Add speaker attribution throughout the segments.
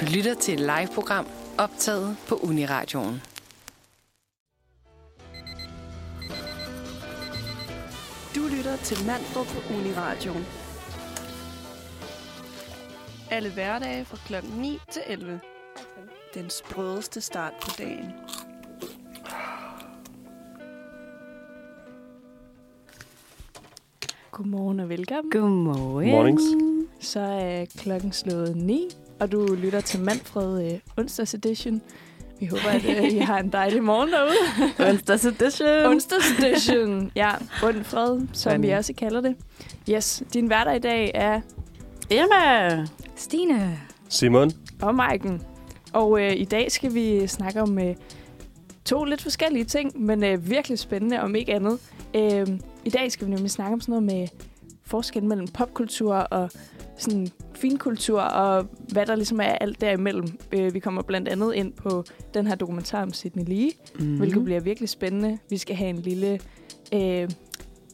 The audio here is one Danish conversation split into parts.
Speaker 1: Du lytter til et live-program optaget på Uniradioen.
Speaker 2: Du lytter til Mandrup på Uniradioen. Alle hverdage fra kl. 9 til 11. Den sprødeste start på dagen.
Speaker 3: Godmorgen og velkommen.
Speaker 1: Godmorgen.
Speaker 4: Mornings.
Speaker 3: Så er klokken slået 9, og du lytter til Manfred øh, onsdags edition. Vi håber, at øh, I har en dejlig morgen derude.
Speaker 1: Onsdags edition.
Speaker 3: Onsdags edition. Ja, Bundfred, som vi
Speaker 1: Sådan.
Speaker 3: også kalder det. Yes, din hverdag i dag er
Speaker 1: Emma.
Speaker 5: Stine.
Speaker 4: Simon,
Speaker 3: og Maiken. Og øh, i dag skal vi snakke om øh, to lidt forskellige ting, men øh, virkelig spændende, om ikke andet. Øh, I dag skal vi nemlig snakke om sådan noget med forskellen mellem popkultur og sådan finkultur, og hvad der ligesom er alt derimellem. Øh, vi kommer blandt andet ind på den her dokumentar om Sydney Lee, mm.
Speaker 1: Mm-hmm.
Speaker 3: hvilket bliver virkelig spændende. Vi skal have en lille, øh, en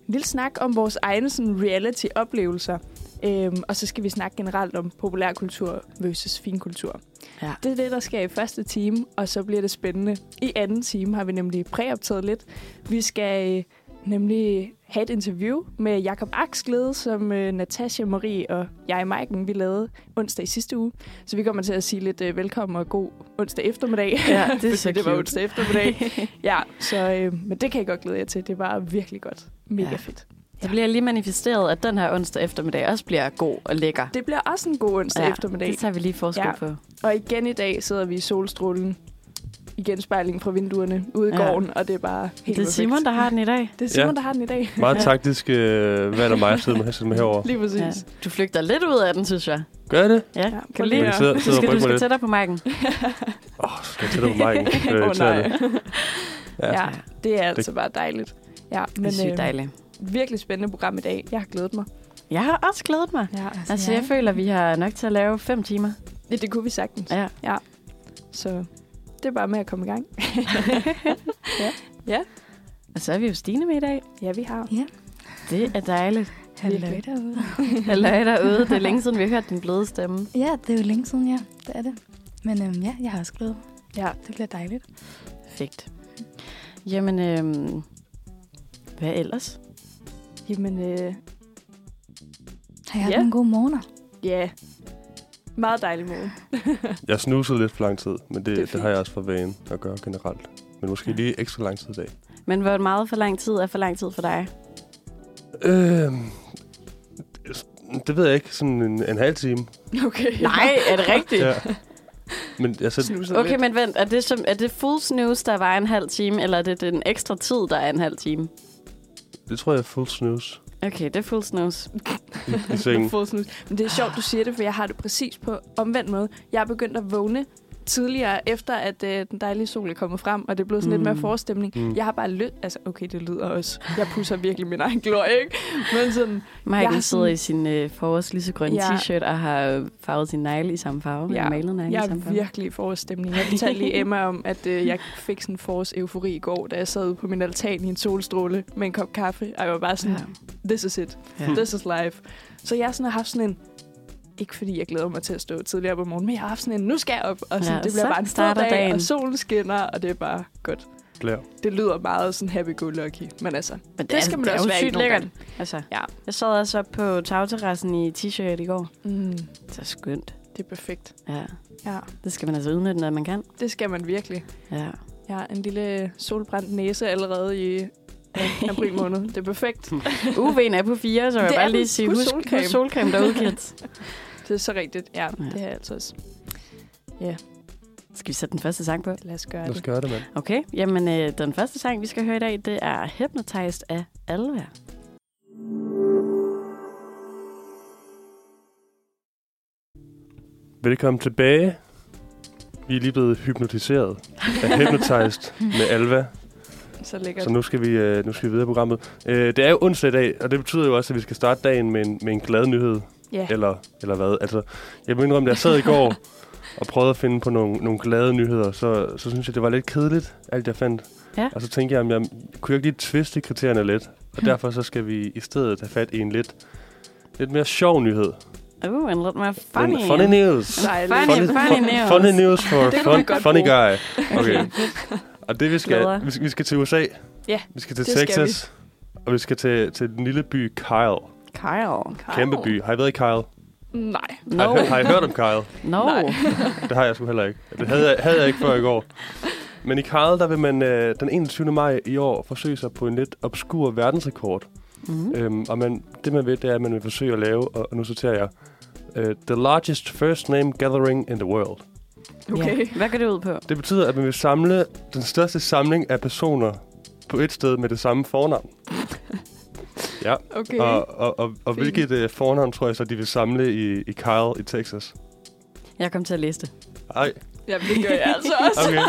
Speaker 3: lille snak om vores egne sådan, reality-oplevelser. Øhm, og så skal vi snakke generelt om populærkultur versus finkultur.
Speaker 1: Ja.
Speaker 3: Det er det, der sker i første time, og så bliver det spændende. I anden time har vi nemlig præoptaget lidt. Vi skal øh, nemlig have et interview med Jakob Aksglede, som øh, Natasha, Marie og jeg, Maiken, vi lavede onsdag i sidste uge. Så vi kommer til at sige lidt øh, velkommen og god onsdag eftermiddag.
Speaker 1: Ja, det er
Speaker 3: Fordi
Speaker 1: så
Speaker 3: det var
Speaker 1: cute.
Speaker 3: onsdag eftermiddag. ja, så, øh, men det kan jeg godt glæde jer til. Det var virkelig godt. Mega
Speaker 1: Ja.
Speaker 3: ja. fedt.
Speaker 6: Så bliver lige manifesteret, at den her onsdag eftermiddag også bliver god og lækker.
Speaker 3: Det bliver også en god onsdag ja, eftermiddag.
Speaker 6: det tager vi lige forskud
Speaker 3: Ja.
Speaker 6: ja. på.
Speaker 3: Og igen i dag sidder vi i solstrålen i genspejling fra vinduerne ude i
Speaker 6: Ja.
Speaker 3: gården, og det er bare helt
Speaker 6: Det er
Speaker 3: perfekt.
Speaker 6: Simon, der har den i dag.
Speaker 3: Det er Simon,
Speaker 4: Ja.
Speaker 3: der har den i dag.
Speaker 4: meget taktisk øh, valg af mig at sidde med, sidde med herover.
Speaker 3: Lige
Speaker 6: Ja.
Speaker 3: præcis.
Speaker 6: Du flygter lidt ud af den, synes jeg.
Speaker 4: Gør jeg det?
Speaker 6: Ja,
Speaker 3: Ja,
Speaker 6: ja
Speaker 3: prøv
Speaker 6: kan
Speaker 3: lige
Speaker 6: lige.
Speaker 4: at- sidder-
Speaker 6: Du
Speaker 4: sidder og
Speaker 6: skal,
Speaker 4: rykker
Speaker 6: du
Speaker 4: mig
Speaker 6: skal
Speaker 4: lidt.
Speaker 6: tættere på marken.
Speaker 4: Så skal jeg tættere på mig igen. øh, Det er
Speaker 3: Åh nej.
Speaker 4: irriterende.
Speaker 3: Ja.
Speaker 4: Ja.
Speaker 3: ja, det er altså bare dejligt. Ja, men
Speaker 6: Det er sygt
Speaker 3: øh,
Speaker 6: dejligt.
Speaker 3: virkelig spændende program i dag. Jeg har glædet mig.
Speaker 6: Jeg har også glædet mig.
Speaker 3: Ja,
Speaker 6: Altså, jeg føler, vi har nok til at lave fem timer.
Speaker 3: ja det kunne vi sagtens.
Speaker 6: Ja.
Speaker 3: Så det er bare med at komme i gang.
Speaker 6: Og så er vi jo Stine med i dag.
Speaker 3: Ja, vi har.
Speaker 6: Det er dejligt.
Speaker 5: Hallo
Speaker 3: Virkelig.
Speaker 5: derude.
Speaker 6: Halløj derude. Det er længe siden, vi har hørt din bløde stemme.
Speaker 5: Ja, det er jo længe siden, ja. Det er det. Men øhm, ja, jeg har også glædet.
Speaker 3: Ja.
Speaker 5: Det bliver dejligt.
Speaker 6: Perfekt. Jamen, øhm, hvad ellers?
Speaker 3: Jamen, øh,
Speaker 5: Har jeg haft
Speaker 3: Ja.
Speaker 5: ja. nogle gode morgener?
Speaker 3: ja. Meget dejlig morgen.
Speaker 4: Jeg snusede lidt for lang tid, men det,
Speaker 3: Det er
Speaker 4: det, det har jeg også for vane at gøre generelt. Men måske
Speaker 6: Ja.
Speaker 4: lige ekstra lang tid i dag.
Speaker 6: Men hvor meget for lang tid er for lang tid for dig?
Speaker 4: Øh, det ved jeg ikke. Sådan en, en halv time.
Speaker 3: Okay.
Speaker 6: Nej, er det rigtigt?
Speaker 4: Ja. Men jeg selv,
Speaker 3: Snuset
Speaker 6: Okay,
Speaker 3: lidt.
Speaker 6: men vent. Er det, som, er det full snooze, der var en halv time, eller er det den ekstra tid, der er en halv time?
Speaker 4: det tror jeg er full snooze
Speaker 6: Okay, det er full snooze.
Speaker 4: i sengen.
Speaker 3: Fodsnus. Men det er sjovt, du siger det, for jeg har det præcis på omvendt måde. Jeg er begyndt at vågne tidligere, efter at øh, den dejlige sol er kommet frem, og det er blevet sådan mm. lidt mere
Speaker 6: Mm.
Speaker 3: forestemning. Mm.
Speaker 4: Mm.
Speaker 3: Jeg har bare lyst... Altså, okay, det lyder også... Jeg pusser virkelig min egen glorie, ikke? Men sådan... Jeg har
Speaker 6: Michael sidder
Speaker 3: sådan-
Speaker 6: i sin øh, forårs lysegrønne
Speaker 3: Ja.
Speaker 6: ja. t-shirt og har øh, farvet sin negle i samme farve.
Speaker 3: Ja.
Speaker 6: Ja. Malet negle
Speaker 3: Jeg
Speaker 6: i
Speaker 5: ligesom
Speaker 6: samme
Speaker 3: er
Speaker 6: farve.
Speaker 3: virkelig i forårsstemning. Jeg fortalte lige Emma om, at øh, jeg fik sådan en forårs-eufori i går, da jeg sad ude på min altan i en solstråle med en kop kaffe, og jeg var bare sådan,
Speaker 6: Ja.
Speaker 3: this is it.
Speaker 6: Ja.
Speaker 3: This is life. Så jeg sådan har haft sådan en, ikke fordi jeg glæder mig til at stå tidligere op om morgenen, men jeg har haft sådan en, nu skal jeg op, og sådan, ja,
Speaker 6: Ja,
Speaker 3: det bliver
Speaker 6: så
Speaker 3: bare en fed
Speaker 6: starter
Speaker 3: dag, dagen.
Speaker 6: dagen.
Speaker 3: og solen skinner, og det er bare godt.
Speaker 4: Glær.
Speaker 3: Det lyder meget sådan happy-go-lucky, men altså,
Speaker 6: Men
Speaker 3: det skal man
Speaker 6: det er
Speaker 3: også
Speaker 6: jo
Speaker 3: være i
Speaker 6: sygt
Speaker 3: nogle
Speaker 6: lækkert.
Speaker 3: gange.
Speaker 6: Altså,
Speaker 3: Ja.
Speaker 6: ja. Jeg sad også op på tagterrassen i t-shirt i går.
Speaker 3: mm,
Speaker 6: Det er skønt.
Speaker 3: det er perfekt.
Speaker 6: Ja.
Speaker 3: Ja,
Speaker 6: Det skal man altså udnytte, når man kan.
Speaker 3: det skal man virkelig.
Speaker 6: Ja.
Speaker 3: Jeg har en lille solbrændt næse allerede i ja, april måned. Det er perfekt.
Speaker 6: UV'en er på fire, så jeg
Speaker 3: Det
Speaker 6: vil
Speaker 3: er
Speaker 6: bare
Speaker 3: den.
Speaker 6: lige sige,
Speaker 3: Husk
Speaker 6: husk,
Speaker 3: solcreme.
Speaker 6: husk solcreme derude, kids.
Speaker 3: Det er så rigtigt. Ja, ja.
Speaker 6: Ja.
Speaker 3: det har jeg altså også.
Speaker 6: Skal vi sætte den første sang på?
Speaker 3: Lad os gøre
Speaker 4: Lad os
Speaker 3: det.
Speaker 4: gøre det, mand.
Speaker 6: Okay, jamen øh, den første sang, vi skal høre i dag, det er Hypnotized af Alva.
Speaker 4: Velkommen tilbage. Vi er lige blevet hypnotiseret af Hypnotized med Alva.
Speaker 3: Så lækkert.
Speaker 4: Så nu skal vi, øh, nu skal vi videre i programmet. Øh, det er jo onsdag i dag, og det betyder jo også, at vi skal starte dagen med en, med en glad nyhed.
Speaker 3: Ja.
Speaker 4: Eller, eller hvad? Altså, jeg må indrømme, da jeg sad i går og prøvede at finde på nogle, nogle glade nyheder, så, så synes jeg, det var lidt kedeligt, alt jeg fandt.
Speaker 6: Ja. Hm.
Speaker 4: Og så tænkte jeg, om jeg kunne jeg ikke lige tviste kriterierne lidt. Og derfor så skal vi i stedet have fat i en lidt, lidt mere sjov nyhed.
Speaker 6: Oh, and let my funny.
Speaker 4: Funny, funny news.
Speaker 2: Dejligt.
Speaker 6: Funny,
Speaker 4: Funny-
Speaker 6: funny news.
Speaker 4: Funny news for
Speaker 2: Det kan vi
Speaker 4: fun,
Speaker 2: godt
Speaker 4: funny
Speaker 2: bruge.
Speaker 4: guy. Okay. Og det vi
Speaker 6: Glæder.
Speaker 4: skal, vi skal, vi skal til USA.
Speaker 3: Ja,
Speaker 4: Vi skal til
Speaker 3: det skal
Speaker 4: Texas. Og vi skal til, til den lille by Kyle.
Speaker 6: Kyle.
Speaker 4: Kæmpe by. Har I været i Kyle?
Speaker 3: Nej.
Speaker 4: Har,
Speaker 6: No.
Speaker 4: I hørt, har I hørt om Kyle?
Speaker 6: No.
Speaker 4: Det har jeg sgu heller ikke. Det havde jeg, havde jeg ikke før i går. Men i Kyle, der vil man øh, den 21. maj i år forsøge sig på en lidt obskur verdensrekord.
Speaker 6: Mm.
Speaker 4: Øhm, og man, det man vil, det er, at man vil forsøge at lave, og, og nu citerer jeg, øh, The largest first name gathering in the world.
Speaker 3: Okay.
Speaker 6: Ja. Hvad går det ud på?
Speaker 4: Det betyder, at man vil samle den største samling af personer på et sted med det samme fornavn. Ja,
Speaker 3: Okay.
Speaker 4: og, og, og, og hvilket øh, fornavn tror jeg så, de vil samle i, i Kyle i Texas?
Speaker 6: Jeg kom til at læse det.
Speaker 4: Ej,
Speaker 3: Jamen, det gør jeg altså også.
Speaker 4: okay.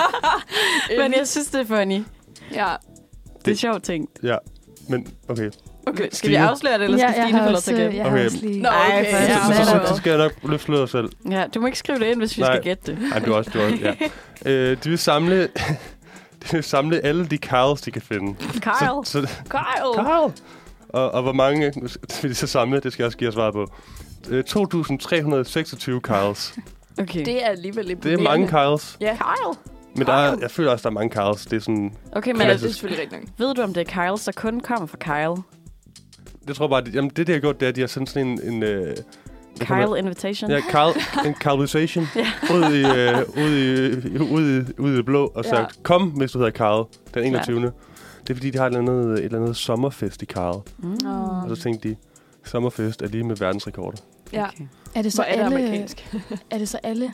Speaker 3: Øhm.
Speaker 6: Men jeg synes, det er funny.
Speaker 3: Ja.
Speaker 6: Det er sjovt tænkt.
Speaker 4: Men okay,
Speaker 6: Okay, skal vi
Speaker 4: Stine?
Speaker 6: afsløre det, eller skal
Speaker 5: jeg
Speaker 6: Stine få
Speaker 5: har
Speaker 6: lov
Speaker 5: også,
Speaker 6: til at
Speaker 5: øh,
Speaker 6: gætte?
Speaker 5: jeg har
Speaker 4: Okay.
Speaker 5: også lige...
Speaker 2: Nå, okay.
Speaker 6: Ej,
Speaker 2: Ja,
Speaker 4: så, så, så,
Speaker 6: hvor-
Speaker 4: så skal jeg nok løfte sløret selv.
Speaker 6: Ja, du må ikke skrive det ind, hvis vi
Speaker 4: Nej.
Speaker 6: skal gætte det.
Speaker 4: Ej, du også, du også, ja. Øh, de vil samle... de vil samle alle de Kyles, de kan finde.
Speaker 6: Kyle.
Speaker 4: Så, så,
Speaker 3: Kyle.
Speaker 4: Karl! Og, og hvor mange vil de så samle? Det skal jeg også give jer svar på. Øh, 2.326 Karls.
Speaker 6: Okay.
Speaker 2: Det er alligevel
Speaker 4: Det er mange Karls.
Speaker 3: Ja.
Speaker 6: Kyle.
Speaker 4: Men der er, jeg føler også, der er mange Karls. Det er sådan...
Speaker 6: Okay, men
Speaker 3: Men det
Speaker 4: Klassisk.
Speaker 3: er selvfølgelig rigtigt nok.
Speaker 6: ved du, om det er Kyle, så kun kommer fra Kyle?
Speaker 4: Jeg tror bare, det, jamen, det, de har gjort, det er, at de har sendt sådan en... en øh, hvad kan man-
Speaker 6: Kyle Invitation?
Speaker 4: Ja, Karl, en Karlisation. ud, i, øh, ud, i, ud, i, ud i det blå og sagt, ja. kom, hvis du hedder Karl, den 21. Det er fordi, de har et eller andet, et eller andet sommerfest i Karl.
Speaker 6: Mm.
Speaker 4: Og så tænkte de, sommerfest er lige med verdensrekorder.
Speaker 3: Ja.
Speaker 6: Okay.
Speaker 5: Er det, så
Speaker 3: Hvor er det
Speaker 5: alle,
Speaker 3: amerikansk?
Speaker 5: er det så alle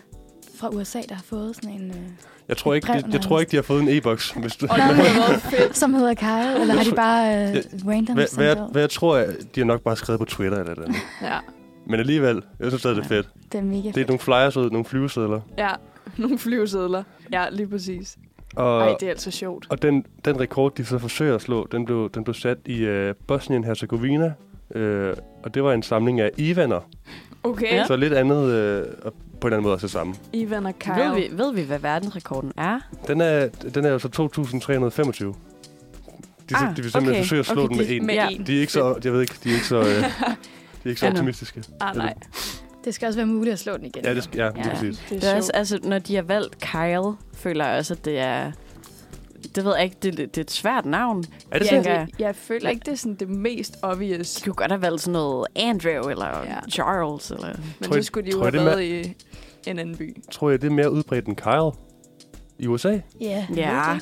Speaker 5: fra USA, der har fået sådan en... Øh,
Speaker 4: Jeg tror ikke,
Speaker 5: brev
Speaker 4: jeg, jeg tror
Speaker 5: nærmest.
Speaker 4: ikke de har fået en e-boks. Hvis du,
Speaker 2: Og det har været fedt.
Speaker 5: som hedder Kyle, eller har de bare øh,
Speaker 4: Jeg-
Speaker 5: random
Speaker 4: Hvad,
Speaker 5: sendt
Speaker 4: hvad,
Speaker 5: ud?
Speaker 4: hvad jeg tror, er, de har nok bare skrevet på Twitter eller et eller andet.
Speaker 3: Ja.
Speaker 4: Men alligevel, jeg synes stadig, det er fedt.
Speaker 5: Det er mega
Speaker 4: Det er
Speaker 5: fedt.
Speaker 4: nogle flyers ud, nogle flyvesedler.
Speaker 3: Ja. Nogle flyvesedler. Ja, lige præcis.
Speaker 4: Og,
Speaker 3: Ej, det er altså sjovt.
Speaker 4: og den, den rekord, de så forsøger at slå, den blev, den blev sat i øh, Bosnien-Herzegovina. Øh, og det var en samling af Ivaner.
Speaker 3: Okay.
Speaker 4: Ja.
Speaker 3: Ja.
Speaker 4: Så lidt andet, øh, og på en eller anden måde også det samme.
Speaker 3: Ivan og Kyle.
Speaker 6: Ved, vi, ved vi, hvad verdensrekorden er?
Speaker 4: Den er, den er jo så 2.325. De, ah,
Speaker 6: Ah,
Speaker 4: de vil simpelthen
Speaker 6: okay.
Speaker 4: forsøge at slå
Speaker 6: Okay,
Speaker 4: den med
Speaker 6: de-
Speaker 4: en.
Speaker 6: med
Speaker 3: ja.
Speaker 6: én.
Speaker 4: De er ikke så, jeg ved ikke, de er ikke så, øh, de er ikke så
Speaker 6: Ja, nå.
Speaker 4: optimistiske.
Speaker 3: Ah, nej.
Speaker 5: Det skal også være muligt at slå den igen.
Speaker 4: Ja, det, sk- ja, ja.
Speaker 6: Ja.
Speaker 4: præcis.
Speaker 3: Det
Speaker 6: Det er også, altså, når de har valgt Kyle, føler jeg også, at det er... Det ved jeg ikke, det, det er et svært navn. De
Speaker 4: Er det
Speaker 3: ja,
Speaker 6: tænker jeg.
Speaker 3: det, jeg føler ikke, det er sådan det mest obvious.
Speaker 6: kunne godt have valgt sådan noget Andrew eller
Speaker 3: Ja.
Speaker 6: ja. Charles. Eller...
Speaker 3: Men
Speaker 4: Tror I-
Speaker 3: så skulle de jo
Speaker 4: tror I,
Speaker 3: have
Speaker 4: det er
Speaker 3: været i en anden by.
Speaker 4: Tror jeg, det er mere udbredt end Kyle i USA?
Speaker 5: Ja.
Speaker 6: Ja.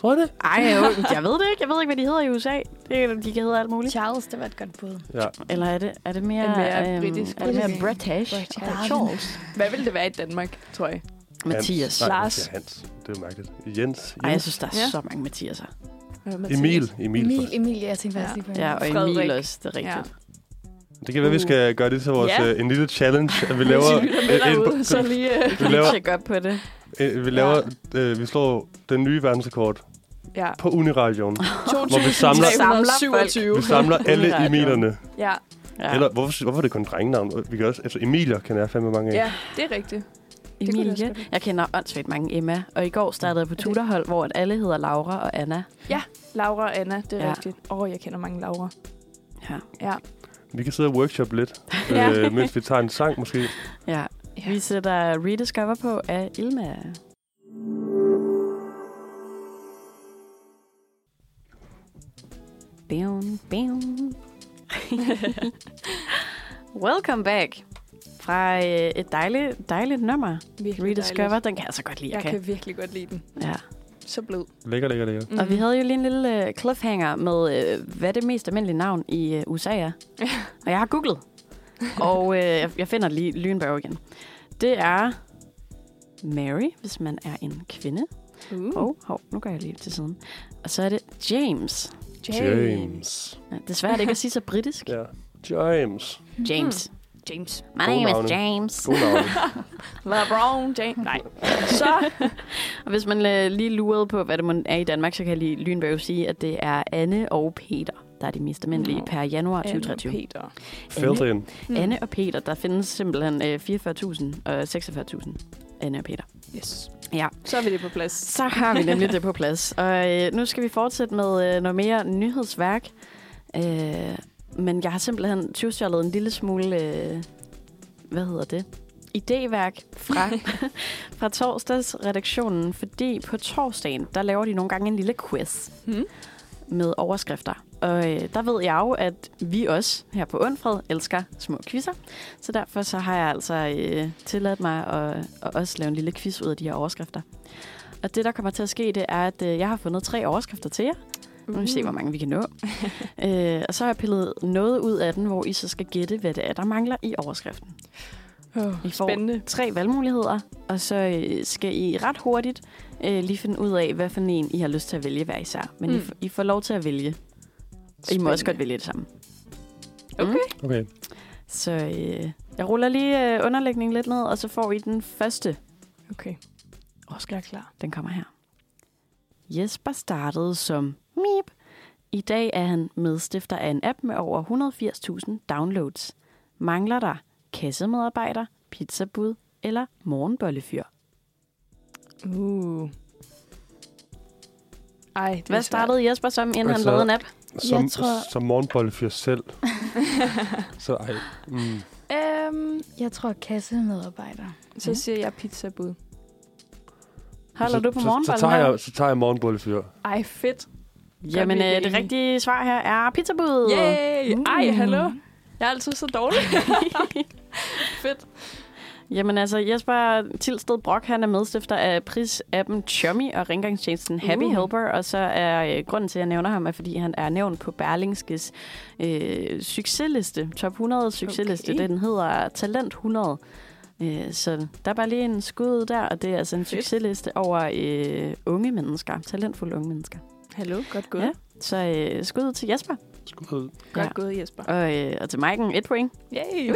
Speaker 4: Tror jeg det?
Speaker 6: Ej, jo, jeg ved det ikke. Jeg ved ikke, hvad de hedder i USA. Det, er- de kan hedde alt muligt.
Speaker 5: Charles, det var et godt bud.
Speaker 4: Ja.
Speaker 6: Eller er det, er det mere... øhm,
Speaker 3: Er det mere britisk?
Speaker 6: Er det mere
Speaker 5: Britisk.
Speaker 6: British?
Speaker 5: British.
Speaker 6: Eller Charles?
Speaker 3: Hvad ville det være i Danmark, tror jeg?
Speaker 6: Mathias.
Speaker 4: Nej,
Speaker 3: Lars.
Speaker 4: Lars. Hans. Det er jo mærkeligt. Jens.
Speaker 6: Ej, jeg
Speaker 4: Jens.
Speaker 6: synes, der er
Speaker 3: Ja.
Speaker 6: så mange Mathiaser.
Speaker 4: Emil. Emil.
Speaker 5: Emil,
Speaker 4: først.
Speaker 5: Emil, jeg tænkte faktisk
Speaker 3: Ja.
Speaker 5: lige på
Speaker 6: Ja, og
Speaker 5: Emil.
Speaker 6: Emil
Speaker 3: Frederik.
Speaker 6: også, det er
Speaker 3: Ja.
Speaker 6: rigtigt.
Speaker 4: Det kan være, vi skal gøre det til vores
Speaker 6: Ja.
Speaker 4: øh, en lille challenge. At vi laver,
Speaker 3: Hvis I lytter med
Speaker 4: øh, en-
Speaker 3: derude, så lige... øh,
Speaker 4: vi
Speaker 6: Kan vi
Speaker 4: laver,
Speaker 6: tjekke op på det?
Speaker 4: øh, vi, laver øh, vi slår den nye verdensrekord
Speaker 3: Ja.
Speaker 4: på Uniradioen. Hvor vi samler,
Speaker 3: 2327.
Speaker 4: vi samler alle
Speaker 6: Uniradioen.
Speaker 4: Emilerne.
Speaker 3: Ja.
Speaker 6: Ja.
Speaker 4: Eller hvorfor, hvorfor er det kun drengenavn? Vi kan også, altså Emilier kan jeg fandme mange af.
Speaker 3: ja, det er rigtigt. det kunne det også
Speaker 6: Emilie.
Speaker 3: godt være.
Speaker 6: Jeg kender åndssvagt mange Emma, og i går startede jeg på
Speaker 3: det-
Speaker 6: tutorhold, hvor at alle hedder Laura og Anna.
Speaker 3: Laura og Anna, det er
Speaker 6: Ja.
Speaker 3: ja. rigtigt. Åh, oh, jeg kender mange Laura.
Speaker 6: Ja.
Speaker 3: Ja.
Speaker 4: Vi kan sidde og workshop lidt,
Speaker 3: Ja.
Speaker 4: øh, mens vi tager en sang måske.
Speaker 6: ja.
Speaker 3: Ja.
Speaker 6: Vi sætter Rediscover på af Ilma. Bam, bam. Welcome back fra øh, et dejligt, dejligt nummer.
Speaker 3: Virkelig
Speaker 6: Rediscover,
Speaker 3: dejligt.
Speaker 6: den kan jeg så godt lide.
Speaker 3: Jeg
Speaker 6: okay?
Speaker 3: kan virkelig godt lide den.
Speaker 6: Ja.
Speaker 3: Så blød.
Speaker 4: Lækker, lækker, lækker.
Speaker 6: Og
Speaker 3: Mhm.
Speaker 6: vi havde jo lige en lille øh, cliffhanger med, øh, hvad det mest almindelige navn i øh, USA er. Og jeg har googlet. Og øh, jeg- jeg finder lige Lynberg igen. Det er Mary, hvis man er en kvinde.
Speaker 3: Uh.
Speaker 6: Og hov, nu går jeg lige til siden. Og så er det James.
Speaker 4: James.
Speaker 6: Ja, Desværre er det ikke at sige så britisk.
Speaker 4: Ja. James.
Speaker 6: James.
Speaker 3: Mm. James.
Speaker 6: My
Speaker 4: Gode
Speaker 6: name
Speaker 4: navne.
Speaker 6: is James.
Speaker 4: God navn.
Speaker 3: LeBron James. Nej.
Speaker 6: Så. Og hvis man øh, lige lurede på, hvad det mon er i Danmark, så kan jeg lige Lynberg sige, at det er Anne og Peter, der er de mest almindelige per januar 2023.
Speaker 3: Anna Peter.
Speaker 4: Fældet ind.
Speaker 6: Mm. Anne og Peter, der findes simpelthen øh, 44.000 og 46.000 Anne og Peter.
Speaker 3: Mm, Yes.
Speaker 6: Ja.
Speaker 3: Så er vi det på plads.
Speaker 6: Så har vi nemlig det på plads. Og øh, nu skal vi fortsætte med øh, noget mere nyhedsværk. Øh, men jeg har simpelthen tyvstjålet en lille smule øh, hvad hedder det? idéværk fra, fra torsdagsredaktionen, fordi på torsdagen, der laver de nogle gange en lille quiz
Speaker 3: Hmm.
Speaker 6: med overskrifter. Og øh, der ved jeg jo, at vi også her på Undfred elsker små quizzer. Så derfor så har jeg altså øh, tilladt mig at, at også lave en lille quiz ud af de her overskrifter. Og det, der kommer til at ske, det er, at øh, jeg har fundet tre overskrifter til jer. Nu må vi
Speaker 3: Mm-hmm.
Speaker 6: se, hvor mange vi kan nå. øh, og så har jeg pillet noget ud af den, hvor I så skal gætte, hvad det er, der mangler i overskriften.
Speaker 3: Oh,
Speaker 6: I får
Speaker 3: spændende.
Speaker 6: tre valgmuligheder, og så øh, skal I ret hurtigt øh, lige finde ud af, hvad for en I har lyst til at vælge hver især. Men mm. I,
Speaker 3: Mm.
Speaker 6: f- I får lov til at vælge, og I må også godt vælge det samme. Mm.
Speaker 3: Okay.
Speaker 4: Okay.
Speaker 6: Så øh, jeg ruller lige øh, underlægningen lidt ned, og så får I den første.
Speaker 3: Okay. Oscar er klar.
Speaker 6: Den kommer her. Jesper startede som Mip. I dag er han medstifter af en app med over 180.000 downloads. Mangler der kassemedarbejder, pizzabud eller morgenbollefyr?
Speaker 3: Uh. Ej, det
Speaker 6: Hvad
Speaker 3: er svært.
Speaker 6: startede Jesper som, inden han
Speaker 4: Altså,
Speaker 6: lavede en app?
Speaker 4: Som,
Speaker 5: Jeg tror-
Speaker 4: som morgenbollefyr selv. så ej. Mm.
Speaker 3: Øhm,
Speaker 5: Jeg tror kassemedarbejder.
Speaker 3: så
Speaker 6: Mhm.
Speaker 3: siger jeg pizzabud.
Speaker 6: Holder
Speaker 4: så,
Speaker 6: du på
Speaker 4: så,
Speaker 6: morgenbollen?
Speaker 4: så, tager
Speaker 6: her?
Speaker 4: jeg, så tager jeg morgenbollefyr.
Speaker 3: Ej, fedt.
Speaker 6: Jamen,
Speaker 3: Godt, vi er
Speaker 6: øh, det
Speaker 3: enige.
Speaker 6: rigtige svar her er pizzabud.
Speaker 3: Yay!
Speaker 5: Uh.
Speaker 3: Ej, hallo. Jeg er altid så dårlig. fedt.
Speaker 6: Jamen altså, Jesper Tilsted Brock, han er medstifter af prisappen Chummy og rengøringstjenesten Happy
Speaker 3: Uh.
Speaker 6: Helper. Og så er øh, grunden til, at jeg nævner ham, er fordi han er nævnt på Berlingskes øh, succesliste. Top 100 succesliste.
Speaker 3: Okay.
Speaker 6: Okay. Den hedder Talent 100. Øh, så der er bare lige en skud ud der, og det er altså en succesliste over øh, unge mennesker. Talentfulde unge mennesker.
Speaker 3: Hallo, godt gået.
Speaker 6: Ja. Så øh, skud ud til Jesper.
Speaker 4: Skud.
Speaker 3: Godt
Speaker 6: Ja.
Speaker 3: gået, Jesper.
Speaker 6: Og, øh, og til Maiken, et point.
Speaker 3: Yay!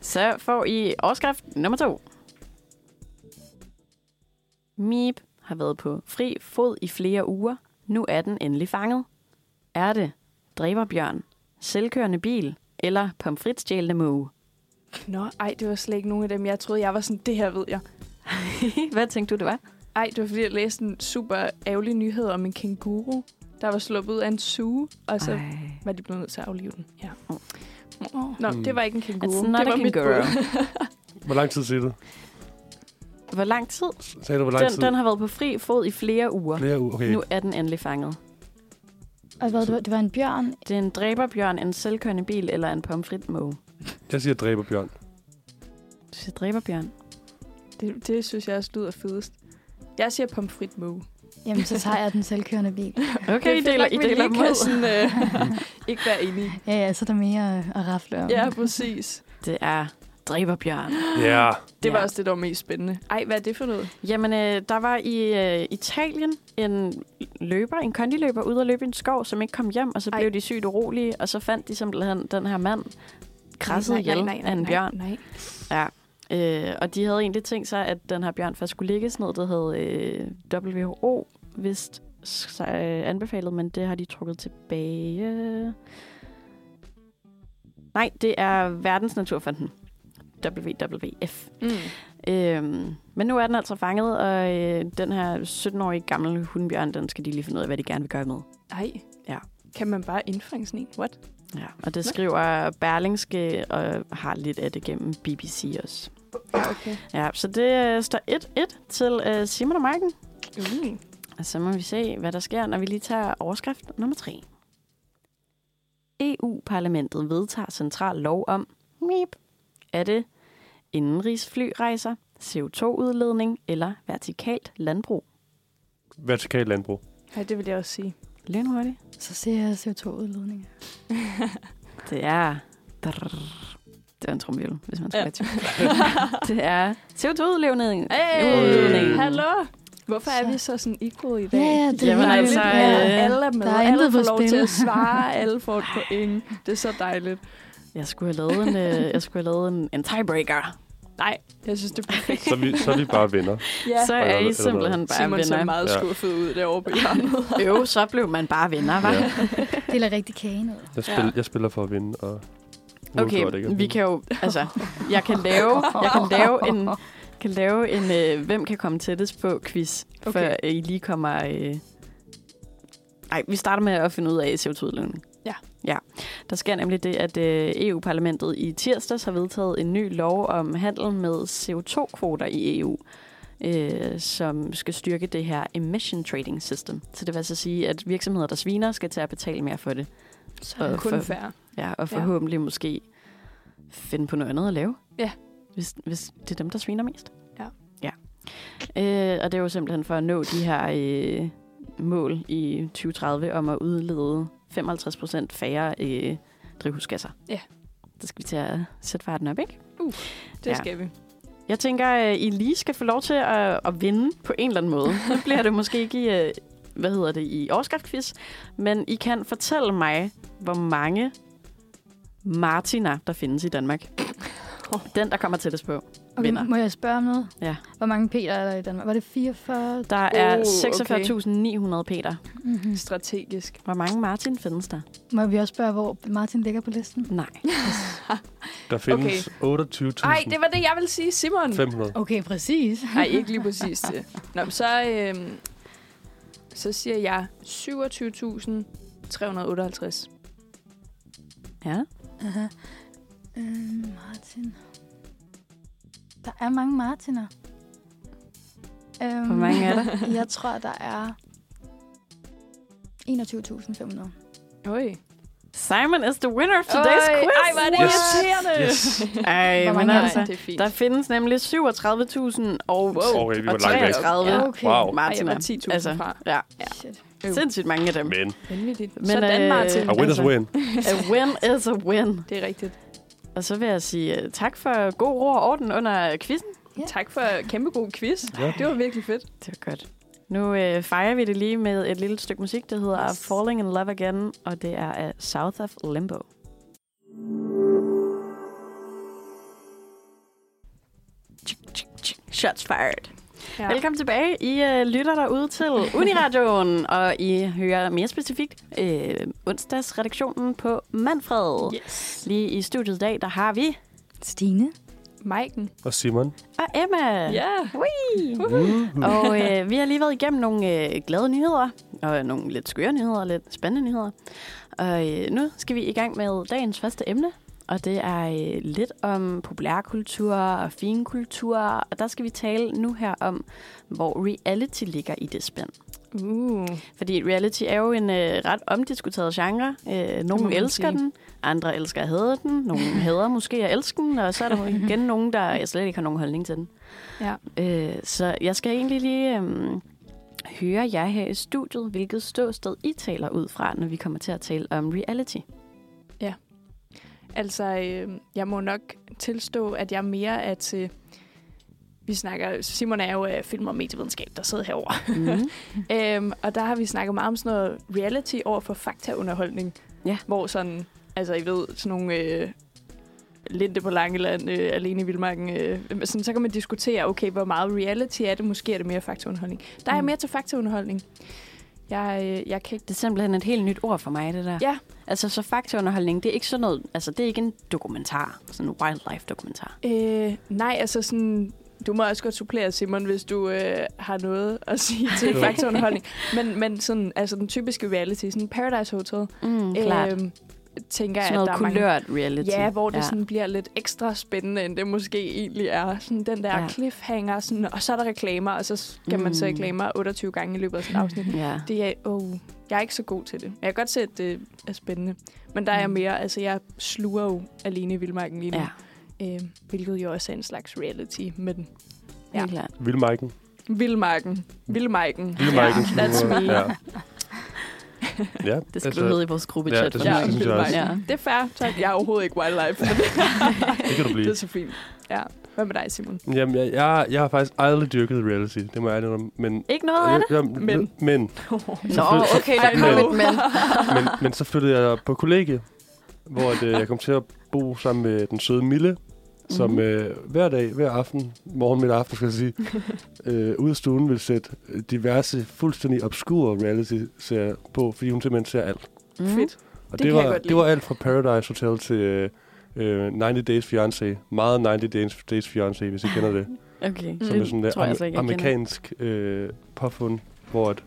Speaker 6: Så får I overskrift nummer to. Mip har været på fri fod i flere uger. Nu er den endelig fanget. Er det dræberbjørn, selvkørende bil eller pomfritstjælende måge?
Speaker 3: Nå, ej, det var slet ikke nogen af dem, jeg troede, jeg var sådan, det her ved jeg.
Speaker 6: Hvad tænkte du, det var?
Speaker 3: Ej, det var fordi, jeg læste en super ærgerlig nyhed om en kænguru, der var sluppet ud af en suge, og
Speaker 6: Altså,
Speaker 3: så Ej. var de blevet nødt til at aflive den. Ja.
Speaker 5: Oh.
Speaker 3: Nå,
Speaker 4: Mm.
Speaker 3: mm. det var ikke en kænguru.
Speaker 6: It's not
Speaker 3: det
Speaker 6: a
Speaker 3: var mit
Speaker 6: kangaroo.
Speaker 3: bud.
Speaker 4: Hvor lang tid siger du?
Speaker 6: Hvor lang tid?
Speaker 4: Sagde du, hvor lang
Speaker 6: Den,
Speaker 4: tid?
Speaker 6: den har været på fri fod i flere uger.
Speaker 4: Flere uger. Okay.
Speaker 6: Nu er den endelig fanget.
Speaker 5: Og hvad, det var, det var en bjørn.
Speaker 6: Det er en dræberbjørn, en selvkørende bil eller en pomfritmåge?
Speaker 4: Jeg siger dræberbjørn.
Speaker 6: Du siger dræberbjørn.
Speaker 3: Det, det synes jeg også lyder fedest. Jeg siger pomfrit måge.
Speaker 5: Jamen, så tager jeg den selvkørende bil.
Speaker 6: Okay, I
Speaker 3: fedt
Speaker 6: deler,
Speaker 3: nok,
Speaker 6: I
Speaker 3: vi
Speaker 6: deler
Speaker 3: lige
Speaker 6: dem
Speaker 3: kan
Speaker 6: ud.
Speaker 3: sådan, øh, ikke være enige.
Speaker 5: Ja, ja, så er der mere øh, at rafle om.
Speaker 3: Ja, præcis.
Speaker 6: Det er dræberbjørn.
Speaker 4: Ja.
Speaker 3: Det var
Speaker 6: Ja.
Speaker 3: også det, der var mest spændende. Ej, hvad er det for noget?
Speaker 6: Jamen, øh, der var i øh, Italien en løber, en kondiløber, ude at løbe i en skov, som ikke kom hjem, og så
Speaker 3: Ej.
Speaker 6: Ej. blev de sygt urolige, og så fandt de simpelthen den her mand krasset ihjel af en bjørn.
Speaker 3: Nej, nej.
Speaker 6: Øh, og de havde egentlig tænkt sig, at den her bjørn først skulle ligges ned, det havde øh, WHO vist s- øh, anbefalet, men det har de trukket tilbage. Nej, det er Verdensnaturfonden, WWF.
Speaker 3: Mm.
Speaker 6: Øhm, men nu er den altså fanget, og øh, den her 17-årige gamle hundbjørn, den skal de lige finde ud af, hvad de gerne vil gøre med.
Speaker 3: Ej.
Speaker 6: Ja.
Speaker 3: Kan man bare indfange sådan en? What?
Speaker 6: Ja. Og det skriver Berlingske og har lidt af det gennem BBC også.
Speaker 3: Ja, okay.
Speaker 6: Ja, så det øh, står 1-1 til øh, Simon og Marken.
Speaker 3: Mm.
Speaker 6: Og så må vi se, hvad der sker, når vi lige tager overskrift nummer 3. EU-parlamentet vedtager central lov om MIP. Er det indenrigsflyrejser, CO2-udledning eller vertikalt landbrug?
Speaker 4: Vertikal landbrug.
Speaker 3: Ej, det vil jeg også sige.
Speaker 6: Lynhurtigt.
Speaker 5: Så ser jeg CO2-udledninger.
Speaker 6: Det er... Drrr. Det var en trumvivel, hvis man skulle ja. Det er CO2-udledning. Udledning.
Speaker 3: Hallo! Hvorfor er
Speaker 5: Så-
Speaker 3: vi så sådan equal i dag?
Speaker 5: Ja, ja, det
Speaker 6: Jamen
Speaker 5: er helt
Speaker 6: altså,
Speaker 5: vildt. Ja.
Speaker 6: øh,
Speaker 3: alle er med,
Speaker 5: der er
Speaker 3: alle
Speaker 5: intet på
Speaker 3: får lov
Speaker 5: spil.
Speaker 3: til at svare, alle får et point. Det er så dejligt.
Speaker 6: Jeg skulle have lavet en, øh, jeg skulle have lavet en, en tiebreaker.
Speaker 3: Nej, jeg synes, det er perfekt.
Speaker 4: Så er vi, så er vi bare venner.
Speaker 3: Ja.
Speaker 6: Så
Speaker 3: Så
Speaker 6: er
Speaker 4: Eller-
Speaker 6: I
Speaker 4: eller
Speaker 6: simpelthen bare
Speaker 3: Simon ser
Speaker 6: venner.
Speaker 3: meget
Speaker 4: Ja.
Speaker 3: skuffet ud derovre på hjørnet.
Speaker 6: Jo, så blev man bare venner, var.
Speaker 4: Ja.
Speaker 5: Deler rigtig kagen ud.
Speaker 4: Jeg, spil, jeg spiller for at vinde, og nu gjorde det ikke.
Speaker 6: Okay, vi kan jo, altså, jeg kan lave, jeg kan lave en, kan lave en øh, hvem kan komme tættest på quiz, okay. før
Speaker 3: Okay.
Speaker 6: I lige kommer... Øh... Ej, vi starter med at finde ud af CO2-udledning.
Speaker 3: Ja.
Speaker 6: Der sker nemlig det, at øh, EU-parlamentet i tirsdags har vedtaget en ny lov om handel med CO2-kvoter i EU, øh, som skal styrke det her emission trading system. Så det vil altså sige, at virksomheder, der sviner, skal til at betale mere for det.
Speaker 3: Så
Speaker 6: er
Speaker 3: er
Speaker 6: det
Speaker 3: det kun
Speaker 6: for-
Speaker 3: færre.
Speaker 6: Ja, og
Speaker 3: Ja.
Speaker 6: forhåbentlig måske finde på noget andet at lave.
Speaker 3: Ja.
Speaker 6: Hvis, hvis det er dem, der sviner mest.
Speaker 3: Ja.
Speaker 6: Ja. Øh, og det er jo simpelthen for at nå de her øh, mål i 2030 om at udlede 55 procent færre øh, drivhusgasser.
Speaker 3: Ja.
Speaker 6: Der skal vi til at sætte farten op, ikke?
Speaker 3: Det
Speaker 6: Ja.
Speaker 3: skal vi.
Speaker 6: Jeg tænker, øh, I lige skal få lov til at, at vinde på en eller anden måde. Nu bliver det måske ikke i, øh, hvad hedder det, i overskriftquiz, men I kan fortælle mig, hvor mange Martiner, der findes i Danmark. Den, der kommer tættest på.
Speaker 5: Okay,
Speaker 6: Vinder.
Speaker 5: må jeg spørge om noget?
Speaker 6: Ja.
Speaker 5: Hvor mange Peter er der i Danmark? Var det 44?
Speaker 6: Der er
Speaker 3: Uh, okay.
Speaker 6: 46.900 Peter.
Speaker 5: Mm-hmm.
Speaker 3: Strategisk.
Speaker 6: Hvor mange Martin findes der?
Speaker 5: Må vi også spørge, hvor Martin ligger på listen?
Speaker 6: Nej.
Speaker 4: Der findes
Speaker 3: Nej,
Speaker 4: 28.500.
Speaker 3: det var det, jeg ville sige, Simon.
Speaker 5: Okay, præcis.
Speaker 3: Nej, ikke lige præcis det. Nå, men så, øhm, så siger jeg 27.358.
Speaker 6: Ja.
Speaker 5: Aha. Øh, Martin. Der er mange Martiner. Øhm,
Speaker 6: Hvor mange er der?
Speaker 5: Jeg tror, der er 21.500.
Speaker 3: Oj.
Speaker 6: Simon is the winner of today's
Speaker 3: Oj,
Speaker 6: quiz.
Speaker 3: Ej, hvor er det
Speaker 4: Yes.
Speaker 3: irriterende.
Speaker 4: Yes.
Speaker 6: Ej,
Speaker 5: Hvor
Speaker 6: men
Speaker 5: mange er
Speaker 6: altså,
Speaker 3: det er fint.
Speaker 6: der findes nemlig 37.000 og,
Speaker 4: Wow. Okay, vi var
Speaker 6: og
Speaker 4: langt væk.
Speaker 6: 33
Speaker 3: Ja.
Speaker 5: Okay.
Speaker 4: Wow.
Speaker 3: Ej, jeg
Speaker 6: Martiner.
Speaker 3: var 10.000
Speaker 6: Altså,
Speaker 3: fra.
Speaker 6: ja.
Speaker 5: Shit.
Speaker 3: Øv.
Speaker 6: Sindssygt mange af dem.
Speaker 4: Men
Speaker 3: Vanvittigt.
Speaker 6: Men,
Speaker 3: Men, Sådan,
Speaker 6: øh,
Speaker 3: Martin.
Speaker 4: a winner's
Speaker 6: Altså.
Speaker 4: win.
Speaker 6: A win is a win.
Speaker 3: Det er rigtigt.
Speaker 6: Og så vil jeg sige øh, tak for god ro og orden under quizzen.
Speaker 5: Ja.
Speaker 3: Tak for kæmpe god quiz.
Speaker 4: Ja.
Speaker 3: Det var virkelig fedt.
Speaker 6: Det var godt. Nu øh, fejrer vi det lige med et lille stykke musik, der hedder yes.
Speaker 3: Yes.
Speaker 6: Falling in Love Again, og det er af South of Limbo. Shots fired. Ja. Velkommen tilbage. I øh, lytter derude til Uniradioen, og I hører mere specifikt øh, onsdagsredaktionen på Manfred. Yeah.
Speaker 3: Yes.
Speaker 6: Lige i studiet i dag, der har vi
Speaker 5: Stine?
Speaker 3: Maiken.
Speaker 4: Og Simon.
Speaker 6: og Emma.
Speaker 3: Ja.
Speaker 6: Whee!
Speaker 4: Uh.
Speaker 6: Og øh, vi har lige været igennem nogle øh, glade nyheder, og nogle lidt skøre nyheder, lidt spændende nyheder. Og øh, nu skal vi i gang med dagens første emne, og det er øh, lidt om populærkultur og finkultur. Og der skal vi tale nu her om, hvor reality ligger i det spænd.
Speaker 3: Uh.
Speaker 6: Fordi reality er jo en øh, ret omdiskuteret genre. Øh,
Speaker 3: må man
Speaker 6: nogle elsker
Speaker 3: sige.
Speaker 6: den, andre elsker at hade den, nogle hader måske at elske den, og så er der jo igen nogen, der slet ikke har nogen holdning til den.
Speaker 3: Ja.
Speaker 6: Øh, så jeg skal egentlig lige øh, høre jer her i studiet, hvilket ståsted I taler ud fra, når vi kommer til at tale om reality.
Speaker 3: Altså, øh, jeg må nok tilstå, at jeg mere er til... Vi snakker... Simon er jo øh, film- og medievidenskab, der sidder herovre.
Speaker 6: Mm.
Speaker 3: Øhm, og der har vi snakket meget om sådan noget reality over for faktaunderholdning.
Speaker 6: Ja.
Speaker 3: Hvor sådan, altså I ved, sådan nogle øh, Linde på Langeland, øh, Alene i Vildmarken, øh, sådan, så kan man diskutere, okay, hvor meget reality er det, måske er det mere faktaunderholdning. Der er jeg
Speaker 6: Mm.
Speaker 3: mere til faktaunderholdning. Jeg, øh, jeg kan ikke...
Speaker 6: Det er simpelthen et helt nyt ord for mig, det der.
Speaker 3: Ja.
Speaker 6: Altså, så faktaunderholdning, det er ikke sådan noget, altså det er ikke en dokumentar, sådan en wildlife-dokumentar.
Speaker 3: Øh, nej, altså sådan... Du må også godt supplere, Simon, hvis du øh, har noget at sige til
Speaker 4: Okay.
Speaker 3: faktaunderholdning. Men, men sådan, altså den typiske reality, sådan Paradise Hotel,
Speaker 6: Mm, klart. Øh,
Speaker 3: øhm, tænker jeg,
Speaker 6: sådan
Speaker 3: at
Speaker 6: noget
Speaker 3: der er mange
Speaker 6: kulørt reality.
Speaker 3: Ja, hvor det ja. sådan bliver lidt ekstra spændende, end det måske egentlig er. Sådan den der
Speaker 6: Ja.
Speaker 3: ja. cliffhanger, sådan, og så er der reklamer, og så skal mm. man så
Speaker 6: Mm.
Speaker 3: reklamer 28 gange i løbet af sådan et afsnit.
Speaker 6: Ja.
Speaker 3: Det er, oh, jeg er ikke så god til det. Jeg kan godt se, at det er spændende. Men der er jeg
Speaker 6: Mm.
Speaker 3: mere, altså jeg sluger jo alene i Vildmarken lige nu.
Speaker 6: Ja,
Speaker 3: Ja. Øh, hvilket jo også er en slags reality, men Ja.
Speaker 6: helt klart.
Speaker 4: Vildmarken.
Speaker 3: Vildmarken. Vildmarken.
Speaker 4: Vildmarken.
Speaker 3: Ja, that's me.
Speaker 4: Ja. ja.
Speaker 6: Det skal du hedde i vores gruppe
Speaker 4: Altså, ja,
Speaker 6: chat.
Speaker 4: det
Speaker 6: for
Speaker 3: Ja,
Speaker 4: synes- det synes jeg
Speaker 6: mig.
Speaker 3: Vildmarken.
Speaker 4: også.
Speaker 6: Ja.
Speaker 3: Det er fair. Tak. Jeg er overhovedet ikke wildlife.
Speaker 4: Det kan du
Speaker 3: det
Speaker 4: blive.
Speaker 3: er så fint. Ja. Hvad med dig, Simon?
Speaker 4: Jamen, jeg, jeg, jeg har faktisk aldrig dyrket reality. Det må jeg ærligt om. Men,
Speaker 6: Ikke noget af det?
Speaker 4: Øh, Jamen,
Speaker 3: Men.
Speaker 4: men,
Speaker 6: Nå, okay, der
Speaker 4: Men-
Speaker 6: kom et men.
Speaker 4: men, men så flyttede jeg på kollegie, hvor at, øh, jeg kom til at bo sammen med den søde Mille, som
Speaker 6: Mhm.
Speaker 4: mm-hmm. øh, hver dag, hver aften, morgen, middag, aften, skal jeg sige, øh, ud af stuen vil sætte øh, diverse, fuldstændig obskure reality-serier på, fordi hun simpelthen ser alt.
Speaker 6: Mm.
Speaker 3: Fedt. Det
Speaker 4: Og det,
Speaker 3: kan
Speaker 4: var,
Speaker 3: jeg godt lide.
Speaker 4: det var alt fra Paradise Hotel til øh, øh, 90 Days Fiancé. Meget 90 Days, Days Fiancé, hvis I kender det.
Speaker 6: Okay,
Speaker 4: Som er sådan
Speaker 6: det
Speaker 4: der
Speaker 6: tror jeg altså
Speaker 4: am-
Speaker 6: ikke, jeg kender.
Speaker 4: amerikansk øh, påfund, hvor at,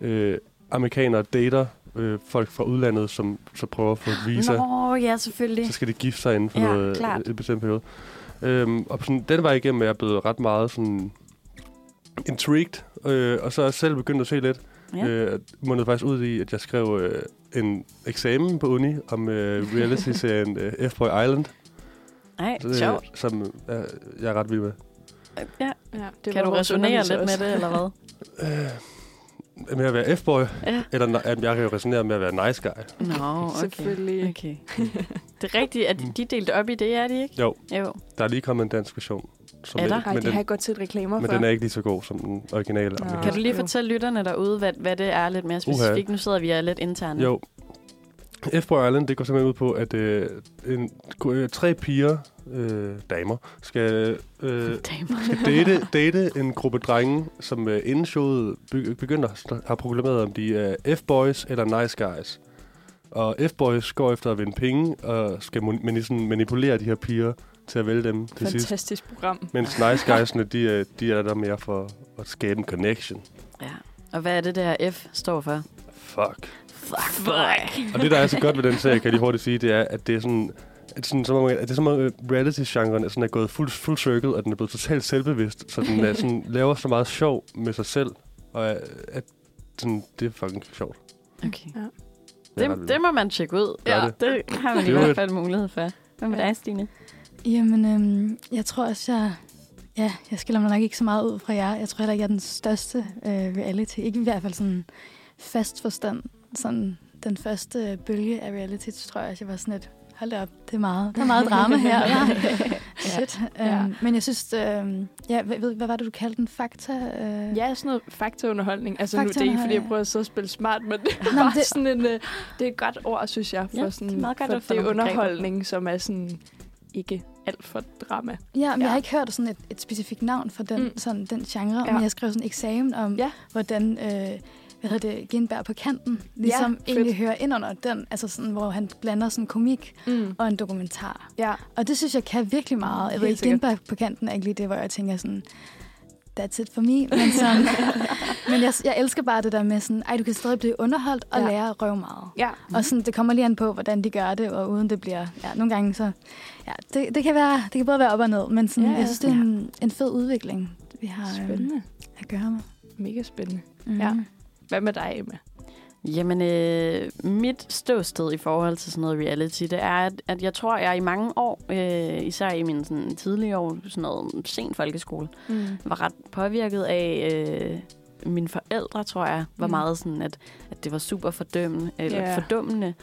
Speaker 4: øh, amerikanere dater øh, folk fra udlandet, som så prøver at få et visa.
Speaker 6: Nå, ja, selvfølgelig.
Speaker 4: Så skal de gifte sig inden for
Speaker 6: Ja,
Speaker 4: noget, øh,
Speaker 6: klart.
Speaker 4: en bestemt periode. Øhm, og sådan, den vej igennem er jeg blevet ret meget sådan intrigued, øh, og så er jeg selv begyndt at se lidt.
Speaker 6: Ja.
Speaker 4: Ja. Øh, mundede faktisk ud i, at jeg skrev øh, en eksamen på uni om øh, reality-serien øh, F-Boy Island,
Speaker 6: Nej,
Speaker 4: øh,
Speaker 6: sjovt.
Speaker 4: som øh, jeg er ret vild med.
Speaker 6: Ja.
Speaker 3: Ja, det
Speaker 6: Mm. Kan du resonere lidt med det, eller hvad?
Speaker 4: Øh, med at være F-boy,
Speaker 6: Ja.
Speaker 4: eller ne- at jeg kan jo resonere med at være nice guy.
Speaker 6: Nå, okay.
Speaker 3: Selvfølgelig.
Speaker 6: okay. Det er rigtigt, at de er delt op i det, er de ikke?
Speaker 4: Jo,
Speaker 6: Jo.
Speaker 4: der er lige kommet en dansk version. Som
Speaker 6: Er der?
Speaker 4: ikke-
Speaker 3: Nej,
Speaker 4: men
Speaker 3: det har
Speaker 4: den,
Speaker 3: jeg godt set reklamer
Speaker 4: men
Speaker 3: for.
Speaker 4: den er ikke lige så god som den originale.
Speaker 3: Nå.
Speaker 4: amerikanske.
Speaker 6: Kan du lige
Speaker 3: Jo.
Speaker 6: fortælle lytterne derude, hvad, hvad det er lidt mere specifikt? Nu sidder vi og er lidt interne.
Speaker 4: Jo. F-Boy Island, det går simpelthen ud på, at øh, en, øh, tre piger, øh, damer, skal, øh,
Speaker 6: Damer.
Speaker 4: skal date, date en gruppe drenge, som øh, inden showet begy- begynder at har proklameret, om de er F-boys eller nice guys. Og F-boys går efter at vinde penge, og skal mon- men ligesom manipulere de her piger til at vælge dem til sidst.
Speaker 3: Fantastisk program.
Speaker 4: Mens nice guysene, de, er- de er der mere for at skabe en connection.
Speaker 6: Ja. Og hvad er det der F står for?
Speaker 4: Fuck.
Speaker 6: Fuck, fuck.
Speaker 4: Og det, der er så godt ved den serie, kan jeg lige hurtigt sige, det er, at det er sådan... At sådan, som om, at det er som om øh, reality-genren er, sådan, er gået full, full circle, og den er blevet totalt selvbevidst, så den er, sådan, laver så meget sjov med sig selv, og er- at sådan, det er fucking sjovt.
Speaker 6: Okay.
Speaker 4: Jeg er ret vild
Speaker 6: Det, det må man tjekke ud.
Speaker 4: Gør det.
Speaker 6: det har man i
Speaker 4: Do
Speaker 6: hvert
Speaker 4: it.
Speaker 6: fald mulighed for. Hvad med dig, Stine?
Speaker 5: Jamen, øhm, jeg tror også, jeg... Ja, jeg skiller mig nok ikke så meget ud fra jer. Jeg tror heller ikke, jeg er den største øh, reality. Ikke i hvert fald sådan fast forstand. Sådan den første bølge af reality, så tror jeg, at jeg var sådan lidt, hold da op, det er meget, der er meget drama her. ja. Shit.
Speaker 3: Ja.
Speaker 5: Ja. Øhm, men jeg synes, øhm, ja, hvad, ved- hvad var det, du kaldte den? Fakta? Øh,
Speaker 3: Ja, sådan noget faktaunderholdning. Altså nu, det er ikke, fordi jeg
Speaker 5: Faktaunderholdning,
Speaker 3: prøver at sidde og spille smart, men det er
Speaker 5: Nå,
Speaker 3: bare
Speaker 5: men
Speaker 3: det...
Speaker 5: det-
Speaker 3: sådan en... øh, det er et godt ord, synes jeg, for,
Speaker 6: Ja,
Speaker 3: sådan,
Speaker 6: det er meget godt
Speaker 3: for
Speaker 6: at få
Speaker 3: det
Speaker 6: nogle begreber.
Speaker 3: underholdning, som er sådan ikke alt for drama.
Speaker 5: Ja, men ja.
Speaker 3: Ja.
Speaker 5: jeg har ikke hørt sådan et, et specifikt navn for den,
Speaker 3: Mm.
Speaker 5: mm. sådan, den genre,
Speaker 3: Ja.
Speaker 5: ja. men jeg skrev sådan en eksamen om,
Speaker 3: Ja.
Speaker 5: ja. hvordan øh, hvad hedder det, Genberg på kanten ligesom
Speaker 3: fedt.
Speaker 5: ja, egentlig hører ind under den, altså sådan, hvor han blander sådan komik
Speaker 3: Mm.
Speaker 5: og en dokumentar.
Speaker 3: Ja,
Speaker 5: Og det synes jeg kan virkelig meget. Jeg ved
Speaker 3: Helt
Speaker 5: ikke, Genberg på kanten er ikke lige det, hvor jeg tænker sådan, that's it for me. Men, sådan, men jeg, jeg elsker bare det der med sådan, ej, du kan stadig blive underholdt og
Speaker 3: Ja.
Speaker 5: ja. lære røv meget.
Speaker 3: ja.
Speaker 5: Mm. Og sådan, det kommer lige an på, hvordan de gør det, og uden det bliver... Ja, nogle gange så... Ja, det, det, kan, være, det kan både være op og ned, men sådan,
Speaker 3: Ja,
Speaker 5: ja,
Speaker 3: ja.
Speaker 5: jeg synes, det er en, en fed udvikling, vi har øh,
Speaker 3: Spændende.
Speaker 5: at gøre med.
Speaker 3: Mega spændende.
Speaker 5: Mm.
Speaker 3: Ja. Hvad med dig, Emma?
Speaker 6: Jamen, øh, mit ståsted i forhold til sådan noget reality, det er, at, at jeg tror, jeg i mange år, øh, især i mine sådan, tidlige år, sådan noget sen folkeskole,
Speaker 3: Mm.
Speaker 6: var ret påvirket af øh, mine forældre, tror jeg, var
Speaker 3: Mm.
Speaker 6: mm. meget sådan, at, at det var super fordømmende, eller
Speaker 3: Ja.
Speaker 6: yeah. fordømmende.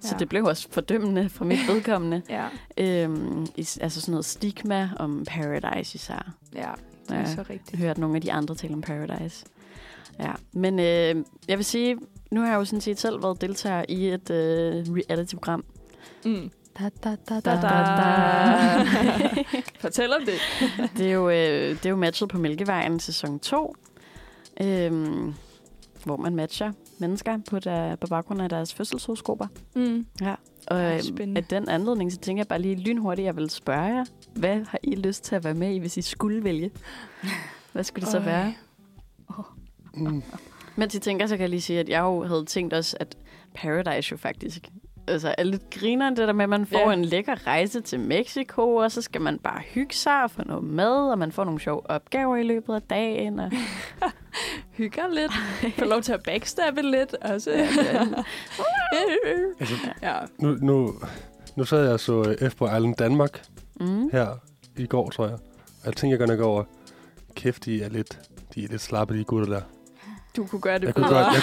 Speaker 6: Så
Speaker 3: Ja.
Speaker 6: det blev også fordømmende for mit vedkommende.
Speaker 3: Ja,
Speaker 6: øhm, is, altså sådan noget stigma om Paradise især.
Speaker 3: ja. Det er
Speaker 6: Ja.
Speaker 3: så rigtigt.
Speaker 6: hørt nogle af de andre tale om Paradise. Ja, men øh, jeg vil sige, nu har jeg jo sådan set selv været deltager i et øh, reality-program.
Speaker 3: Mm.
Speaker 5: Da, da,
Speaker 3: Da,
Speaker 5: da, da,
Speaker 3: da.
Speaker 5: da.
Speaker 3: Fortæl om det.
Speaker 6: Det er jo, øh, det er jo matchet på Mælkevejen sæson 2, øh, hvor man matcher mennesker på, der, på baggrund af deres fødselshoroskoper.
Speaker 3: Mm.
Speaker 6: Og
Speaker 3: Ej,
Speaker 6: øh,
Speaker 3: spændende.
Speaker 6: af den anledning, så tænker jeg bare lige lynhurtigt, jeg vil spørge jer, hvad har I lyst til at være med i, hvis I skulle vælge? Hvad skulle det så
Speaker 3: Øj.
Speaker 6: være?
Speaker 4: Mm.
Speaker 6: Mens I tænker, så kan jeg lige sige, at jeg jo havde tænkt også, at Paradise jo faktisk altså, er lidt grineren, det der med, at man får
Speaker 3: Ja.
Speaker 6: ja. en lækker rejse til Mexico, og så skal man bare hygge sig og få noget mad, og man får nogle sjove opgaver i løbet af dagen. Og,
Speaker 3: Hygger lidt. Få lov til at backstabbe lidt også.
Speaker 4: Altså,
Speaker 3: ja.
Speaker 4: nu, nu, nu sad jeg og så øh, F-Boy Island Danmark
Speaker 6: mm.
Speaker 4: her i går, tror jeg. Og jeg tænker godt nok over, kæft, de er lidt, de er lidt slappe, de gutter der.
Speaker 3: Du kunne gøre det
Speaker 4: Jeg kunne
Speaker 3: bedre.
Speaker 4: godt, jeg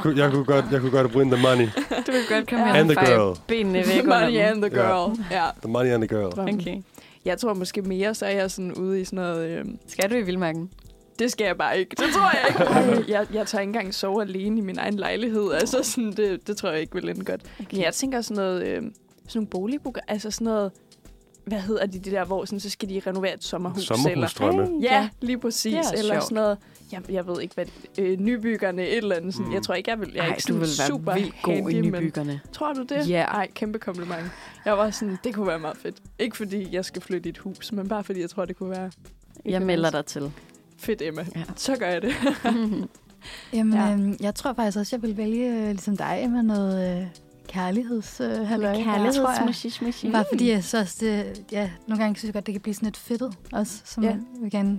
Speaker 4: kunne, jeg kunne, jeg kunne godt, jeg kunne godt win the money.
Speaker 6: Du vil godt komme
Speaker 3: Ja.
Speaker 4: And
Speaker 6: hjem og
Speaker 4: the
Speaker 6: feje
Speaker 4: girl.
Speaker 6: benene væk under
Speaker 3: Money
Speaker 6: dem.
Speaker 3: and the girl. Ja.
Speaker 4: The money and the girl.
Speaker 6: Okay.
Speaker 3: Jeg tror måske mere, så er jeg sådan ude i sådan noget... Øh,
Speaker 6: Skal du i Vildmarken?
Speaker 3: det skal jeg bare ikke. Det tror jeg ikke. Øh, jeg, jeg tager ikke engang sove alene i min egen lejlighed. Altså, sådan, det, det tror jeg ikke vil ende godt. Men jeg tænker sådan noget... Øh, sådan nogle boligbooker. Altså sådan noget... Hvad hedder de, det der, hvor sådan, så skal de renovere et sommerhus? Eller,
Speaker 4: Sommerhusdrømme.
Speaker 3: ja, lige præcis.
Speaker 6: Det er
Speaker 3: Eller
Speaker 6: sjovt.
Speaker 3: sådan noget... Jeg, jeg ved ikke, hvad... Øh, nybyggerne, et eller andet. Sådan,
Speaker 4: Mm.
Speaker 3: Jeg tror ikke, jeg vil... Jeg er
Speaker 6: Ej,
Speaker 3: ikke
Speaker 6: du
Speaker 3: sådan
Speaker 6: vil
Speaker 3: super
Speaker 6: være vildt god i
Speaker 3: handy, men-
Speaker 6: nybyggerne.
Speaker 3: Tror du det?
Speaker 6: Ja.
Speaker 3: Ej, kæmpe kompliment. Jeg var sådan, det kunne være meget fedt. Ikke fordi jeg skal flytte i et hus, men bare fordi jeg tror, det kunne være
Speaker 6: Jeg melder dig til.
Speaker 3: fedt, Emma.
Speaker 6: Ja.
Speaker 3: Så gør jeg det.
Speaker 5: Jamen,
Speaker 3: Ja.
Speaker 5: ja. øhm, jeg tror faktisk også, jeg vil vælge, øh, ligesom dig, med noget øh, kærligheds, øh, halløj, der, tror jeg.
Speaker 6: Kærlighedsmusik.
Speaker 5: Bare fordi jeg så også, det, ja, nogle gange synes jeg godt, det kan blive sådan lidt fedtet også, så
Speaker 3: Ja.
Speaker 5: man vil gerne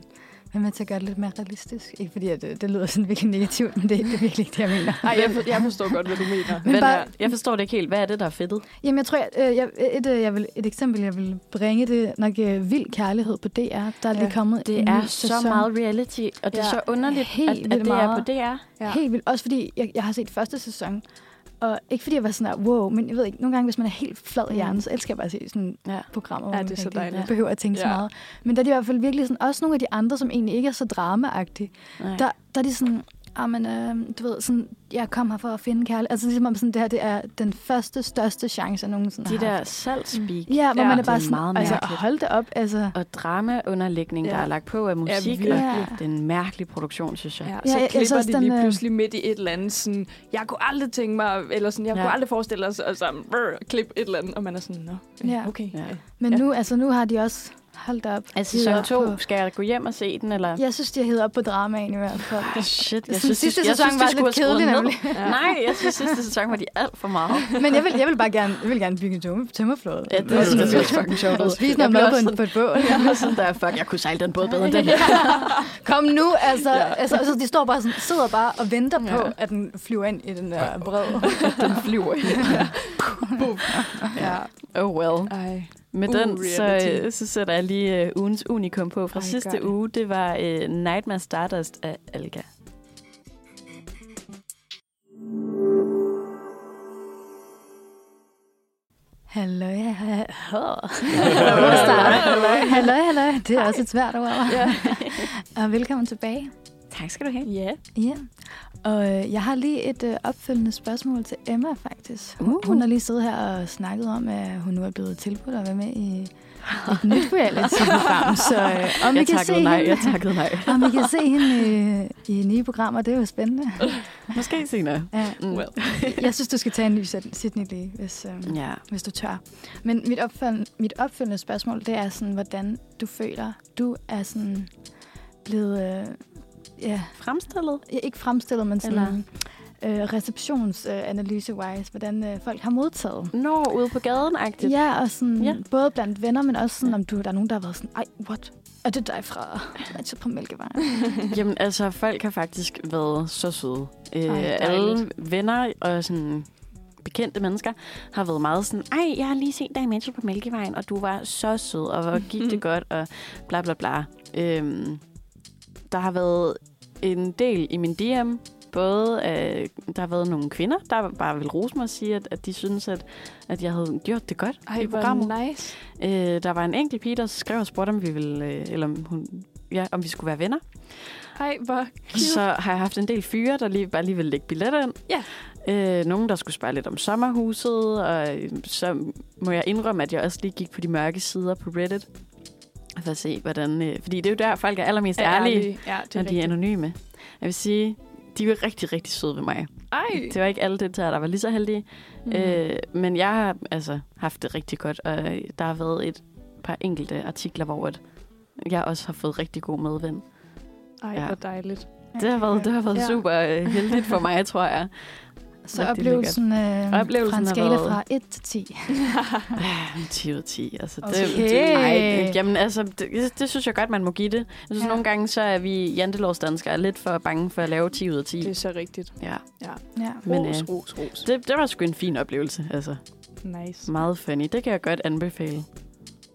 Speaker 5: være med til at gøre det lidt mere realistisk. Ikke fordi, at det, det lyder sådan virkelig negativt, men det, det er virkelig ikke det, jeg mener.
Speaker 3: Ej, jeg, for, jeg forstår godt, hvad du mener.
Speaker 5: Men
Speaker 6: Men øh,
Speaker 5: bare-
Speaker 6: bare... jeg forstår det ikke helt. Hvad er det, der er fedtet?
Speaker 5: Jamen, jeg tror, at, øh, jeg, et, øh, jeg vil, et eksempel, jeg vil bringe, det er nok øh, Vild Kærlighed på DR. Der er lige
Speaker 3: Ja,
Speaker 5: kommet
Speaker 6: Det
Speaker 5: en
Speaker 6: er
Speaker 5: ny
Speaker 6: så
Speaker 5: sæson.
Speaker 6: meget reality, og det er
Speaker 3: Ja.
Speaker 6: så underligt,
Speaker 5: Helt
Speaker 6: at, at
Speaker 5: vildt
Speaker 6: det er
Speaker 5: meget.
Speaker 6: på DR.
Speaker 3: Ja.
Speaker 5: Ja. Helt vildt. Også fordi, jeg, jeg har set første sæson, og ikke fordi jeg var sådan der, wow, men jeg ved ikke, nogle gange, hvis man er helt flad i hjernen, så elsker jeg bare at se sådan
Speaker 6: Ja.
Speaker 5: ja. programmer,
Speaker 3: Ja,
Speaker 5: man
Speaker 3: det er så
Speaker 5: rigtig
Speaker 3: dejligt.
Speaker 5: behøver at tænke ja. så
Speaker 3: Ja.
Speaker 5: meget. Men der er de i hvert fald virkelig sådan, også nogle af de andre, som egentlig ikke er så dramaagtige,
Speaker 6: Nej.
Speaker 5: der, der er de sådan, ah, men, øh, du ved, sådan, jeg kom her for at finde kærlighed. Altså ligesom om sådan, det her, det er den første, største chance, jeg nogensinde
Speaker 6: De
Speaker 5: har haft.
Speaker 6: der salgspeak
Speaker 5: Ja, hvor
Speaker 3: Ja,
Speaker 5: ja, man er
Speaker 6: det er
Speaker 5: bare sådan,
Speaker 6: meget
Speaker 5: altså,
Speaker 6: mærkeligt.
Speaker 5: hold da op, altså.
Speaker 6: og dramaunderlægning, ja. der
Speaker 3: Ja.
Speaker 6: er lagt på af musik.
Speaker 3: virkelig.
Speaker 6: Ja,
Speaker 5: Ja.
Speaker 6: det er en mærkelig produktion, synes jeg.
Speaker 3: Ja,
Speaker 5: Ja,
Speaker 3: så
Speaker 5: jeg- jeg
Speaker 3: klipper
Speaker 5: synes,
Speaker 3: de
Speaker 5: den,
Speaker 3: lige
Speaker 5: øh,
Speaker 3: pludselig midt i et eller andet, sådan, jeg kunne aldrig tænke mig, eller sådan, jeg
Speaker 6: Ja.
Speaker 3: kunne aldrig forestille os, og sådan, brr, klip et eller andet, og man er sådan, nå, øh,
Speaker 5: Ja.
Speaker 3: okay.
Speaker 6: Ja.
Speaker 5: Men
Speaker 3: Ja.
Speaker 5: nu, altså, nu har de også, hold da op.
Speaker 6: Altså
Speaker 5: hivet
Speaker 6: sæson
Speaker 5: op
Speaker 6: 2,
Speaker 5: på-
Speaker 6: skal jeg gå hjem og se den, eller?
Speaker 5: Jeg synes, de har hedder op på dramaen i hvert fald.
Speaker 6: Ah, shit, jeg
Speaker 5: Sådan,
Speaker 6: synes,
Speaker 5: sidste
Speaker 6: jeg
Speaker 5: sæson
Speaker 6: synes,
Speaker 5: var
Speaker 6: de skulle
Speaker 5: lidt
Speaker 6: have skruet
Speaker 5: kedelig,
Speaker 6: ned. Nej, jeg synes, sidste sæson var de alt for meget.
Speaker 5: Men jeg vil, jeg vil bare gerne, jeg vil gerne bygge en tømme, Altså, tømmerflåde.
Speaker 6: Ja, det synes jeg også fucking sjovt ud.
Speaker 5: Og spise
Speaker 6: Jeg
Speaker 5: noget
Speaker 6: blev
Speaker 5: mad på,
Speaker 6: også
Speaker 5: en, på et bål.
Speaker 6: Jeg blev sådan der, fuck, jeg kunne sejle den båd bedre end den her.
Speaker 5: Kom nu, altså, ja. altså, altså, de står bare sådan, sidder bare og venter ja. på, at den flyver ind i den der bred.
Speaker 6: Den flyver ind.
Speaker 3: Ja.
Speaker 6: Oh well.
Speaker 3: Ej.
Speaker 6: Med
Speaker 3: Uh,
Speaker 6: den, så,
Speaker 3: reality.
Speaker 6: øh, så sætter jeg lige øh, ugens unikum på fra
Speaker 3: Ej,
Speaker 6: sidste
Speaker 3: gør det.
Speaker 6: uge. Det var øh, Nightmare Stardust af Alga.
Speaker 5: Hallo, ja. Hallo, hallo. Det er også et svært ord. og velkommen tilbage.
Speaker 6: Tak skal du have.
Speaker 3: Ja.
Speaker 5: Ja. Og øh, jeg har lige et øh, opfølgende spørgsmål til Emma, faktisk. Hun,
Speaker 6: Uh.
Speaker 5: uh. hun har lige siddet her og snakket om, at hun nu er blevet tilbudt at være med i et nyt reality-program. Så øh, om I
Speaker 6: Jeg
Speaker 5: kan se
Speaker 6: takkede nej,
Speaker 5: hende,
Speaker 6: jeg takkede nej.
Speaker 5: om I kan se hende i, i nye programmer, det er jo spændende.
Speaker 6: Måske senere.
Speaker 5: Ja.
Speaker 6: Mm.
Speaker 3: Well.
Speaker 5: Jeg synes, du skal tage en ny Syd- Sydney lige, hvis, øh,
Speaker 6: Ja.
Speaker 5: hvis du tør. Men mit, opfølgende, mit opfølgende spørgsmål, det er sådan, hvordan du føler, du er sådan blevet, øh, ja,
Speaker 6: Fremstillet.
Speaker 5: ja, ikke fremstillet, men
Speaker 6: Eller?
Speaker 5: sådan øh, receptionsanalyse-wise, hvordan øh, folk har modtaget.
Speaker 6: Nå, ude på gaden agtigt
Speaker 5: Ja, og sådan,
Speaker 6: Ja.
Speaker 5: ja. både blandt venner, men også sådan, om du, der er nogen, der har været sådan, ej, what? Er det dig fra matcher på Mælkevejen?
Speaker 6: Jamen, altså, folk har faktisk været så søde. Øh,
Speaker 5: dejligt.
Speaker 6: alle venner og sådan bekendte mennesker har været meget sådan, ej, jeg har lige set dig i Metro på Mælkevejen, og du var så sød, og hvor gik det godt, og bla bla bla. Øhm, der har været en del i min DM, både øh, der har været nogle kvinder, der bare vil rose mig og sige, at, at de synes, at, at jeg havde gjort det godt
Speaker 3: Ej,
Speaker 6: i programmet.
Speaker 3: hvor nice.
Speaker 6: Øh, der var en enkelt pige, der skrev og spurgte, om vi, ville, øh, eller om, hun, ja, om vi skulle være venner.
Speaker 3: Ej, hvor cute.
Speaker 6: Så har jeg haft en del fyre, der lige, bare lige ville lægge billetter ind.
Speaker 3: Ja.
Speaker 6: Øh, nogen, der skulle spørge lidt om sommerhuset, og øh, så må jeg indrømme, at jeg også lige gik på de mørke sider på Reddit. For at se, hvordan... Øh, fordi det er jo der, folk er allermest
Speaker 3: Ja,
Speaker 6: ærlige,
Speaker 3: Ja, det
Speaker 6: når
Speaker 3: er
Speaker 6: de er
Speaker 3: rigtigt.
Speaker 6: anonyme. Jeg vil sige, de var rigtig, rigtig søde ved mig.
Speaker 3: Ej.
Speaker 6: Det var ikke alle deltagere, der var lige så heldige. Mm.
Speaker 3: Mhm.
Speaker 6: Øh, men jeg har altså haft det rigtig godt, og der har været et par enkelte artikler, hvor at jeg også har fået rigtig god medvind.
Speaker 3: Ej,
Speaker 6: ja.
Speaker 3: hvor dejligt.
Speaker 6: Det har været, det har været ja.
Speaker 3: Ja.
Speaker 6: super øh, heldigt for mig, tror jeg.
Speaker 5: Så
Speaker 6: Rigtig
Speaker 5: oplevelsen, øh,
Speaker 6: Oplevelsen
Speaker 5: oplevelsen fra en
Speaker 6: har
Speaker 5: skala
Speaker 6: været-
Speaker 5: fra 1 til 10.
Speaker 6: Øh, 10 ud af 10. Altså, det,
Speaker 5: Okay.
Speaker 6: det, ej, jamen, altså, det, det, synes jeg godt, man må give det. Jeg synes, ja.
Speaker 5: Ja.
Speaker 6: nogle gange så er vi jantelovsdanskere lidt for bange for at lave 10 ud af 10.
Speaker 3: Det er så rigtigt.
Speaker 6: Ja.
Speaker 5: Ja.
Speaker 6: Men,
Speaker 3: Ros,
Speaker 6: øh,
Speaker 3: ros, ros.
Speaker 6: Det, det var sgu en fin oplevelse. Altså,
Speaker 3: Nice.
Speaker 6: meget funny. Det kan jeg godt anbefale,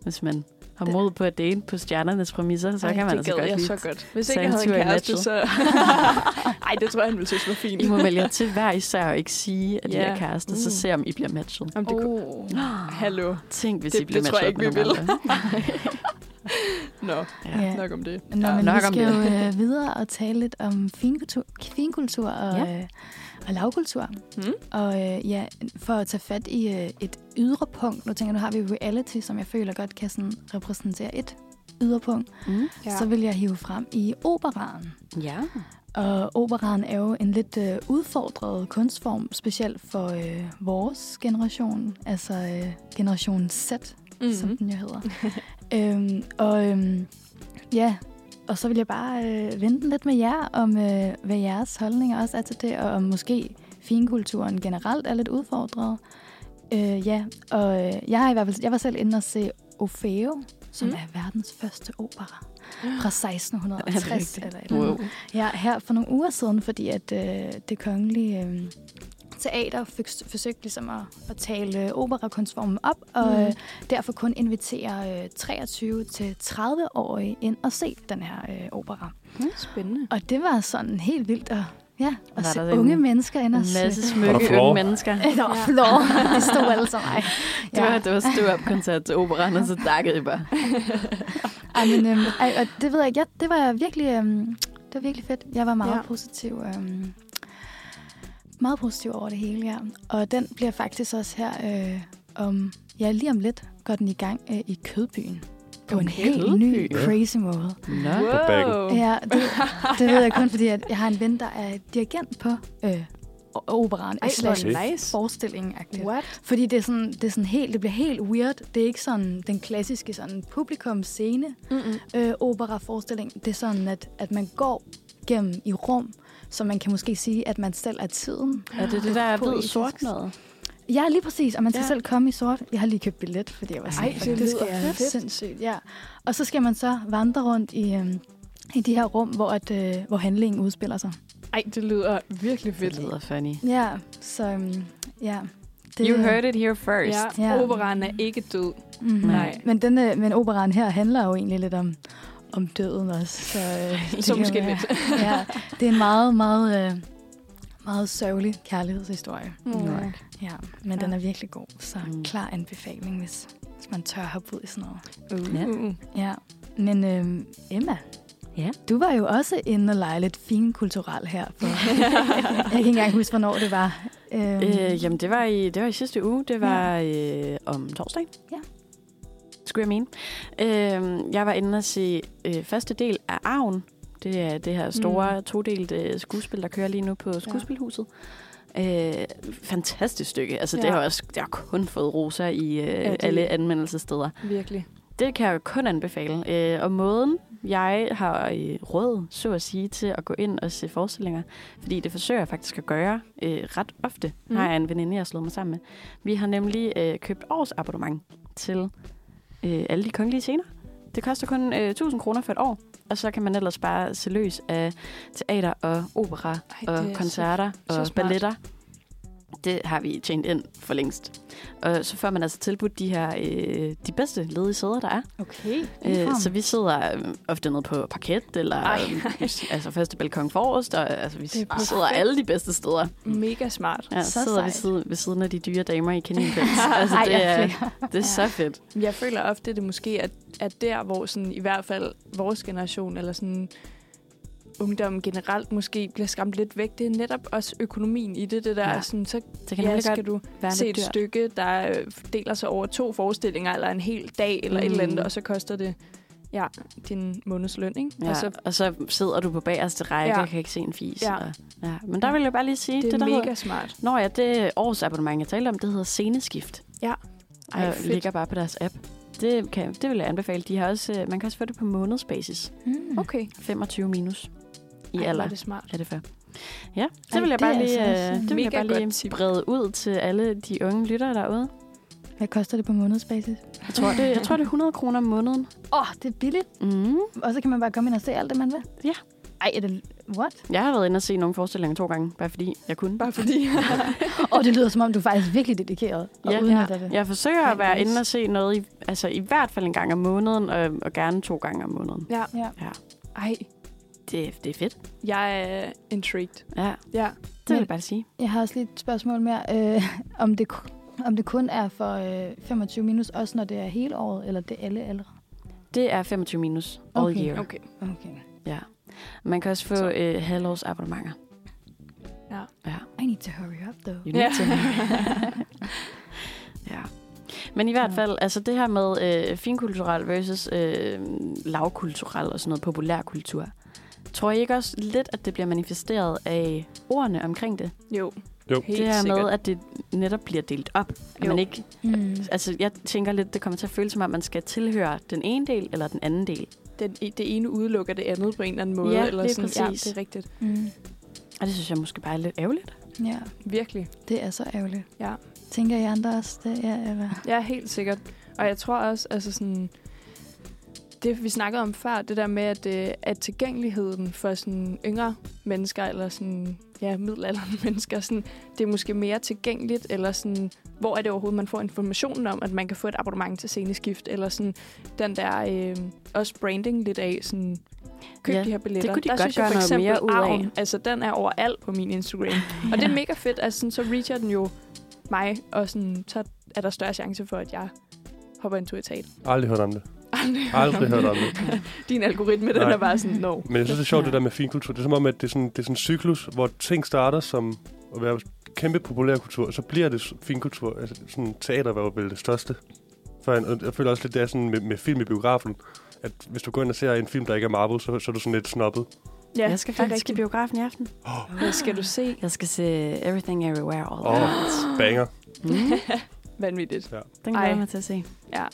Speaker 6: hvis man har mod på at date på stjernernes præmisser, så
Speaker 3: Ej,
Speaker 6: Ej, kan man
Speaker 3: det
Speaker 6: altså
Speaker 3: gad
Speaker 6: godt
Speaker 3: jeg
Speaker 6: lide.
Speaker 3: så godt. Hvis ikke jeg havde
Speaker 6: Sanseview
Speaker 3: en
Speaker 6: i
Speaker 3: kæreste,
Speaker 6: natchat.
Speaker 3: så... Ej, det tror jeg, han ville synes var fint.
Speaker 6: I må vælge jer til hver især og ikke sige, at I
Speaker 3: Ja.
Speaker 6: er kærester, så
Speaker 3: Mm.
Speaker 6: se om I bliver matchet.
Speaker 3: Om det kunne... Ah.
Speaker 5: Oh.
Speaker 3: Hallo.
Speaker 6: Tænk, hvis
Speaker 3: Det-
Speaker 6: I bliver
Speaker 3: det
Speaker 6: matchet
Speaker 3: tror jeg
Speaker 6: op
Speaker 3: ikke,
Speaker 6: med
Speaker 3: vi
Speaker 6: nogle andre.
Speaker 3: Nå,
Speaker 6: Ja.
Speaker 5: Ja.
Speaker 3: nok om det.
Speaker 5: Nå, men
Speaker 6: nok
Speaker 5: vi
Speaker 6: om
Speaker 5: skal jo øh, videre og tale lidt om finkultur, finkultur og,
Speaker 6: Ja.
Speaker 5: ja. øh, og lavkultur.
Speaker 3: Mm.
Speaker 5: Og øh, ja, for at tage fat i øh, et ydre punkt, nu tænker jeg, nu har vi reality, som jeg føler godt kan sådan, repræsentere et ydre punkt,
Speaker 6: Mm.
Speaker 5: ja. så vil jeg hive frem i operaren.
Speaker 6: ja.
Speaker 5: Og operaren er jo en lidt øh, udfordret kunstform, specielt for øh, vores generation, altså øh,
Speaker 6: Mm-hmm.
Speaker 5: generation Z, mm-hmm. som den jo hedder. øhm, og øhm, ja, Og så vil jeg bare øh, vente lidt med jer om, øh, hvad jeres holdninger også er til det, og om måske finkulturen generelt er lidt udfordret. Øh, ja, og øh, jeg, har i hvert fald, jeg var selv inde og se Ofeo, som
Speaker 3: Mm.
Speaker 5: mm. er verdens første opera fra
Speaker 6: Er det
Speaker 5: 1660.
Speaker 6: rigtigt?
Speaker 5: Eller et eller
Speaker 6: Wow.
Speaker 5: andet. Ja, her for nogle uger siden, fordi at øh, det kongelige øh, teater fik, forsøgte ligesom at, at tale operakonformen op, og
Speaker 3: Mm.
Speaker 5: mm. øh, derfor kun invitere øh, 23-30-årige ind og se den her øh, opera.
Speaker 3: hmm, Spændende.
Speaker 5: Og det var sådan helt vildt at, ja, at
Speaker 6: Var
Speaker 5: se
Speaker 6: der
Speaker 5: unge
Speaker 6: en-
Speaker 5: mennesker ind
Speaker 6: En
Speaker 5: og
Speaker 6: masse
Speaker 5: se.
Speaker 4: Var der
Speaker 6: smukke
Speaker 4: flår?
Speaker 6: unge mennesker.
Speaker 5: Der var flår. De stod alle sammen. Ej.
Speaker 6: Det var, det var stå-op-koncert til operan, og så takkede I bare.
Speaker 5: Ej, men, øhm, ej, og det ved jeg ikke. Jeg, det var virkelig, øhm, det var virkelig fedt. Jeg var meget
Speaker 3: Ja.
Speaker 5: ja. positiv. Øhm, meget positiv over det hele, ja. Og den bliver faktisk også her øh, om, ja, lige om lidt går den i gang øh, i Kødbyen. På en
Speaker 3: Okay.
Speaker 5: helt ny,
Speaker 4: Kødbyen?
Speaker 5: crazy måde.
Speaker 6: Nå.
Speaker 4: baggen.
Speaker 5: Ja, det, det ved jeg kun, fordi at jeg har en ven, der er dirigent på øh, o- operaen.
Speaker 3: Ej,
Speaker 5: slash
Speaker 3: hvor nice.
Speaker 5: forestillingen.
Speaker 3: What?
Speaker 5: Fordi det, er sådan, det, er sådan helt, det bliver helt weird. Det er ikke sådan den klassiske sådan publikumscene
Speaker 3: Mm-mm.
Speaker 5: øh, operaforestilling. Det er sådan, at, at man går gennem i rum, så man kan måske sige, at man selv er tiden.
Speaker 6: Er det det der hvid
Speaker 5: Poetisk.
Speaker 6: sort noget?
Speaker 5: Ja, lige præcis, og man skal
Speaker 3: Ja.
Speaker 5: ja. selv komme i sort. Jeg har lige købt billet, fordi jeg var sådan,
Speaker 3: Ej, det lyder fedt.
Speaker 5: sindssygt. Ja. Og så skal man så vandre rundt i, øhm, i de her rum, hvor, at, øh, hvor handlingen udspiller sig.
Speaker 3: Ej, det lyder virkelig fedt.
Speaker 6: Det lyder funny.
Speaker 5: Ja, så øhm, ja.
Speaker 6: You heard it here first.
Speaker 3: Ja,
Speaker 5: Ja.
Speaker 3: operaen er ikke død.
Speaker 5: Mm-hmm.
Speaker 3: Nej.
Speaker 5: Men, den, øh, men operan her handler jo egentlig lidt om, om døden også. Så, øh, det
Speaker 3: Så
Speaker 5: kan
Speaker 3: måske
Speaker 5: være-
Speaker 3: lidt.
Speaker 5: ja, det er en meget, meget, øh, meget sørgelig kærlighedshistorie.
Speaker 3: Mm.
Speaker 5: Ja, men ja. den
Speaker 3: Ja.
Speaker 5: er virkelig god, så
Speaker 6: Mm.
Speaker 5: mm. klar anbefaling, hvis, hvis man tør hoppe ud i sådan noget.
Speaker 6: Ja.
Speaker 3: Mm.
Speaker 5: Ja, men øh, Emma,
Speaker 6: Ja?
Speaker 5: du var jo også inde og lege lidt fin kulturel her. På. jeg kan ikke engang huske, hvornår det var. Øhm,
Speaker 6: Øh, jamen, det var, i, det var i sidste uge. Det var øh, om torsdag.
Speaker 5: Ja.
Speaker 6: Skulle jeg mene. Øh, jeg var inde og se øh, første del af Arven. Det er det her store mm. todelte øh, skuespil, der kører lige nu på Skuespilhuset. Øh, fantastisk stykke. Altså, ja. det
Speaker 3: Ja.
Speaker 6: har også det har kun fået roser i øh,
Speaker 3: det-
Speaker 6: alle anmeldelsesteder.
Speaker 3: Virkelig.
Speaker 6: Det kan jeg jo kun anbefale. Øh, og måden, jeg har øh, råd, så at sige, til at gå ind og se forestillinger, fordi det forsøger jeg faktisk at gøre øh, ret ofte,
Speaker 3: Mm.
Speaker 6: mm. har jeg en veninde, jeg har slået mig sammen med. Vi har nemlig øh, købt års abonnement til øh, alle de kongelige scener. Det koster kun øh, 1000 kroner for et år, og så kan man ellers bare se løs af teater og opera
Speaker 3: Ej,
Speaker 6: og
Speaker 3: det er
Speaker 6: koncerter
Speaker 3: øh, så
Speaker 6: og
Speaker 3: smart.
Speaker 6: balletter. Det har vi tjent ind for længst. Og så får man altså tilbudt de her øh, de bedste ledige sæder, der er.
Speaker 5: okay.
Speaker 6: Øh,
Speaker 5: ligefrem.
Speaker 6: så vi sidder øh, ofte nede på parket, eller
Speaker 3: Ej.
Speaker 6: øh, altså første balkon forrest, og øh, altså, vi
Speaker 5: Det er
Speaker 6: vi sidder
Speaker 3: perfekt.
Speaker 6: alle de bedste steder.
Speaker 3: Mega smart.
Speaker 6: Ja,
Speaker 5: Så
Speaker 6: så sidder ved
Speaker 5: sejt.
Speaker 6: siden, ved siden af de dyre damer i kaninpels. altså,
Speaker 5: Ej,
Speaker 6: det,
Speaker 5: jeg
Speaker 6: er,
Speaker 5: flere.
Speaker 6: det er så fedt.
Speaker 3: Jeg føler ofte, at det måske er, er der, hvor sådan, i hvert fald vores generation, eller sådan ungdommen generelt måske bliver skræmt lidt væk. Det er netop også økonomien i det. Det der,
Speaker 6: Ja.
Speaker 3: ja. sådan, så
Speaker 6: Det kan
Speaker 3: ja,
Speaker 6: nemlig
Speaker 3: skal
Speaker 6: godt
Speaker 3: du
Speaker 6: være
Speaker 3: se et
Speaker 6: lidt dyrt.
Speaker 3: stykke, der øh, deler sig over to forestillinger, eller en hel dag, eller mm. et
Speaker 6: Mm.
Speaker 3: eller andet, og så koster det ja, din månedsløn, ikke? Altså,
Speaker 6: Ja,
Speaker 3: Og så,
Speaker 6: og så sidder du på bagerste række
Speaker 3: Ja.
Speaker 6: ja. og kan ikke se en fis.
Speaker 3: Ja.
Speaker 6: Ja. Og, ja. Men der vil jeg bare lige sige,
Speaker 3: det er
Speaker 6: det, det der
Speaker 3: mega
Speaker 6: hedder,
Speaker 3: smart.
Speaker 6: Nå ja, det årsabonnement, jeg talte om, det hedder Sceneskift.
Speaker 3: Ja. Ej,
Speaker 6: Ej, og
Speaker 3: fedt.
Speaker 6: ligger bare på deres app. Det, kan, det vil jeg anbefale. De har også, øh, man kan også få det på månedsbasis.
Speaker 5: Mm.
Speaker 3: Okay.
Speaker 6: 25 minus i
Speaker 3: Ej,
Speaker 6: Ej,
Speaker 3: hvor
Speaker 6: alder
Speaker 3: er det smart.
Speaker 6: er det for. Ja, det
Speaker 5: Ej,
Speaker 6: vil jeg
Speaker 5: det er
Speaker 6: bare lige,
Speaker 5: altså også
Speaker 6: øh, det vil jeg
Speaker 3: mega
Speaker 6: bare lige
Speaker 3: godt tip.
Speaker 6: brede ud til alle de unge lyttere derude.
Speaker 5: Hvad koster det på månedsbasis?
Speaker 6: Jeg tror, det, jeg tror, det er 100 kroner om måneden.
Speaker 5: Åh, oh, det er billigt.
Speaker 6: Mm.
Speaker 5: Og så kan man bare komme ind og se alt det, man vil.
Speaker 6: Ja.
Speaker 5: Ej, er det... What?
Speaker 6: Jeg har været inde og se nogle forestillinger to gange, bare fordi jeg kunne.
Speaker 3: Bare fordi...
Speaker 5: Åh, oh, det lyder som om, du er faktisk virkelig dedikeret og
Speaker 6: Ja.
Speaker 5: udnytter det.
Speaker 6: Jeg forsøger
Speaker 3: Ej,
Speaker 6: at være
Speaker 3: nice.
Speaker 6: inde og se noget, i, altså i hvert fald en gang om måneden, og, og gerne to gange om måneden.
Speaker 3: ja.
Speaker 5: Ja.
Speaker 3: Ej,
Speaker 6: Det, det er fedt.
Speaker 3: jeg er intrigued.
Speaker 6: Ja,
Speaker 3: Ja.
Speaker 6: det vil
Speaker 5: Men-
Speaker 6: jeg bare sige.
Speaker 5: Jeg har også lige et spørgsmål mere, øh, om, det, ku- om det kun er for øh, 25 minus, også når det er hele året, eller det er alle ældre.
Speaker 6: Det er 25 minus all
Speaker 5: Okay.
Speaker 6: year.
Speaker 3: Okay.
Speaker 5: Okay.
Speaker 6: Ja. Man kan også få
Speaker 3: Så-
Speaker 6: øh, halvårs abonnementer.
Speaker 5: I need to hurry up, though.
Speaker 6: You need
Speaker 3: Ja.
Speaker 6: to know. ja. Men i hvert
Speaker 5: Ja.
Speaker 6: fald, altså det her med øh, finkulturel versus øh, lavkulturel og sådan noget populærkultur. Tror I ikke også lidt, at det bliver manifesteret af ordene omkring det?
Speaker 3: Jo.
Speaker 4: Jo.
Speaker 3: Helt
Speaker 6: det her
Speaker 3: sikkert.
Speaker 6: med, at det netop bliver delt op. At
Speaker 3: Jo.
Speaker 6: man ikke,
Speaker 5: Mm.
Speaker 6: altså, jeg tænker lidt, det kommer til at føles som om, man skal tilhøre den ene del eller den anden del.
Speaker 3: den, e, det ene udelukker det andet på en eller anden måde.
Speaker 6: Ja,
Speaker 3: eller
Speaker 6: lige
Speaker 3: sådan, ja,
Speaker 6: præcis.
Speaker 3: det er rigtigt.
Speaker 5: Mm.
Speaker 6: Og det synes jeg måske bare er lidt ærgerligt.
Speaker 5: Ja,
Speaker 3: Virkelig.
Speaker 5: det er så ærgerligt.
Speaker 3: Ja.
Speaker 5: Tænker I andre også det? Ja, eller?
Speaker 3: Ja, helt sikkert. Og jeg tror også, altså sådan, det vi snakkede om før, det der med, at, øh, at tilgængeligheden for sådan yngre mennesker, eller sådan, ja, middelalderne mennesker, sådan, det er måske mere tilgængeligt, eller sådan, hvor er det overhovedet, man får informationen om, at man kan få et abonnement til sceneskift, eller sådan den der, øh, også branding lidt af, sådan, køb
Speaker 6: Ja,
Speaker 3: de her billetter.
Speaker 6: det kunne de
Speaker 3: der
Speaker 6: godt
Speaker 3: synes jeg
Speaker 6: gøre
Speaker 3: for
Speaker 6: noget
Speaker 3: eksempel,
Speaker 6: mere ud af.
Speaker 3: Arven, altså den er overalt på min Instagram. Og det er mega fedt. Altså, sådan, så reacher den jo mig, og sådan, så er der større chance for, at jeg hopper en tur i teater.
Speaker 4: Aldrig hørt om det.
Speaker 3: Aldrig,
Speaker 4: Aldrig hørt om det.
Speaker 3: Din algoritme, den
Speaker 4: Nej.
Speaker 3: er bare sådan, no.
Speaker 4: Men jeg synes, det er sjovt, det der med finkultur. Det er som om, at det er sådan, det er sådan en cyklus, hvor ting starter som at være kæmpe populær kultur, og så bliver det s- finkultur. Altså, sådan teater var jo vel det største. For en, og jeg føler også lidt, det er sådan med, med film i biografen, at hvis du går ind og ser en film, der ikke er Marvel, så, så er du sådan lidt snobbet.
Speaker 3: Ja,
Speaker 6: jeg skal
Speaker 3: det er
Speaker 6: faktisk i
Speaker 3: rigtigt.
Speaker 6: biografen i aften.
Speaker 3: Hvad skal du se?
Speaker 6: Jeg skal se Everything Everywhere All
Speaker 4: Åh,
Speaker 6: at
Speaker 4: oh,
Speaker 6: Once.
Speaker 3: Ah,
Speaker 4: banger.
Speaker 6: Mm.
Speaker 3: Vanvittigt.
Speaker 6: Den glæder
Speaker 3: Ej.
Speaker 6: jeg mig til at se.
Speaker 3: Ja,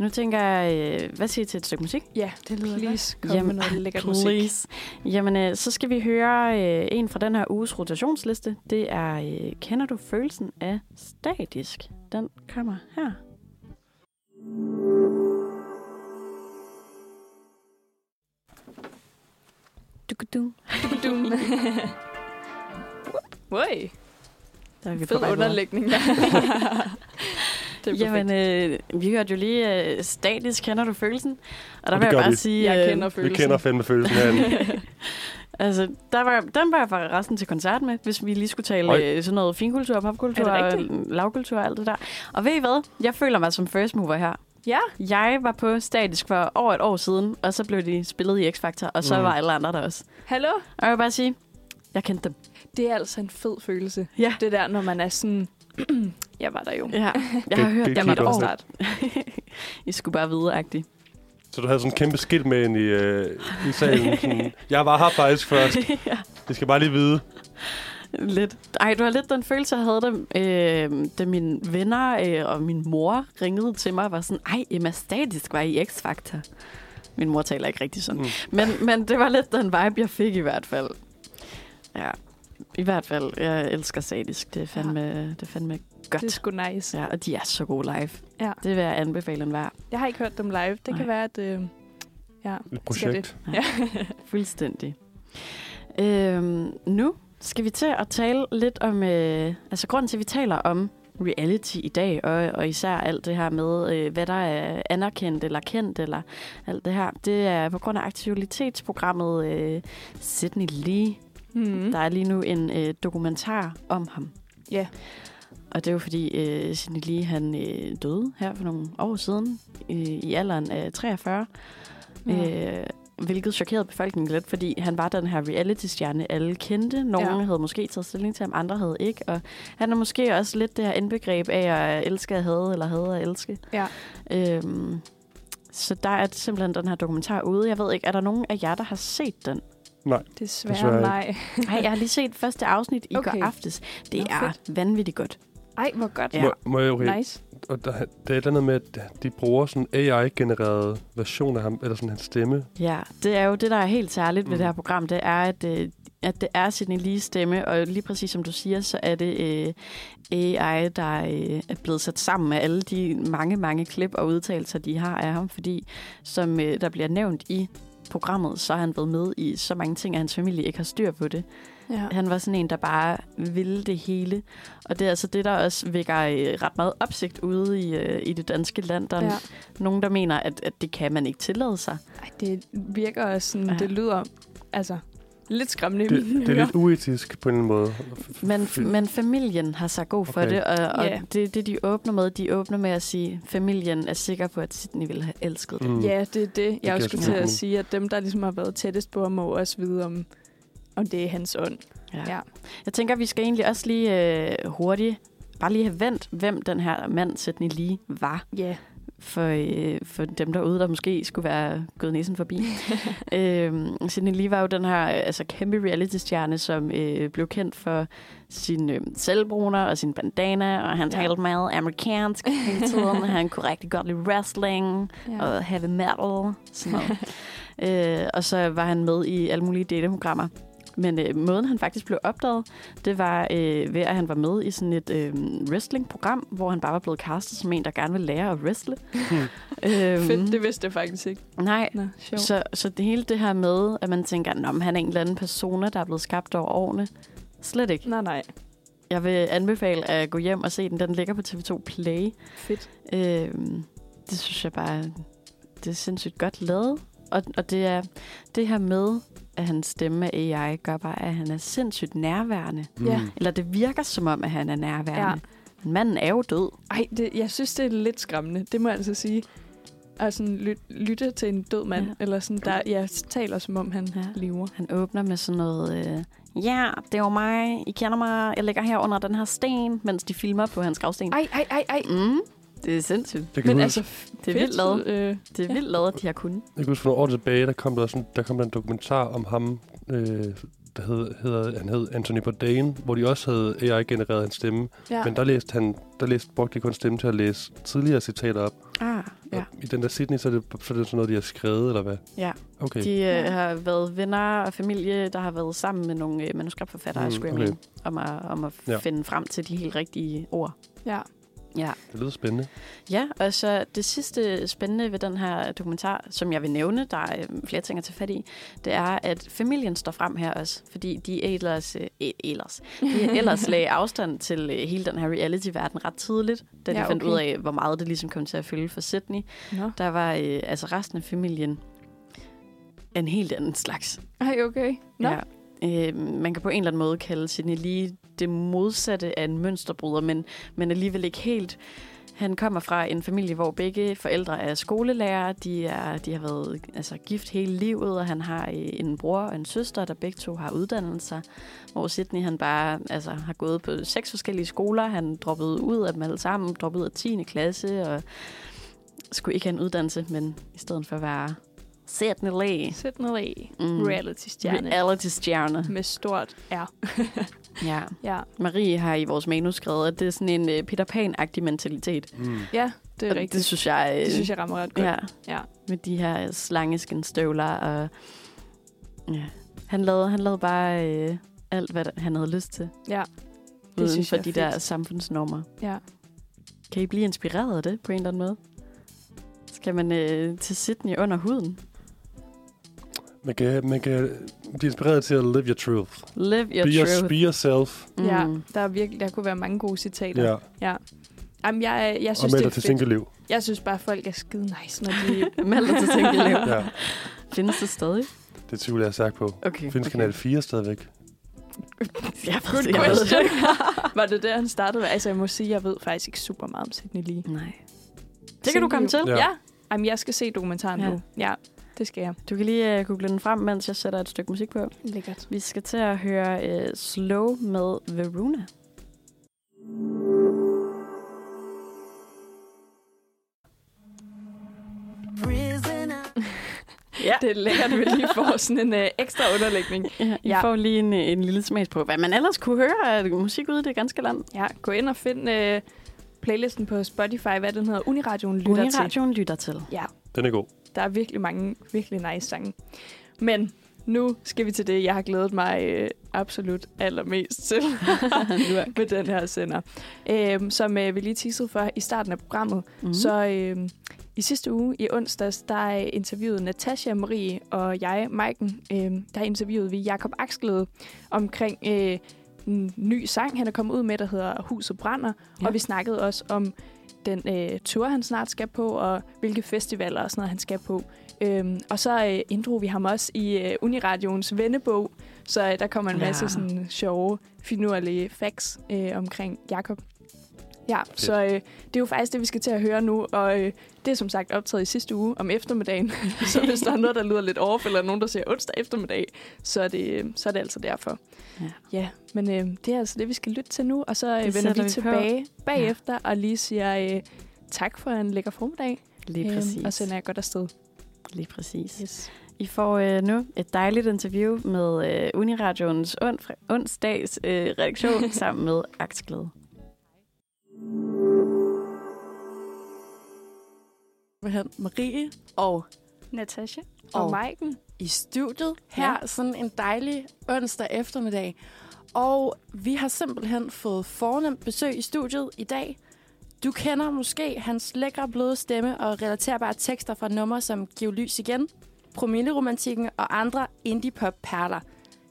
Speaker 6: Nu tænker jeg, øh, hvad siger I til et stykke musik?
Speaker 3: ja
Speaker 5: Det lyder godt.
Speaker 3: please kom med
Speaker 6: Jamen, ah,
Speaker 3: noget lækkert musik.
Speaker 6: Jamen, øh, så skal vi høre øh, en fra den her uges rotationsliste. Det er, øh, kender du følelsen af statisk? Den kommer her. Du-du-du.
Speaker 3: Dum. Ui,
Speaker 6: Der er vi på
Speaker 3: fed
Speaker 6: vej videre.
Speaker 3: underlægning. Ja. det er
Speaker 6: Jamen,
Speaker 3: perfekt.
Speaker 6: øh, vi hørte jo lige, øh, statisk kender du følelsen? Og der
Speaker 4: Og
Speaker 6: vil
Speaker 4: det
Speaker 6: jeg
Speaker 4: gør
Speaker 6: bare
Speaker 4: vi.
Speaker 6: sige,
Speaker 3: Jeg
Speaker 6: øh,
Speaker 3: kender
Speaker 4: Vi
Speaker 3: følelsen.
Speaker 4: kender fandme følelsen af
Speaker 6: altså, der var, den var jeg for resten til koncert med, hvis vi lige skulle tale
Speaker 4: Oj.
Speaker 6: øh, sådan noget finkultur, popkultur,
Speaker 3: Er det
Speaker 6: og
Speaker 3: rigtigt?
Speaker 6: lavkultur og alt det der. Og ved I hvad? Jeg føler mig som first mover her.
Speaker 3: Ja.
Speaker 6: Jeg var på statisk for over et år siden, og så blev de spillet i X-Factor, og så
Speaker 4: Mm.
Speaker 6: mm. var alle andre der også.
Speaker 3: Hallo?
Speaker 6: Og jeg vil bare sige, jeg kendte dem.
Speaker 3: Det er altså en fed følelse.
Speaker 6: Ja.
Speaker 3: Det der, når man er sådan, jeg var der jo.
Speaker 6: Ja, jeg har
Speaker 4: det
Speaker 6: hørt
Speaker 4: er
Speaker 6: dem
Speaker 4: klart
Speaker 6: et
Speaker 4: også
Speaker 6: år. I skulle bare vide-agtigt.
Speaker 4: Så du havde sådan en kæmpe skilt med ind i, øh, i salen. Sådan, jeg var her faktisk først.
Speaker 6: ja.
Speaker 4: Det skal bare lige vide.
Speaker 6: Lidt. Ej, det var lidt den følelse, jeg havde, da, øh, da mine venner øh, og min mor ringede til mig og var sådan, ej, Emma Statisk var i X-Factor. Min mor taler ikke rigtig sådan.
Speaker 4: Mm.
Speaker 6: Mm. Men, men det var lidt den vibe, jeg fik i hvert fald. Ja, i hvert fald. Jeg elsker Statisk. Det er fandme, det er fandme godt.
Speaker 3: Det er sgu nice.
Speaker 6: Ja, og de er så gode live.
Speaker 3: Ja.
Speaker 6: Det vil jeg anbefale en hver.
Speaker 3: Jeg har ikke hørt dem live. Det Nej. kan
Speaker 6: Nej.
Speaker 3: være, at... Øh, ja,
Speaker 4: Et
Speaker 3: skal
Speaker 4: projekt.
Speaker 3: det. Ja.
Speaker 6: Fuldstændig. Øhm, nu skal vi til at tale lidt om... Øh, altså, grunden til, at vi taler om reality i dag, og, og især alt det her med, øh, hvad der er anerkendt eller kendt, eller alt det her, det er på grund af aktualitetsprogrammet øh, Sydney Lee.
Speaker 3: Mm.
Speaker 6: Der er lige nu en øh, dokumentar om ham.
Speaker 3: Ja.
Speaker 6: Og det er jo fordi, øh, Sidney Lee han øh, døde her for nogle år siden, øh, i alderen af 43. Ja. Øh, hvilket chokerede befolkningen lidt, fordi han var den her reality-stjerne, alle kendte. Nogle
Speaker 3: Ja.
Speaker 6: ja. havde måske taget stilling til ham, andre havde ikke. Og han er måske også lidt det her indbegreb af at elske at hade, eller hade at elske.
Speaker 3: Ja.
Speaker 6: Øhm, så der er simpelthen den her dokumentar ude. Jeg ved ikke, er der nogen af jer, der har set den?
Speaker 3: Desværre,
Speaker 4: Desværre
Speaker 3: Desværre
Speaker 4: ikke.
Speaker 3: nej.
Speaker 6: Nej, jeg har lige set første afsnit i
Speaker 3: Okay.
Speaker 6: okay. går aftes. Det
Speaker 3: Nå,
Speaker 6: Nå, er vanvittigt godt.
Speaker 3: Ej, hvor godt.
Speaker 6: Ja.
Speaker 4: Må, må jeg, okay.
Speaker 3: Nice.
Speaker 4: Og der, der er et eller andet med, at de bruger sådan AI-genereret version af ham, eller sådan hans stemme.
Speaker 6: Ja, det er jo det, der er helt særligt mm. ved
Speaker 4: Mm.
Speaker 6: det her program, det er, at, øh, at det er Sidney lige stemme, og lige præcis som du siger, så er det øh, AI, der øh, er blevet sat sammen med alle de mange, mange klip og udtalelser, de har af ham, fordi som øh, der bliver nævnt i programmet, så har han været med i så mange ting, at hans familie ikke har styr på det.
Speaker 3: Ja.
Speaker 6: Han var sådan en, der bare ville det hele. Og det er altså det, der også vækker øh, ret meget opsigt ude i, øh, i det danske land. Der er
Speaker 3: Ja.
Speaker 6: ja. nogen, der mener, at, at det kan man ikke tillade sig.
Speaker 3: Ej, det virker også sådan, ja.
Speaker 6: Ja.
Speaker 3: det lyder altså lidt skræmmende i
Speaker 4: Det,
Speaker 3: mine
Speaker 4: det er
Speaker 3: ører.
Speaker 4: lidt uetisk på en eller anden måde.
Speaker 6: Men,
Speaker 4: Fy-
Speaker 6: men familien har sagt god for
Speaker 4: Okay.
Speaker 6: okay. det, og, og
Speaker 3: Ja.
Speaker 6: yeah. det er det, de åbner med. De åbner med at sige, at familien er sikker på, at Sydney ville have elsket det.
Speaker 4: Mm.
Speaker 3: Ja, det er det. Jeg
Speaker 4: giver
Speaker 3: også skulle til
Speaker 4: selvfølgelig
Speaker 3: at
Speaker 4: mening.
Speaker 3: sige, at dem, der ligesom har været tættest på ham, må også vide, om, om det er hans ånd. Ja.
Speaker 6: Jeg tænker, vi skal egentlig også lige øh, hurtigt bare lige have vendt, hvem den her mand Sydney Lee var.
Speaker 3: Ja,
Speaker 6: for, øh, for dem derude, der måske skulle være gået næsen forbi. øhm, Sidney Lee var jo den her øh, altså, kæmpe reality-stjerne, som øh, blev kendt for sin øh, selvbruner og sin bandana, og han
Speaker 3: Ja.
Speaker 6: talte meget amerikansk hele tiden. han kunne rigtig godt lide wrestling ja. og heavy metal. Sådan noget. øh, og så var han med i alle mulige datingprogrammer. Men øh, måden, han faktisk blev opdaget, det var øh, ved, at han var med i sådan et øh, wrestling-program, hvor han bare var blevet castet som en, der gerne ville lære at wrestle. øhm,
Speaker 3: Fedt, det vidste jeg faktisk ikke.
Speaker 6: Nej,
Speaker 3: Nå, sjovt.
Speaker 6: så, så det hele det her med, at man tænker, Nå, men han er en eller anden persona, der er blevet skabt over årene. Slet ikke.
Speaker 3: Nej, nej.
Speaker 6: Jeg vil anbefale at gå hjem og se den. Den ligger på TV2 Play.
Speaker 3: Fedt.
Speaker 6: Øhm, det synes jeg bare, det er sindssygt godt lavet. Og, og det er det her med, at hans stemme af AI gør bare, at han er sindssygt nærværende.
Speaker 3: Ja.
Speaker 4: mm.
Speaker 6: Eller det virker som om, at han er nærværende. Ja. Men manden er jo død.
Speaker 3: Ej, det, jeg synes, det er lidt skræmmende. Det må jeg altså sige. At sådan lyt, lytte til en død mand,
Speaker 6: Ja.
Speaker 3: ja. eller sådan, der jeg taler, som om han
Speaker 6: Ja.
Speaker 3: ja. lever.
Speaker 6: Han åbner med sådan noget, øh, ja, det er jo mig, I kender mig, jeg ligger her under den her sten, mens de filmer på hans gravsten.
Speaker 3: Ej, ej, ej, ej.
Speaker 6: Mm, det er sindssygt.
Speaker 4: Jeg
Speaker 3: Men
Speaker 4: kan, huske,
Speaker 3: altså,
Speaker 4: altså...
Speaker 6: Det er vildt lavet.
Speaker 3: Øh,
Speaker 6: Det er
Speaker 3: Ja.
Speaker 6: vildt lavet, at de har kunnet.
Speaker 4: jeg kan huske, for nogle år tilbage, der kom der, sådan, der, kom der en dokumentar om ham, øh, der hed, hedder, han hed Anthony Bourdain, hvor de også havde AI-genereret hans stemme.
Speaker 3: ja.
Speaker 4: Ja. Men der læste han, der læste, brugte de kun stemme til at læse tidligere citater op.
Speaker 6: Ah, ja.
Speaker 4: Ja. I den der Sydney, så er, det, så er det sådan noget, de har skrevet, eller hvad?
Speaker 6: Ja.
Speaker 4: Okay.
Speaker 6: De øh,
Speaker 3: Ja.
Speaker 6: har været venner og familie, der har været sammen med nogle øh, manuskriptforfattere mm, af
Speaker 4: Mm,
Speaker 6: Screaming,
Speaker 4: okay.
Speaker 6: okay. om at, om at ja.
Speaker 4: Ja.
Speaker 6: finde frem til de helt rigtige ord.
Speaker 3: ja.
Speaker 6: Ja.
Speaker 4: Det lyder spændende.
Speaker 6: ja, og så det sidste spændende ved den her dokumentar, som jeg vil nævne, der er øh, flere ting at tage fat i, det er, at familien står frem her også, fordi de ellers, øh, e- ellers, de ellers lagde afstand til øh, hele den her reality-verden ret tidligt, da de
Speaker 3: Ja,
Speaker 6: fandt
Speaker 3: okay.
Speaker 6: ud af, hvor meget det ligesom kom til at fylde for Sydney.
Speaker 3: Nå.
Speaker 6: Der var øh, altså resten af familien en helt anden slags.
Speaker 3: Ej, okay. Nå. Ja.
Speaker 6: Øh, man kan på en eller anden måde kalde Sidney lige det modsatte af en mønsterbryder, men, men alligevel ikke helt. Han kommer fra en familie, hvor begge forældre er skolelærer. De, er, de har været altså, gift hele livet, og han har øh, en bror og en søster, der begge to har uddannelser. Hvor Sidney han bare altså, har gået på seks forskellige skoler. Han droppede ud af dem alle sammen, droppede ud af 10. klasse, og skulle ikke have en uddannelse, men i stedet for være Sidney Lee.
Speaker 3: Sæt noget af.
Speaker 6: Mm.
Speaker 3: Reality-stjerne.
Speaker 6: Reality-stjerne.
Speaker 3: Med stort R.
Speaker 6: Ja.
Speaker 3: Ja,
Speaker 6: Marie har i vores manus skrevet, at det er sådan en øh, Peter Pan-agtig mentalitet.
Speaker 4: Mm.
Speaker 3: ja det er
Speaker 6: Og
Speaker 3: rigtigt.
Speaker 6: Det synes jeg... øh,
Speaker 3: det synes jeg rammer ret godt.
Speaker 6: Ja,
Speaker 3: Ja.
Speaker 6: med de her slangeskinstøvler og... Ja. Han lavede, han lavede bare øh, alt, hvad der- han havde lyst til.
Speaker 3: Ja.
Speaker 6: Det uden
Speaker 3: synes
Speaker 6: for
Speaker 3: jeg er
Speaker 6: de
Speaker 3: fedt.
Speaker 6: der samfundsnormer.
Speaker 3: Ja.
Speaker 6: Kan I blive inspireret af det på en eller anden måde? Skal man øh, til Sydney under huden?
Speaker 4: Man kan, man kan blive inspireret til at live your truth.
Speaker 6: Live your
Speaker 4: be, Your,
Speaker 6: truth.
Speaker 4: be yourself.
Speaker 6: Mm.
Speaker 3: ja, der, er virkelig, der kunne være mange gode citater.
Speaker 4: Ja.
Speaker 3: Jamen, jeg, jeg
Speaker 4: Og
Speaker 3: synes,
Speaker 4: meld
Speaker 3: det er
Speaker 4: dig til
Speaker 3: fedt.
Speaker 4: single liv.
Speaker 3: Jeg synes bare, at folk er skide nice, når de...
Speaker 6: Meld dig til single-liv.
Speaker 4: Ja.
Speaker 6: Findes det stadig?
Speaker 4: Det tvivler jeg sagt på.
Speaker 6: Okay.
Speaker 4: Findes
Speaker 6: okay.
Speaker 4: kanal 4 stadigvæk?
Speaker 6: Jeg ved,
Speaker 3: Good
Speaker 6: det, jeg ved det.
Speaker 3: question. Var det der, han startede med? Altså, jeg må sige, jeg ved faktisk ikke super meget om Sydney Lee.
Speaker 6: Nej. Det kan du komme til.
Speaker 3: Single-
Speaker 4: Ja.
Speaker 3: Ja. ja. Jamen, jeg skal se dokumentaren
Speaker 6: Ja.
Speaker 3: ja. nu. Ja, det skal jeg.
Speaker 6: Du kan lige uh, google den frem, mens jeg sætter et stykke musik på.
Speaker 3: Lækkert.
Speaker 6: Vi skal til at høre uh, Slow med Veruna. Ja.
Speaker 3: Det er lækkert, at vi lige får sådan en øh, ekstra underlægning.
Speaker 6: ja, I ja.
Speaker 3: Ja.
Speaker 6: får lige en, øh, en lille smags på, hvad man ellers kunne høre af musik ude i det ganske land.
Speaker 3: Ja, gå ind og find øh, playlisten på Spotify, hvad den hedder. Uniradioen lytter til.
Speaker 6: Uniradioen lytter til.
Speaker 4: Den er god.
Speaker 3: Der er virkelig mange virkelig nice sange. Men nu skal vi til det, jeg har glædet mig øh, absolut allermest til med den her sender. Øhm, som øh, vi lige teasede for i starten af programmet,
Speaker 6: Mm.
Speaker 3: Så øh, i sidste uge, i onsdags, der øh, interviewede Natasha, Marie og jeg, Maiken, øh, der interviewede vi Jakob Axlede omkring øh, en ny sang, han er kommet ud med, der hedder Huset Brænder.
Speaker 6: Ja.
Speaker 3: Ja. Og vi snakkede også om den øh, tur, han snart skal på, og hvilke festivaler og sådan noget, han skal på. Øhm, og så øh, inddrog vi ham også i øh, Uniradions vennebog, så øh, der kommer en
Speaker 6: Ja.
Speaker 3: masse sådan, sjove, finurlige facts øh, omkring Jakob. Ja, Fedt. så øh, det er jo faktisk det, vi skal til at høre nu, og øh, det er som sagt optaget i sidste uge om eftermiddagen. så hvis der er noget, der lyder lidt off, eller nogen, der siger onsdag eftermiddag, så er det, øh, så er det altså derfor.
Speaker 6: Ja.
Speaker 3: ja men øh, det er altså det, vi skal lytte til nu, og så øh,
Speaker 6: Det
Speaker 3: vender vi,
Speaker 6: sætter vi på.
Speaker 3: tilbage bagefter og lige siger øh, tak for en lækker formiddag.
Speaker 6: Lige
Speaker 3: Øhm,
Speaker 6: præcis.
Speaker 3: Og sender jeg godt afsted.
Speaker 6: Lige præcis.
Speaker 3: Yes.
Speaker 6: I får øh, nu et dejligt interview med øh, Uniradioens ond, onsdags øh, redaktion sammen med Aksglæde.
Speaker 7: simpelthen Marie og
Speaker 8: Natasha.
Speaker 3: Og, og
Speaker 7: Og-
Speaker 3: Maiken.
Speaker 7: i studiet her ja. sådan en dejlig onsdag eftermiddag. Og vi har simpelthen fået fornemt besøg i studiet i dag. Du kender måske hans lækre bløde stemme og relaterbare tekster fra numre som Giv lys igen, Promilleromantikken og andre indie-pop-perler.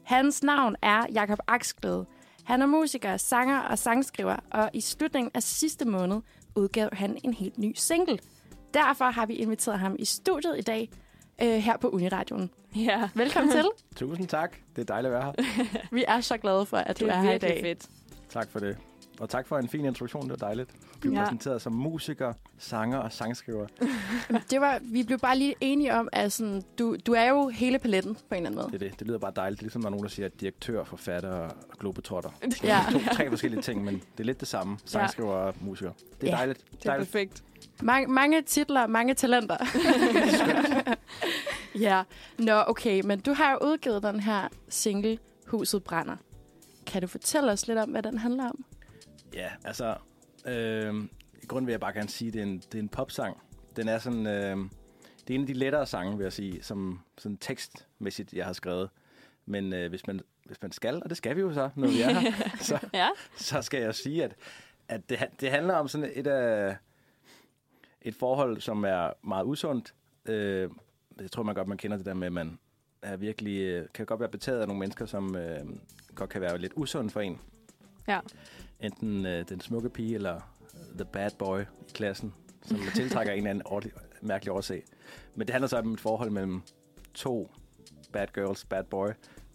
Speaker 7: Hans navn er Jakob Aksglæde. Han er musiker, sanger og sangskriver, og i slutningen af sidste måned udgav han en helt ny single. Derfor har vi inviteret ham i studiet i dag øh, her på Uniradioen.
Speaker 3: Ja.
Speaker 7: Velkommen til.
Speaker 9: Tusind tak. Det er dejligt at være her.
Speaker 7: Vi er så glade for, at du
Speaker 3: Det
Speaker 7: er,
Speaker 3: er
Speaker 7: her i
Speaker 3: virkelig
Speaker 7: dag.
Speaker 3: fedt.
Speaker 9: Tak for det. Og tak for en fin introduktion. Det var dejligt. at Blive
Speaker 3: Ja.
Speaker 9: ja. præsenteret som musiker, sanger og sangskriver.
Speaker 7: Det var, vi blev bare lige enige om, at sådan, du, du er jo hele paletten på en eller anden
Speaker 9: Det,
Speaker 7: måde.
Speaker 9: er det. det lyder bare dejligt. Det er Ligesom når nogen, der siger direktør, forfatter og globetrotter.
Speaker 7: Ja.
Speaker 9: To, tre forskellige ting, men det er lidt det samme. Sangskriver og musiker. Det er
Speaker 7: Ja,
Speaker 9: dejligt.
Speaker 3: Det er
Speaker 9: dejligt.
Speaker 3: perfekt.
Speaker 7: Mange, mange titler, mange talenter. ja. Nå, okay. Men du har jo udgivet den her single, Huset Brænder. Kan du fortælle os lidt om, hvad den handler om?
Speaker 9: Ja, altså... Øh, I grunden vil jeg bare gerne sige, at det er en, det er en popsang. Den er sådan... Øh, det er en af de lettere sange, vil jeg sige, som sådan tekstmæssigt, jeg har skrevet. Men øh, hvis, man, hvis man skal, og det skal vi jo så, når vi er her, så,
Speaker 3: Ja.
Speaker 9: så skal jeg sige, at, at det, han- det handler om sådan et, øh, et forhold, som er meget usundt. Øh, jeg tror man godt, man kender det der med, at man er virkelig, øh, kan godt være betaget af nogle mennesker, som øh, godt kan være lidt usunde for en.
Speaker 3: Ja.
Speaker 9: Enten øh, den smukke pige eller øh, the bad boy i klassen, som tiltrækker en eller anden ordentlig, mærkelig årsag. Men det handler så om et forhold mellem to bad girls, bad boy,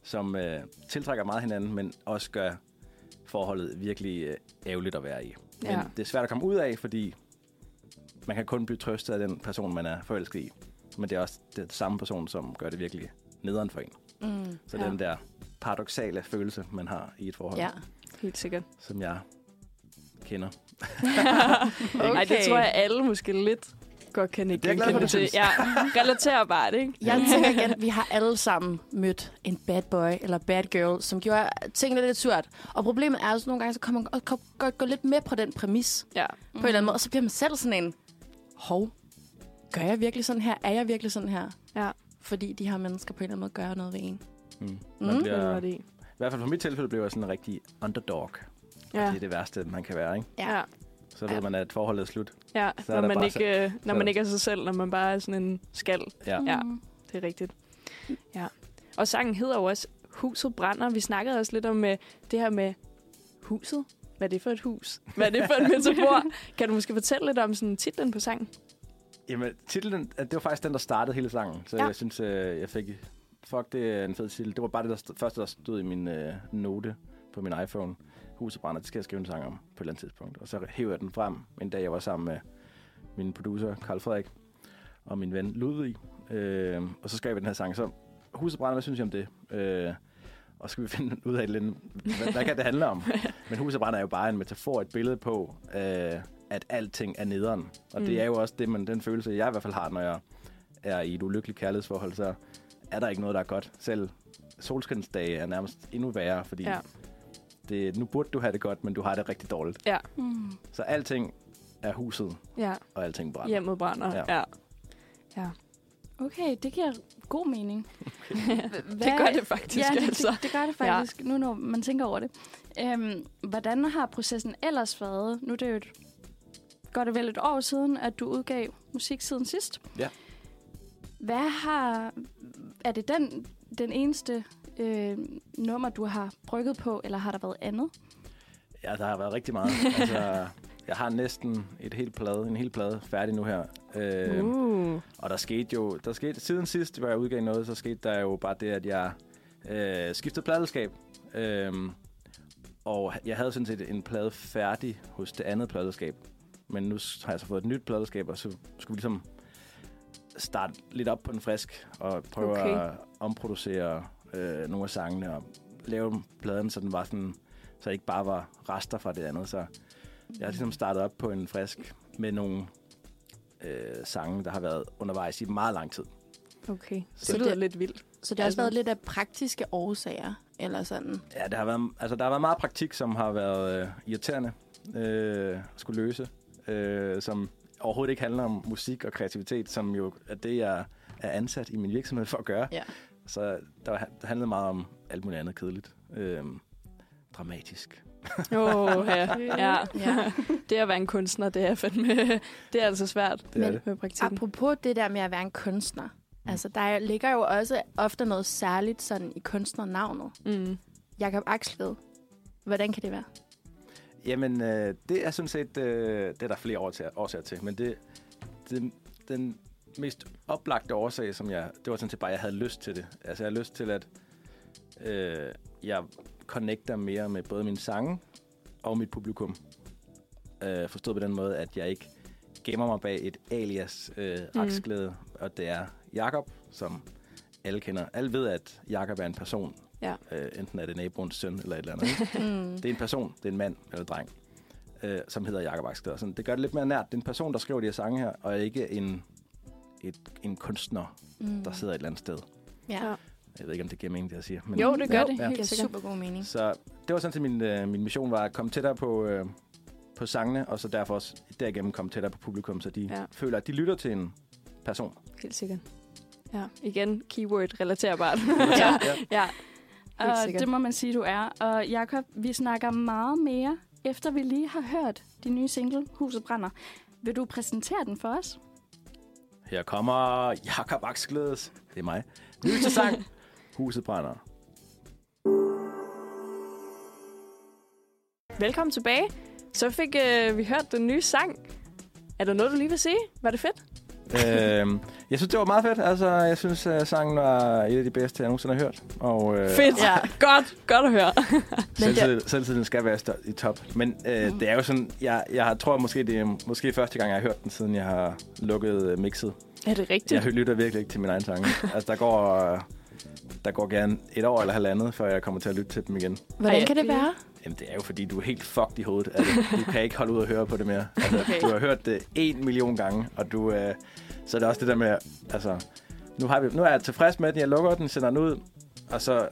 Speaker 9: som øh, tiltrækker meget hinanden, men også gør forholdet virkelig øh, ærgerligt at være i. Men
Speaker 3: Ja.
Speaker 9: det er svært at komme ud af, fordi man kan kun blive trøstet af den person, man er forelsket i. Men det er også den samme person, som gør det virkelig nederen for en.
Speaker 7: Mm.
Speaker 9: Så
Speaker 3: Ja.
Speaker 9: ja. den der paradoxale følelse, man har i et forhold,
Speaker 7: Ja.
Speaker 9: ja.
Speaker 3: Helt sikkert.
Speaker 9: som jeg kender.
Speaker 7: Okay.
Speaker 3: Ej, det tror jeg alle måske lidt godt kan ikke
Speaker 9: Det er jeg glad for, du synes.
Speaker 3: Ja, relaterbart, ikke?
Speaker 7: Jeg tænker igen, vi har alle sammen mødt en bad boy eller bad girl, som gjorde tingene lidt surt. Og problemet er også, at nogle gange så kommer man godt- godt- godt gå lidt med på den præmis
Speaker 3: Ja.
Speaker 7: mm. på en eller anden måde, og så bliver man selv sådan en, hov, gør jeg virkelig sådan her? Er jeg virkelig sådan her?
Speaker 3: Ja.
Speaker 7: Fordi de her mennesker på en eller anden måde gør noget ved en.
Speaker 9: Mm.
Speaker 7: Mm.
Speaker 9: Man
Speaker 3: Det
Speaker 9: bliver,
Speaker 3: var det.
Speaker 9: I hvert fald for mit tilfælde blev jeg sådan en rigtig underdog.
Speaker 3: Ja.
Speaker 9: Ja. Det er det værste, man kan være, ikke?
Speaker 3: Ja.
Speaker 9: Så ved man, at forholdet er slut.
Speaker 3: Ja,
Speaker 9: Så er
Speaker 3: når
Speaker 9: der
Speaker 3: man,
Speaker 9: bare
Speaker 3: ikke, øh, når
Speaker 9: er
Speaker 3: man
Speaker 9: der-
Speaker 3: ikke er sig selv, når man bare er sådan en skal.
Speaker 9: Ja.
Speaker 3: Ja.
Speaker 5: Mm.
Speaker 3: Det er rigtigt. Ja. Og sangen hedder jo også Huset brænder. Vi snakkede også lidt om øh, det her med huset. Hvad er det for et hus? Hvad er det for en metafor? kan du måske fortælle lidt om sådan titlen på sangen?
Speaker 9: Jamen, titlen, det var faktisk den, der startede hele sangen. Så
Speaker 3: Ja.
Speaker 9: ja. jeg synes, øh, jeg fik... Fuck, det er en fed titel. Det var bare det der st- første, der stod i min øh, note på min iPhone. Huset brænder, det skal jeg skrive en sang om på et eller andet tidspunkt. Og så hævde jeg den frem en dag, jeg var sammen med min producer, Karl Frederik, og min ven Ludvig. Øh, og så skrev jeg den her sang. Så Huset brænder, hvad synes jeg om det? Øh, og så skal vi finde ud af, et eller andet, hvad, hvad kan det handle om? Men Huset brænder er jo bare en metafor, et billede på, øh, at alting er nederen. Og mm.
Speaker 3: Mm.
Speaker 9: det er jo også det, man, den følelse, jeg i hvert fald har, når jeg er i et ulykkeligt kærlighedsforhold, så er der ikke noget, der er godt. Selv solskinsdage er nærmest endnu værre, fordi
Speaker 3: Ja.
Speaker 9: ja. det, nu burde du have det godt, men du har det rigtig dårligt.
Speaker 3: Ja.
Speaker 7: Mm.
Speaker 9: Så alting er huset,
Speaker 3: Ja.
Speaker 9: og alting brænder.
Speaker 3: Hjemmet brænder. Ja.
Speaker 9: Ja.
Speaker 3: ja.
Speaker 7: Okay, det giver god mening.
Speaker 3: Det gør det faktisk
Speaker 10: ja, det,
Speaker 3: altså.
Speaker 10: det, det gør det
Speaker 3: Ja.
Speaker 10: faktisk, ja. nu når man tænker over det. Øhm, hvordan har processen ellers været? Nu er det jo et, godt og vel et år siden, at du udgav musik siden sidst.
Speaker 9: Ja.
Speaker 10: Hvad har... Er det den, den eneste øh, nummer, du har brygget på, eller har der været andet?
Speaker 9: Ja, der har været rigtig meget. altså, jeg har næsten et helt plade, en hel plade færdig nu her. Øh,
Speaker 3: Uh.
Speaker 9: Og der skete jo, der skete, siden sidst, hvor jeg udgav noget, så skete der jo bare det, at jeg øh, skiftede pladelskab. Øhm, og jeg havde sådan set en plade færdig hos det andet pladelskab. Men nu s- har jeg så fået et nyt pladelskab, og så skulle vi ligesom starte lidt op på den frisk, og prøve
Speaker 3: Okay.
Speaker 9: okay. at omproducere øh, nogle af sangene, og lave pladen, så den var sådan, så det ikke bare var rester fra det andet. Så jeg har ligesom startet op på en frisk med nogle øh, sange, der har været undervejs i meget lang tid.
Speaker 3: Okay.
Speaker 11: Så
Speaker 9: Uh.
Speaker 2: Det lyder
Speaker 11: det-
Speaker 2: lidt vildt.
Speaker 11: Så det har også
Speaker 2: Altså-
Speaker 11: været lidt af praktiske årsager, eller sådan.
Speaker 9: Ja, der har været, altså, der har været meget praktik, som har været øh, irriterende øh, at skulle løse, øh, som overhovedet ikke handler om musik og kreativitet, som jo er det, jeg er ansat i min virksomhed for at gøre.
Speaker 11: Ja.
Speaker 9: Så der var- det handlede meget om alt muligt andet kedeligt. Øh, dramatisk.
Speaker 3: Åh, ja. ja.
Speaker 11: Ja.
Speaker 3: Det at være en kunstner, det er fandme... Det er altså svært
Speaker 9: Det er
Speaker 11: Men-
Speaker 9: det.
Speaker 3: med praktikken.
Speaker 11: Apropos det der med at være en kunstner.
Speaker 3: Mm.
Speaker 11: Altså, der ligger jo også ofte noget særligt sådan i kunstnernavnet.
Speaker 3: Mm.
Speaker 11: Jakob Axled. Hvordan kan det være?
Speaker 9: Jamen, øh, det er sådan set, øh, det er der flere årsager, årsager til, men det, det, den mest oplagte årsag, som jeg, det var sådan set bare, at jeg havde lyst til det. Altså, jeg havde lyst til, at øh, jeg connecter mere med både mine sange og mit publikum. Øh, forstået på den måde, at jeg ikke gemmer mig bag et alias øh,
Speaker 3: Mm.
Speaker 9: aksglæde, og det er Jakob, som alle kender. Alle ved, at Jakob er en person.
Speaker 3: Ja.
Speaker 9: Øh, enten er det naboens søn eller et eller andet. ikke?
Speaker 11: Mm.
Speaker 9: Det er en person, det er en mand eller en dreng, øh, som hedder Jakob Axel Sådan, Det gør det lidt mere nært. Det er en person, der skriver de her sange her, og ikke en, et, en kunstner,
Speaker 11: Mm.
Speaker 9: der sidder et eller andet sted.
Speaker 11: Ja.
Speaker 9: Jeg ved ikke, om det giver mening, det jeg siger. Men,
Speaker 3: Jo, det gør
Speaker 9: Ja,
Speaker 3: det.
Speaker 9: ja.
Speaker 11: Det
Speaker 3: Helt
Speaker 11: giver
Speaker 3: sikkert.
Speaker 11: super god mening.
Speaker 9: Så det var sådan set min, øh, min mission, var at komme tættere på, øh, på sangene, og så derfor også derigennem komme tættere på publikum, så de
Speaker 3: Ja.
Speaker 9: ja. føler, at de lytter til en person.
Speaker 3: Helt sikkert. Ja, igen, keyword relaterbart.
Speaker 9: ja.
Speaker 3: ja. Helt
Speaker 12: Og
Speaker 3: sikkert.
Speaker 12: det må man sige, du er. Og Jakob, vi snakker meget mere, efter vi lige har hørt din nye single, Huset Brænder. Vil du præsentere den for os?
Speaker 9: Her kommer Jakob Axglædes. Det er mig. Ny til sang. Huset brænder.
Speaker 3: Velkommen tilbage. Så fik øh, vi hørt den nye sang. Er der noget, du lige vil sige? Var det fedt?
Speaker 9: øhm, jeg synes, det var meget fedt. Altså, jeg synes, uh, sangen var et af de bedste, jeg nogensinde har hørt. Og, øh,
Speaker 3: Fedt.
Speaker 11: Ja.
Speaker 3: Godt. Godt at høre.
Speaker 9: Selvtilliden, selvtilliden skal være stør- i top. Men øh, det er jo sådan, jeg, jeg tror måske, det er måske første gang, jeg har hørt den, siden jeg har lukket øh, mixet.
Speaker 3: Er det rigtigt?
Speaker 9: Jeg hø- lytter virkelig ikke til min egen sange. altså, der går, øh, der går gerne et år eller halvandet, før jeg kommer til at lytte til dem igen.
Speaker 11: Hvordan
Speaker 3: Ej,
Speaker 11: kan det
Speaker 3: ja.
Speaker 11: være?
Speaker 9: Jamen, det er jo fordi, du er helt fucked i hovedet. Altså, du kan ikke holde ud og høre på det mere. Altså,
Speaker 3: Okay.
Speaker 9: okay. Du har hørt det en million gange, og du... Øh, så er det også det der med, altså... Nu, har vi, nu er jeg tilfreds med den, jeg lukker den, sender den ud, og så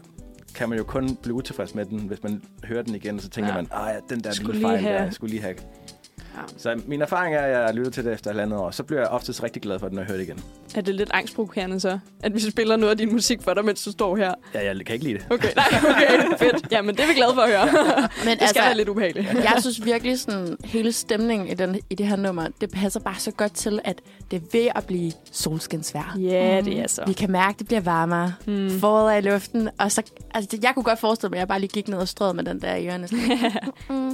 Speaker 9: kan man jo kun blive utilfreds med den, hvis man hører den igen, og så tænker
Speaker 3: Ja.
Speaker 9: ja. man, ah ja, den der
Speaker 3: Skulle
Speaker 9: lille fejl
Speaker 3: lige
Speaker 9: der,
Speaker 3: have-
Speaker 9: jeg skulle lige have.
Speaker 3: Ja.
Speaker 9: Ja. Så min erfaring er, at jeg lytter til det efter halvandet år, så bliver jeg oftest rigtig glad for den, når jeg hører det igen.
Speaker 3: Er det lidt angstprovokerende så, at vi spiller noget af din musik for dig, mens du står her?
Speaker 9: Ja, jeg kan ikke lide det.
Speaker 3: Okay, nej, okay, fedt. Jamen, det er vi glade for at høre.
Speaker 11: Men altså,
Speaker 3: Det skal være lidt ubehageligt.
Speaker 11: jeg synes virkelig sådan, hele stemningen i, den, i det her nummer, det passer bare så godt til, at det er ved at blive solskinsvær.
Speaker 3: Ja, det er så.
Speaker 11: Vi kan mærke, at det bliver varmere. Mm. Foråret er i luften. Og så, altså, det- jeg kunne godt forestille mig, at jeg bare lige gik ned og strød med den der i ørerne. Mm. Sådan,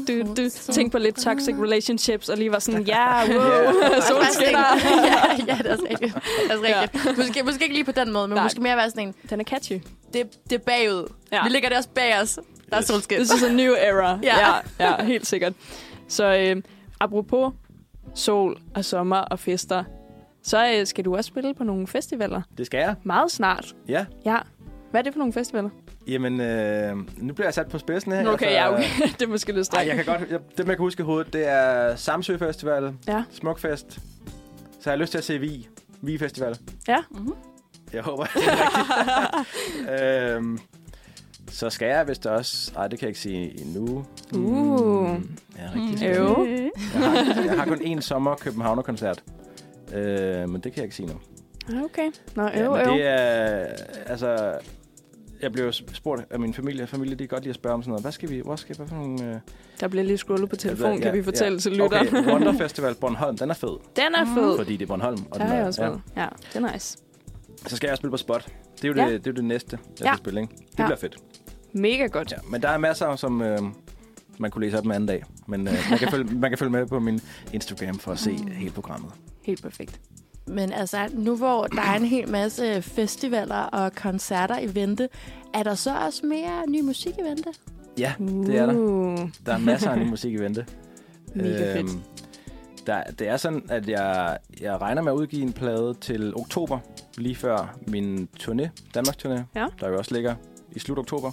Speaker 3: Du, du tænkte på lidt toxic relationships, og lige var sådan, ja, yeah, wow,
Speaker 11: Og så bare sådan en-
Speaker 3: solskinner.
Speaker 11: ja, ja, det er også rigtigt. Det er også rigtigt. Måske, måske ikke lige på den måde, men
Speaker 3: Nej.
Speaker 11: Nej. måske mere være sådan en,
Speaker 3: Den er catchy.
Speaker 11: det, det er bagud.
Speaker 3: Ja.
Speaker 11: Ja. Vi ligger det også bag os. Der er
Speaker 9: Yes.
Speaker 11: solskin.
Speaker 3: This is a new era.
Speaker 11: Ja.
Speaker 3: ja, ja, helt sikkert. Så øh, apropos sol og sommer og fester, så øh, skal du også spille på nogle festivaler
Speaker 9: Det skal jeg.
Speaker 3: meget snart.
Speaker 9: Ja.
Speaker 3: Ja. Hvad er det for nogle festivaler?
Speaker 9: Jamen, øh, nu bliver jeg sat på spidsen her.
Speaker 3: Okay, ja, okay. det er måske lidt
Speaker 9: Øh, altså, Ej,
Speaker 3: strengt.
Speaker 9: jeg kan godt, jeg, dem jeg kan huske i hovedet, det er Samsø Festival,
Speaker 3: Ja.
Speaker 9: Smukfest. Så har jeg lyst til at se Vi, Vi Festival.
Speaker 3: Ja.
Speaker 9: Mm-hmm. Jeg håber, det er rigtigt. øhm, så skal jeg vist også... Ej, det kan jeg ikke sige endnu.
Speaker 3: Uh.
Speaker 9: Mm, jeg er rigtig spændt.
Speaker 3: Jo.
Speaker 9: Jeg har, jeg har kun én sommer Københavner-koncert. Øh, men det kan jeg ikke sige nu.
Speaker 3: Okay. Nå,
Speaker 9: Ja,
Speaker 3: øv,
Speaker 9: men
Speaker 3: øv.
Speaker 9: det er... Altså, jeg blev spurgt af min familie. Familie, de kan godt lide at spørge om sådan noget. Hvad skal vi... Hvor skal vi... Hvad for nogle... Øh,
Speaker 3: Der bliver lige scrollet på telefon, kan vi fortælle til lytteren.
Speaker 9: Altså, Okay, Wonder Mm. Festival Bornholm, den er fed,
Speaker 3: Den er fed.
Speaker 9: fordi det er Bornholm. Og
Speaker 3: Der
Speaker 9: den
Speaker 3: har
Speaker 9: er,
Speaker 3: jeg også været. Ja, det er nice.
Speaker 9: Så skal jeg spille på spot. Det er jo det,
Speaker 3: Ja.
Speaker 9: det, er jo det næste, jeg
Speaker 3: Ja.
Speaker 9: skal spille, ikke? Det
Speaker 3: Ja.
Speaker 9: bliver fedt.
Speaker 3: Mega godt.
Speaker 9: Ja, men der er masser, som øh, man kunne læse op en anden dag. Men øh, man, kan følge, man kan følge med på min Instagram for at se
Speaker 3: Ah.
Speaker 9: hele programmet.
Speaker 3: Helt perfekt.
Speaker 11: Men altså, nu hvor der er en hel masse festivaler og koncerter i vente, er der så også mere ny musik i vente?
Speaker 9: Ja, det er der.
Speaker 3: Uh,
Speaker 9: Der er masser af ny musik i vente. Øhm,
Speaker 3: Mega fedt.
Speaker 9: Der, det er sådan, at jeg, jeg regner med at udgive en plade til oktober, lige før min turné, Danmarks turné,
Speaker 3: Ja.
Speaker 9: der jo også ligger i slut oktober.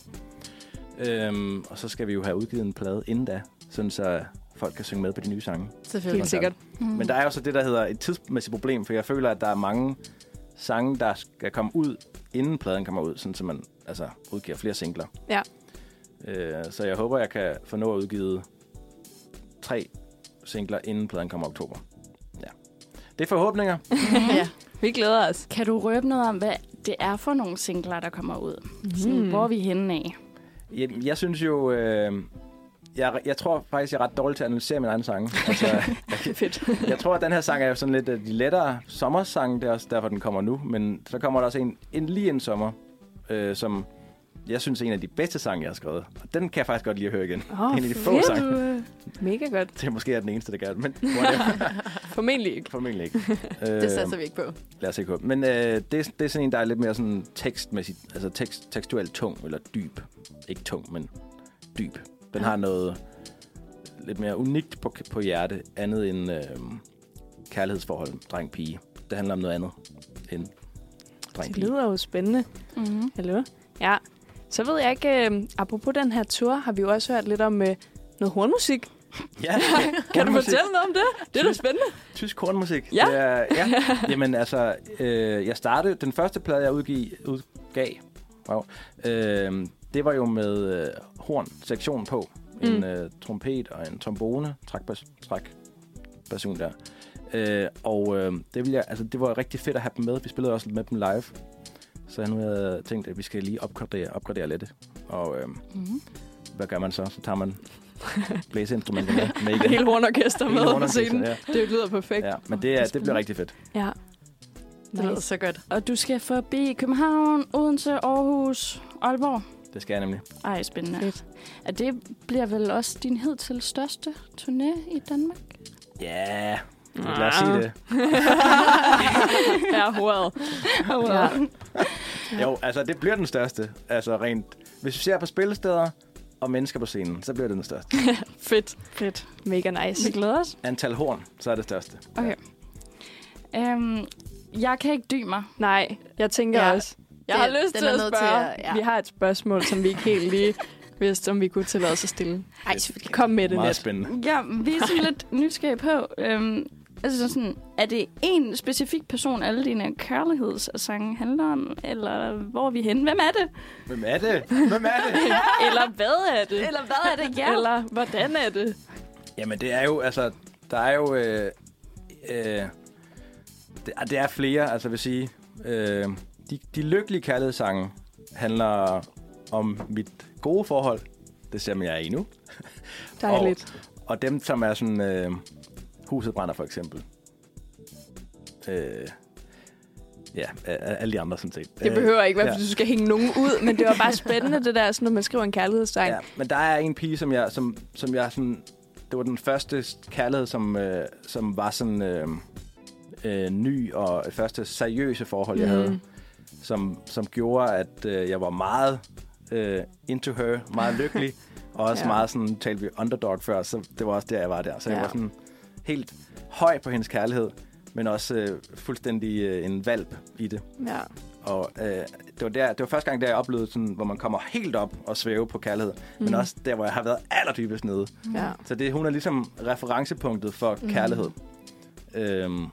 Speaker 9: Øhm, og så skal vi jo have udgivet en plade inden da, sådan så folk kan synge med på de nye sange.
Speaker 11: Selvfølgelig.
Speaker 3: Helt sikkert.
Speaker 12: Mm.
Speaker 9: Men der er jo så det, der hedder et tidsmæssigt problem, for jeg føler, at der er mange sange, der skal komme ud, inden pladen kommer ud, sådan så man altså, udgiver flere singler.
Speaker 3: Ja.
Speaker 9: Øh, så jeg håber, jeg kan få nå at udgive tre singler, inden pladen kommer i oktober. Ja. Det er forhåbninger.
Speaker 12: ja.
Speaker 3: Vi glæder os.
Speaker 12: Kan du røbe noget om, hvad det er for nogle singler, der kommer ud? Sådan, Hvor er vi henne af?
Speaker 9: Jeg, jeg synes jo... Øh, jeg, jeg tror faktisk, jeg er ret dårlig til at analysere mine egne sange. Altså,
Speaker 3: Fedt.
Speaker 9: jeg tror, at den her sang er jo sådan lidt af de lettere sommersange. Det er også derfor, den kommer nu. Men så kommer der også en, en lige en sommer, øh, som jeg synes er en af de bedste sange, jeg har skrevet. Og den kan jeg faktisk godt lide at høre igen. Det er
Speaker 3: Åh,
Speaker 9: en af de få
Speaker 3: fedt.
Speaker 9: sange.
Speaker 3: Mega godt.
Speaker 9: Det er måske er den eneste, der gør det, men whatever.
Speaker 3: Formentlig ikke.
Speaker 9: formentlig ikke.
Speaker 7: Det
Speaker 9: Øh,
Speaker 7: satser vi ikke på.
Speaker 9: Lad os ikke håbe. Men øh, det, er- det er sådan en, der er lidt mere sådan tekstmæssigt, altså tekst, tekstuelt tung, eller dyb. Ikke tung, men dyb. Den har noget lidt mere unikt på, på hjerte, andet end øh, kærlighedsforhold, dreng-pige. Det handler om noget andet end
Speaker 3: Det
Speaker 9: dreng-pige.
Speaker 3: lyder jo spændende.
Speaker 5: Mm.
Speaker 12: Mm-hmm.
Speaker 3: Hallo? Ja. Så ved jeg ikke, øh, apropos den her tur, har vi jo også hørt lidt om øh, noget hornmusik.
Speaker 9: Ja,
Speaker 3: Kan du
Speaker 9: hornmusik.
Speaker 3: fortælle noget om det? Det er da spændende.
Speaker 9: Tysk kornmusik.
Speaker 3: Ja.
Speaker 9: Det er, ja. Jamen altså, øh, jeg startede, den første plade, jeg udgav, udgav wow, øh, det var jo med øh, hornsektion på. En
Speaker 3: Mm.
Speaker 9: øh, trompet og en trombone, træk, træk person der. Øh, og øh, det, ville jeg, altså, det var rigtig fedt at have dem med. Vi spillede også med dem live. Så nu havde jeg tænkt, at vi skal lige opgradere, opgradere lidt. Og øh,
Speaker 12: Mm-hmm.
Speaker 9: hvad gør man så? Så tager man blæseinstrumenterne med
Speaker 3: Det
Speaker 9: igen.
Speaker 3: hele hornorkester med
Speaker 9: Hele
Speaker 3: på scenen.
Speaker 9: ja.
Speaker 3: Det lyder perfekt.
Speaker 9: ja, men det, er, det bliver rigtig fedt.
Speaker 3: Ja.
Speaker 7: Det lyder
Speaker 3: Nice.
Speaker 7: så godt.
Speaker 12: Og du skal forbi København, Odense, Aarhus, Aalborg.
Speaker 9: Det skal jeg nemlig.
Speaker 12: Ej, spændende.
Speaker 3: Fedt.
Speaker 12: Og det bliver vel også din hed til største turné i Danmark?
Speaker 9: Ja, yeah. lad os sige det.
Speaker 3: ja, wow. Ja.
Speaker 9: Jo, altså det bliver den største. Altså rent, hvis vi ser på spillesteder og mennesker på scenen, så bliver det den største.
Speaker 3: Fedt.
Speaker 12: Fedt.
Speaker 3: Mega nice.
Speaker 12: Vi glæder os.
Speaker 9: Antal horn, så er det største.
Speaker 12: Okay. Øhm, jeg kan ikke dy mig.
Speaker 3: Nej, jeg tænker
Speaker 7: Ja.
Speaker 3: ja. også. Jeg
Speaker 7: Det-
Speaker 3: har lyst
Speaker 7: den
Speaker 3: til
Speaker 7: er
Speaker 3: at
Speaker 7: nødt
Speaker 3: spørge.
Speaker 7: til
Speaker 3: Til
Speaker 7: at-
Speaker 3: ja.
Speaker 7: ja.
Speaker 3: Vi har et spørgsmål, som vi ikke helt lige vidste, om vi kunne tillade os at stille.
Speaker 7: Ej, selvfølgelig.
Speaker 3: Kom med det,
Speaker 9: Meget
Speaker 3: Nat.
Speaker 9: spændende.
Speaker 12: Ja, vi er sådan lidt nysgerrige på. Øhm, altså sådan, er det en specifik person, alle dine kærlighedssange handler om? Eller hvor er vi henne? Hvem er det?
Speaker 9: Hvem er det? Hvem er det?
Speaker 3: Eller hvad er det?
Speaker 7: Eller hvad er det? Ja.
Speaker 3: Eller hvordan er det?
Speaker 9: Jamen det er jo, altså, der er jo, øh, øh, det, ah, det er flere, altså jeg vil sige, øh, de, de lykkelige kærlighedssange handler om mit gode forhold, det ser man jeg er i nu,
Speaker 3: Dejligt.
Speaker 9: Og dem, som er sådan... Øh, huset brænder, for eksempel. Øh, ja, a- a- alle de andre, sådan set.
Speaker 3: Det behøver ikke være,
Speaker 9: øh, ja.
Speaker 3: fordi du skal hænge nogen ud, men det var bare spændende, det der, sådan, når man skriver en kærlighedssang.
Speaker 9: Ja, men der er en pige, som jeg, som, som jeg sådan... Det var den første kærlighed, som, øh, som var sådan øh, øh, ny, og det første seriøse forhold, jeg
Speaker 3: Mhm.
Speaker 9: havde, som, som gjorde, at øh, jeg var meget øh, into her, meget lykkelig, og også
Speaker 3: Ja.
Speaker 9: ja. meget sådan, talte vi underdog før, så det var også der, jeg var der. Så ja.
Speaker 3: Ja.
Speaker 9: jeg var sådan helt høj på hendes kærlighed, men også øh, fuldstændig øh, en valp i det.
Speaker 3: Ja.
Speaker 9: Og øh, det, var der, det var første gang, der jeg oplevede, sådan, hvor man kommer helt op og svæve på kærlighed. Mm. Men også der, hvor jeg har været allerdybest nede.
Speaker 3: ja.
Speaker 9: Så det, hun er ligesom referencepunktet for mm. kærlighed. Øhm,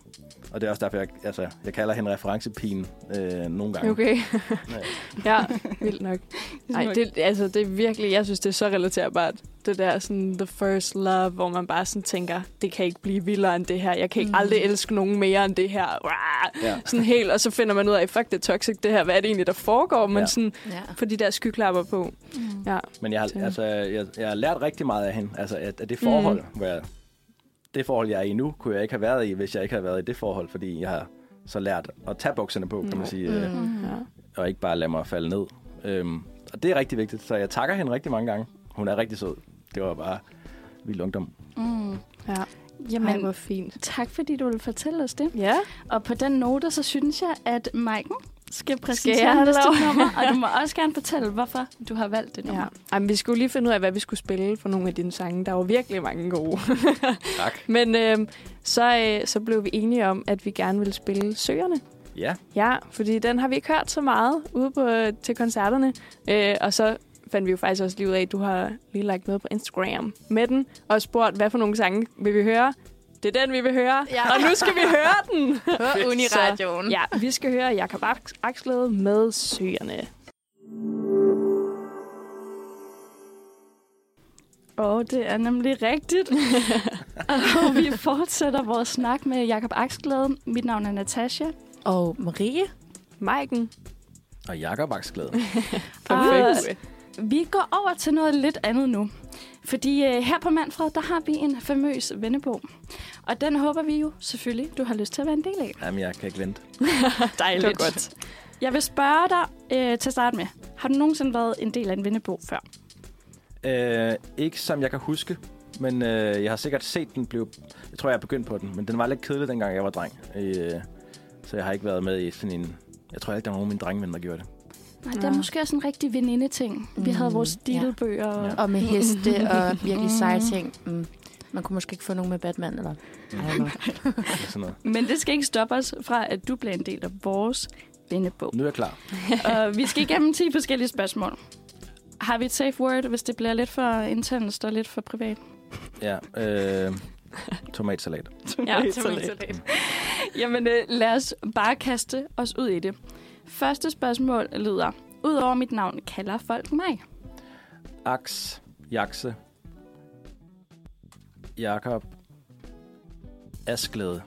Speaker 9: og det er også derfor, jeg, altså, jeg kalder hende referencepigen øh, nogle gange.
Speaker 3: Okay.
Speaker 9: Ja.
Speaker 3: ja, vildt nok. Ej, det, altså, det er virkelig, jeg synes, det er så relaterbart. Det der sådan the first love, hvor man bare sådan tænker, det kan ikke blive vildere end det her. Jeg kan ikke mm. aldrig elske nogen mere end det her. Uah!
Speaker 9: Ja.
Speaker 3: Sådan helt, og så finder man ud af, fuck, det er toxic det her. Hvad er det egentlig, der foregår? Men
Speaker 9: Ja.
Speaker 3: sådan,
Speaker 7: Ja.
Speaker 3: for de der skyklapper på.
Speaker 5: Mm.
Speaker 3: Ja.
Speaker 9: Men jeg har,
Speaker 3: Sådan.
Speaker 9: altså, jeg, jeg har lært rigtig meget af hende. Altså, at, at det forhold, mm. hvor jeg, det forhold, jeg er i nu, kunne jeg ikke have været i, hvis jeg ikke havde været i det forhold, fordi jeg har så lært at tage bukserne på, kan man sige, øh,
Speaker 11: Mm.
Speaker 3: Mm. ja.
Speaker 9: og ikke bare lade mig falde ned. Øhm, og det er rigtig vigtigt, så jeg takker hende rigtig mange gange. Hun er rigtig sød. Det var bare vild ungdom.
Speaker 12: Mm.
Speaker 3: Ja.
Speaker 12: Jamen,
Speaker 3: Ej, hvor fint.
Speaker 12: tak fordi du vil fortælle os det.
Speaker 3: Ja.
Speaker 12: Og på den note, så synes jeg, at Maiken skal
Speaker 3: jeg
Speaker 12: præsentere
Speaker 3: have
Speaker 12: næste
Speaker 3: lov?
Speaker 12: nummer. Og du må også gerne fortælle, hvorfor du har valgt det nummer.
Speaker 3: ja. Ej, men vi skulle lige finde ud af, hvad vi skulle spille for nogle af dine sange. Der var virkelig mange gode.
Speaker 9: Tak.
Speaker 3: Men øh, så, øh, så blev vi enige om, at vi gerne ville spille Søerne.
Speaker 9: Ja,
Speaker 3: Ja, fordi den har vi ikke hørt så meget ude på, øh, til koncerterne. Øh, og så fandt vi jo faktisk også lige ud af, at du har lige lagt noget på Instagram med den, og spurgt, hvad for nogle sange vil vi høre? Det er den, vi vil høre. Ja. Og nu skal vi høre den.
Speaker 12: Hør Uniradioen.
Speaker 3: Så, ja, vi skal høre Jakob Axlede med Søerne.
Speaker 12: Åh, oh, det er nemlig rigtigt. og vi fortsætter vores snak med Jakob Aksglade. Mit navn er Natasha.
Speaker 11: Og Marie.
Speaker 3: Maiken.
Speaker 9: Og Jakob Aksglæde.
Speaker 3: Ah.
Speaker 12: Perfekt. Og vi går over til noget lidt andet nu. Fordi øh, her på Manfred, der har vi en famøs vennebog. Og den håber vi jo selvfølgelig, du har lyst til at være en del af.
Speaker 9: Jamen, jeg kan ikke vente.
Speaker 12: Dejligt. Det godt. Jeg vil spørge dig øh, til at starte med. Har du nogensinde været en del af en vennebog før?
Speaker 9: Øh, ikke som jeg kan huske, men øh, jeg har sikkert set den blive... Jeg tror, jeg er begyndt på den, men den var lidt kedelig, dengang jeg var dreng. Øh, så jeg har ikke været med i sådan en... Jeg tror ikke, der var nogen af mine drengevenner, der gjorde det.
Speaker 12: Nej, der er måske også en rigtig veninde-ting. Vi
Speaker 3: Mm.
Speaker 12: havde vores stilbøger.
Speaker 7: Ja. Og med heste og virkelig seje ting. Mm. Man kunne måske ikke få nogen med Batman, eller? Mm.
Speaker 9: Sådan noget.
Speaker 12: Men det skal ikke stoppe os fra, at du bliver en del af vores vennebog.
Speaker 9: Nu er jeg klar.
Speaker 12: Og vi skal igennem 10 forskellige spørgsmål. Har vi et safe word, hvis det bliver lidt for intenst og lidt for privat?
Speaker 9: Ja, øh, tomatsalat.
Speaker 12: Ja, tomatsalat. Jamen, øh, lad os bare kaste os ud i det. Første spørgsmål lyder, udover mit navn, kalder folk mig?
Speaker 9: Aks, jakse, Jakob, Asklæde.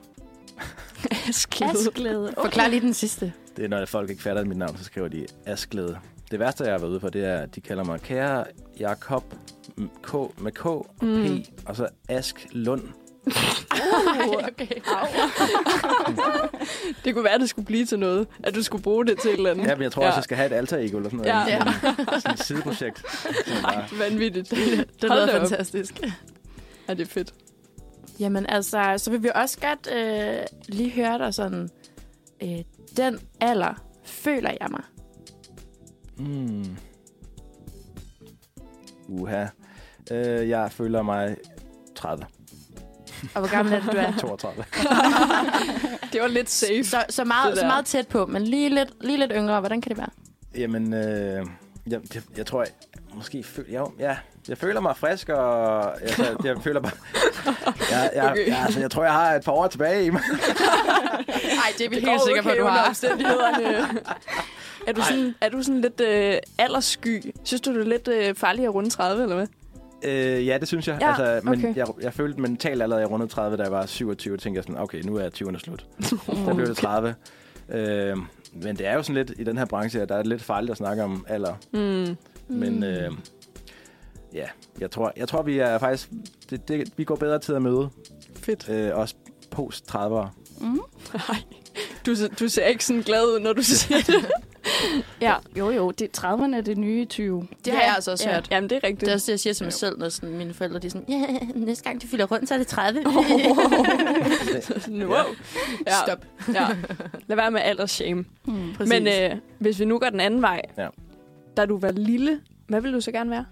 Speaker 12: Asklæde.
Speaker 7: Forklar lige den sidste.
Speaker 9: Det er, når folk ikke fatter mit navn, så skriver de Asklæde. Det værste, jeg har været ude for, det er, at de kalder mig Kære Jakob m- K med K og P,
Speaker 3: Mm.
Speaker 9: og så Ask Lund.
Speaker 7: Mm.
Speaker 3: Uh, okay. det kunne være, det skulle blive til noget. At du skulle bruge det til et eller andet.
Speaker 9: Ja, men jeg tror
Speaker 3: Ja.
Speaker 9: også, jeg skal have et alter ego eller sådan noget.
Speaker 3: Ja.
Speaker 9: Sådan, sådan et sideprojekt. Sådan bare,
Speaker 3: Vanvittigt.
Speaker 7: Det
Speaker 3: Hold
Speaker 7: lyder
Speaker 3: da op.
Speaker 7: fantastisk.
Speaker 3: Ja, det er fedt.
Speaker 7: Jamen altså, så vil vi også godt øh, lige høre dig sådan, øh, den alder føler jeg mig.
Speaker 9: mm. Uha. Øh, jeg føler mig 30.
Speaker 7: Og hvor gammel er det, du er?
Speaker 9: 32.
Speaker 3: Det var lidt safe.
Speaker 7: Så, så,
Speaker 3: Det
Speaker 7: meget,
Speaker 3: der.
Speaker 7: så meget tæt på, men lige lidt, lige lidt yngre. Hvordan kan det være?
Speaker 9: Jamen, øh, jeg, jeg, jeg tror, jeg, måske føler... Jeg, ja, jeg føler mig frisk, og jeg, jeg, jeg føler bare... Jeg, jeg, okay.
Speaker 3: Okay.
Speaker 9: jeg, altså, jeg tror, jeg har et par år tilbage i mig.
Speaker 7: Nej, det er vi
Speaker 3: Helt sikker på, at du har. omstændighederne. er, du sådan, er du sådan lidt øh, alderssky? Synes du, det er lidt øh, farligt at runde 30, eller hvad?
Speaker 9: Øh, ja, det synes jeg.
Speaker 3: Ja,
Speaker 9: altså, men
Speaker 3: okay.
Speaker 9: jeg, jeg følte mentalt allerede, jeg rundede 30, da jeg var 27. tænkte jeg sådan, okay, nu er 20'erne slut. Der blev det 30. Øh, men det er jo sådan lidt, i den her branche, at der er lidt farligt at snakke om alder.
Speaker 3: Mm.
Speaker 9: Men øh, ja, jeg tror, jeg tror, vi er faktisk... Det, det, vi går bedre til at møde.
Speaker 3: Fedt.
Speaker 9: Øh, også post-30'ere.
Speaker 12: Mm.
Speaker 3: Du, ser- du ser ikke sådan glad ud, når du siger det.
Speaker 12: Ja, jo jo, det 30'erne er det nye 20.
Speaker 7: Det har jeg altså også
Speaker 12: Ja.
Speaker 7: hørt.
Speaker 3: Jamen, det er
Speaker 7: Det
Speaker 3: rigtigt.
Speaker 7: er også det, jeg siger til mig selv, når sådan, mine forældre de er sådan, ja, næste gang du fylder rundt, så er det 30.
Speaker 3: Wow. Ja.
Speaker 7: Stop.
Speaker 3: Ja. Lad være med aldersshame.
Speaker 12: Mm.
Speaker 7: Præcis.
Speaker 3: Men øh, hvis vi nu går den anden vej,
Speaker 9: Ja.
Speaker 3: da du var lille, hvad ville du så gerne være?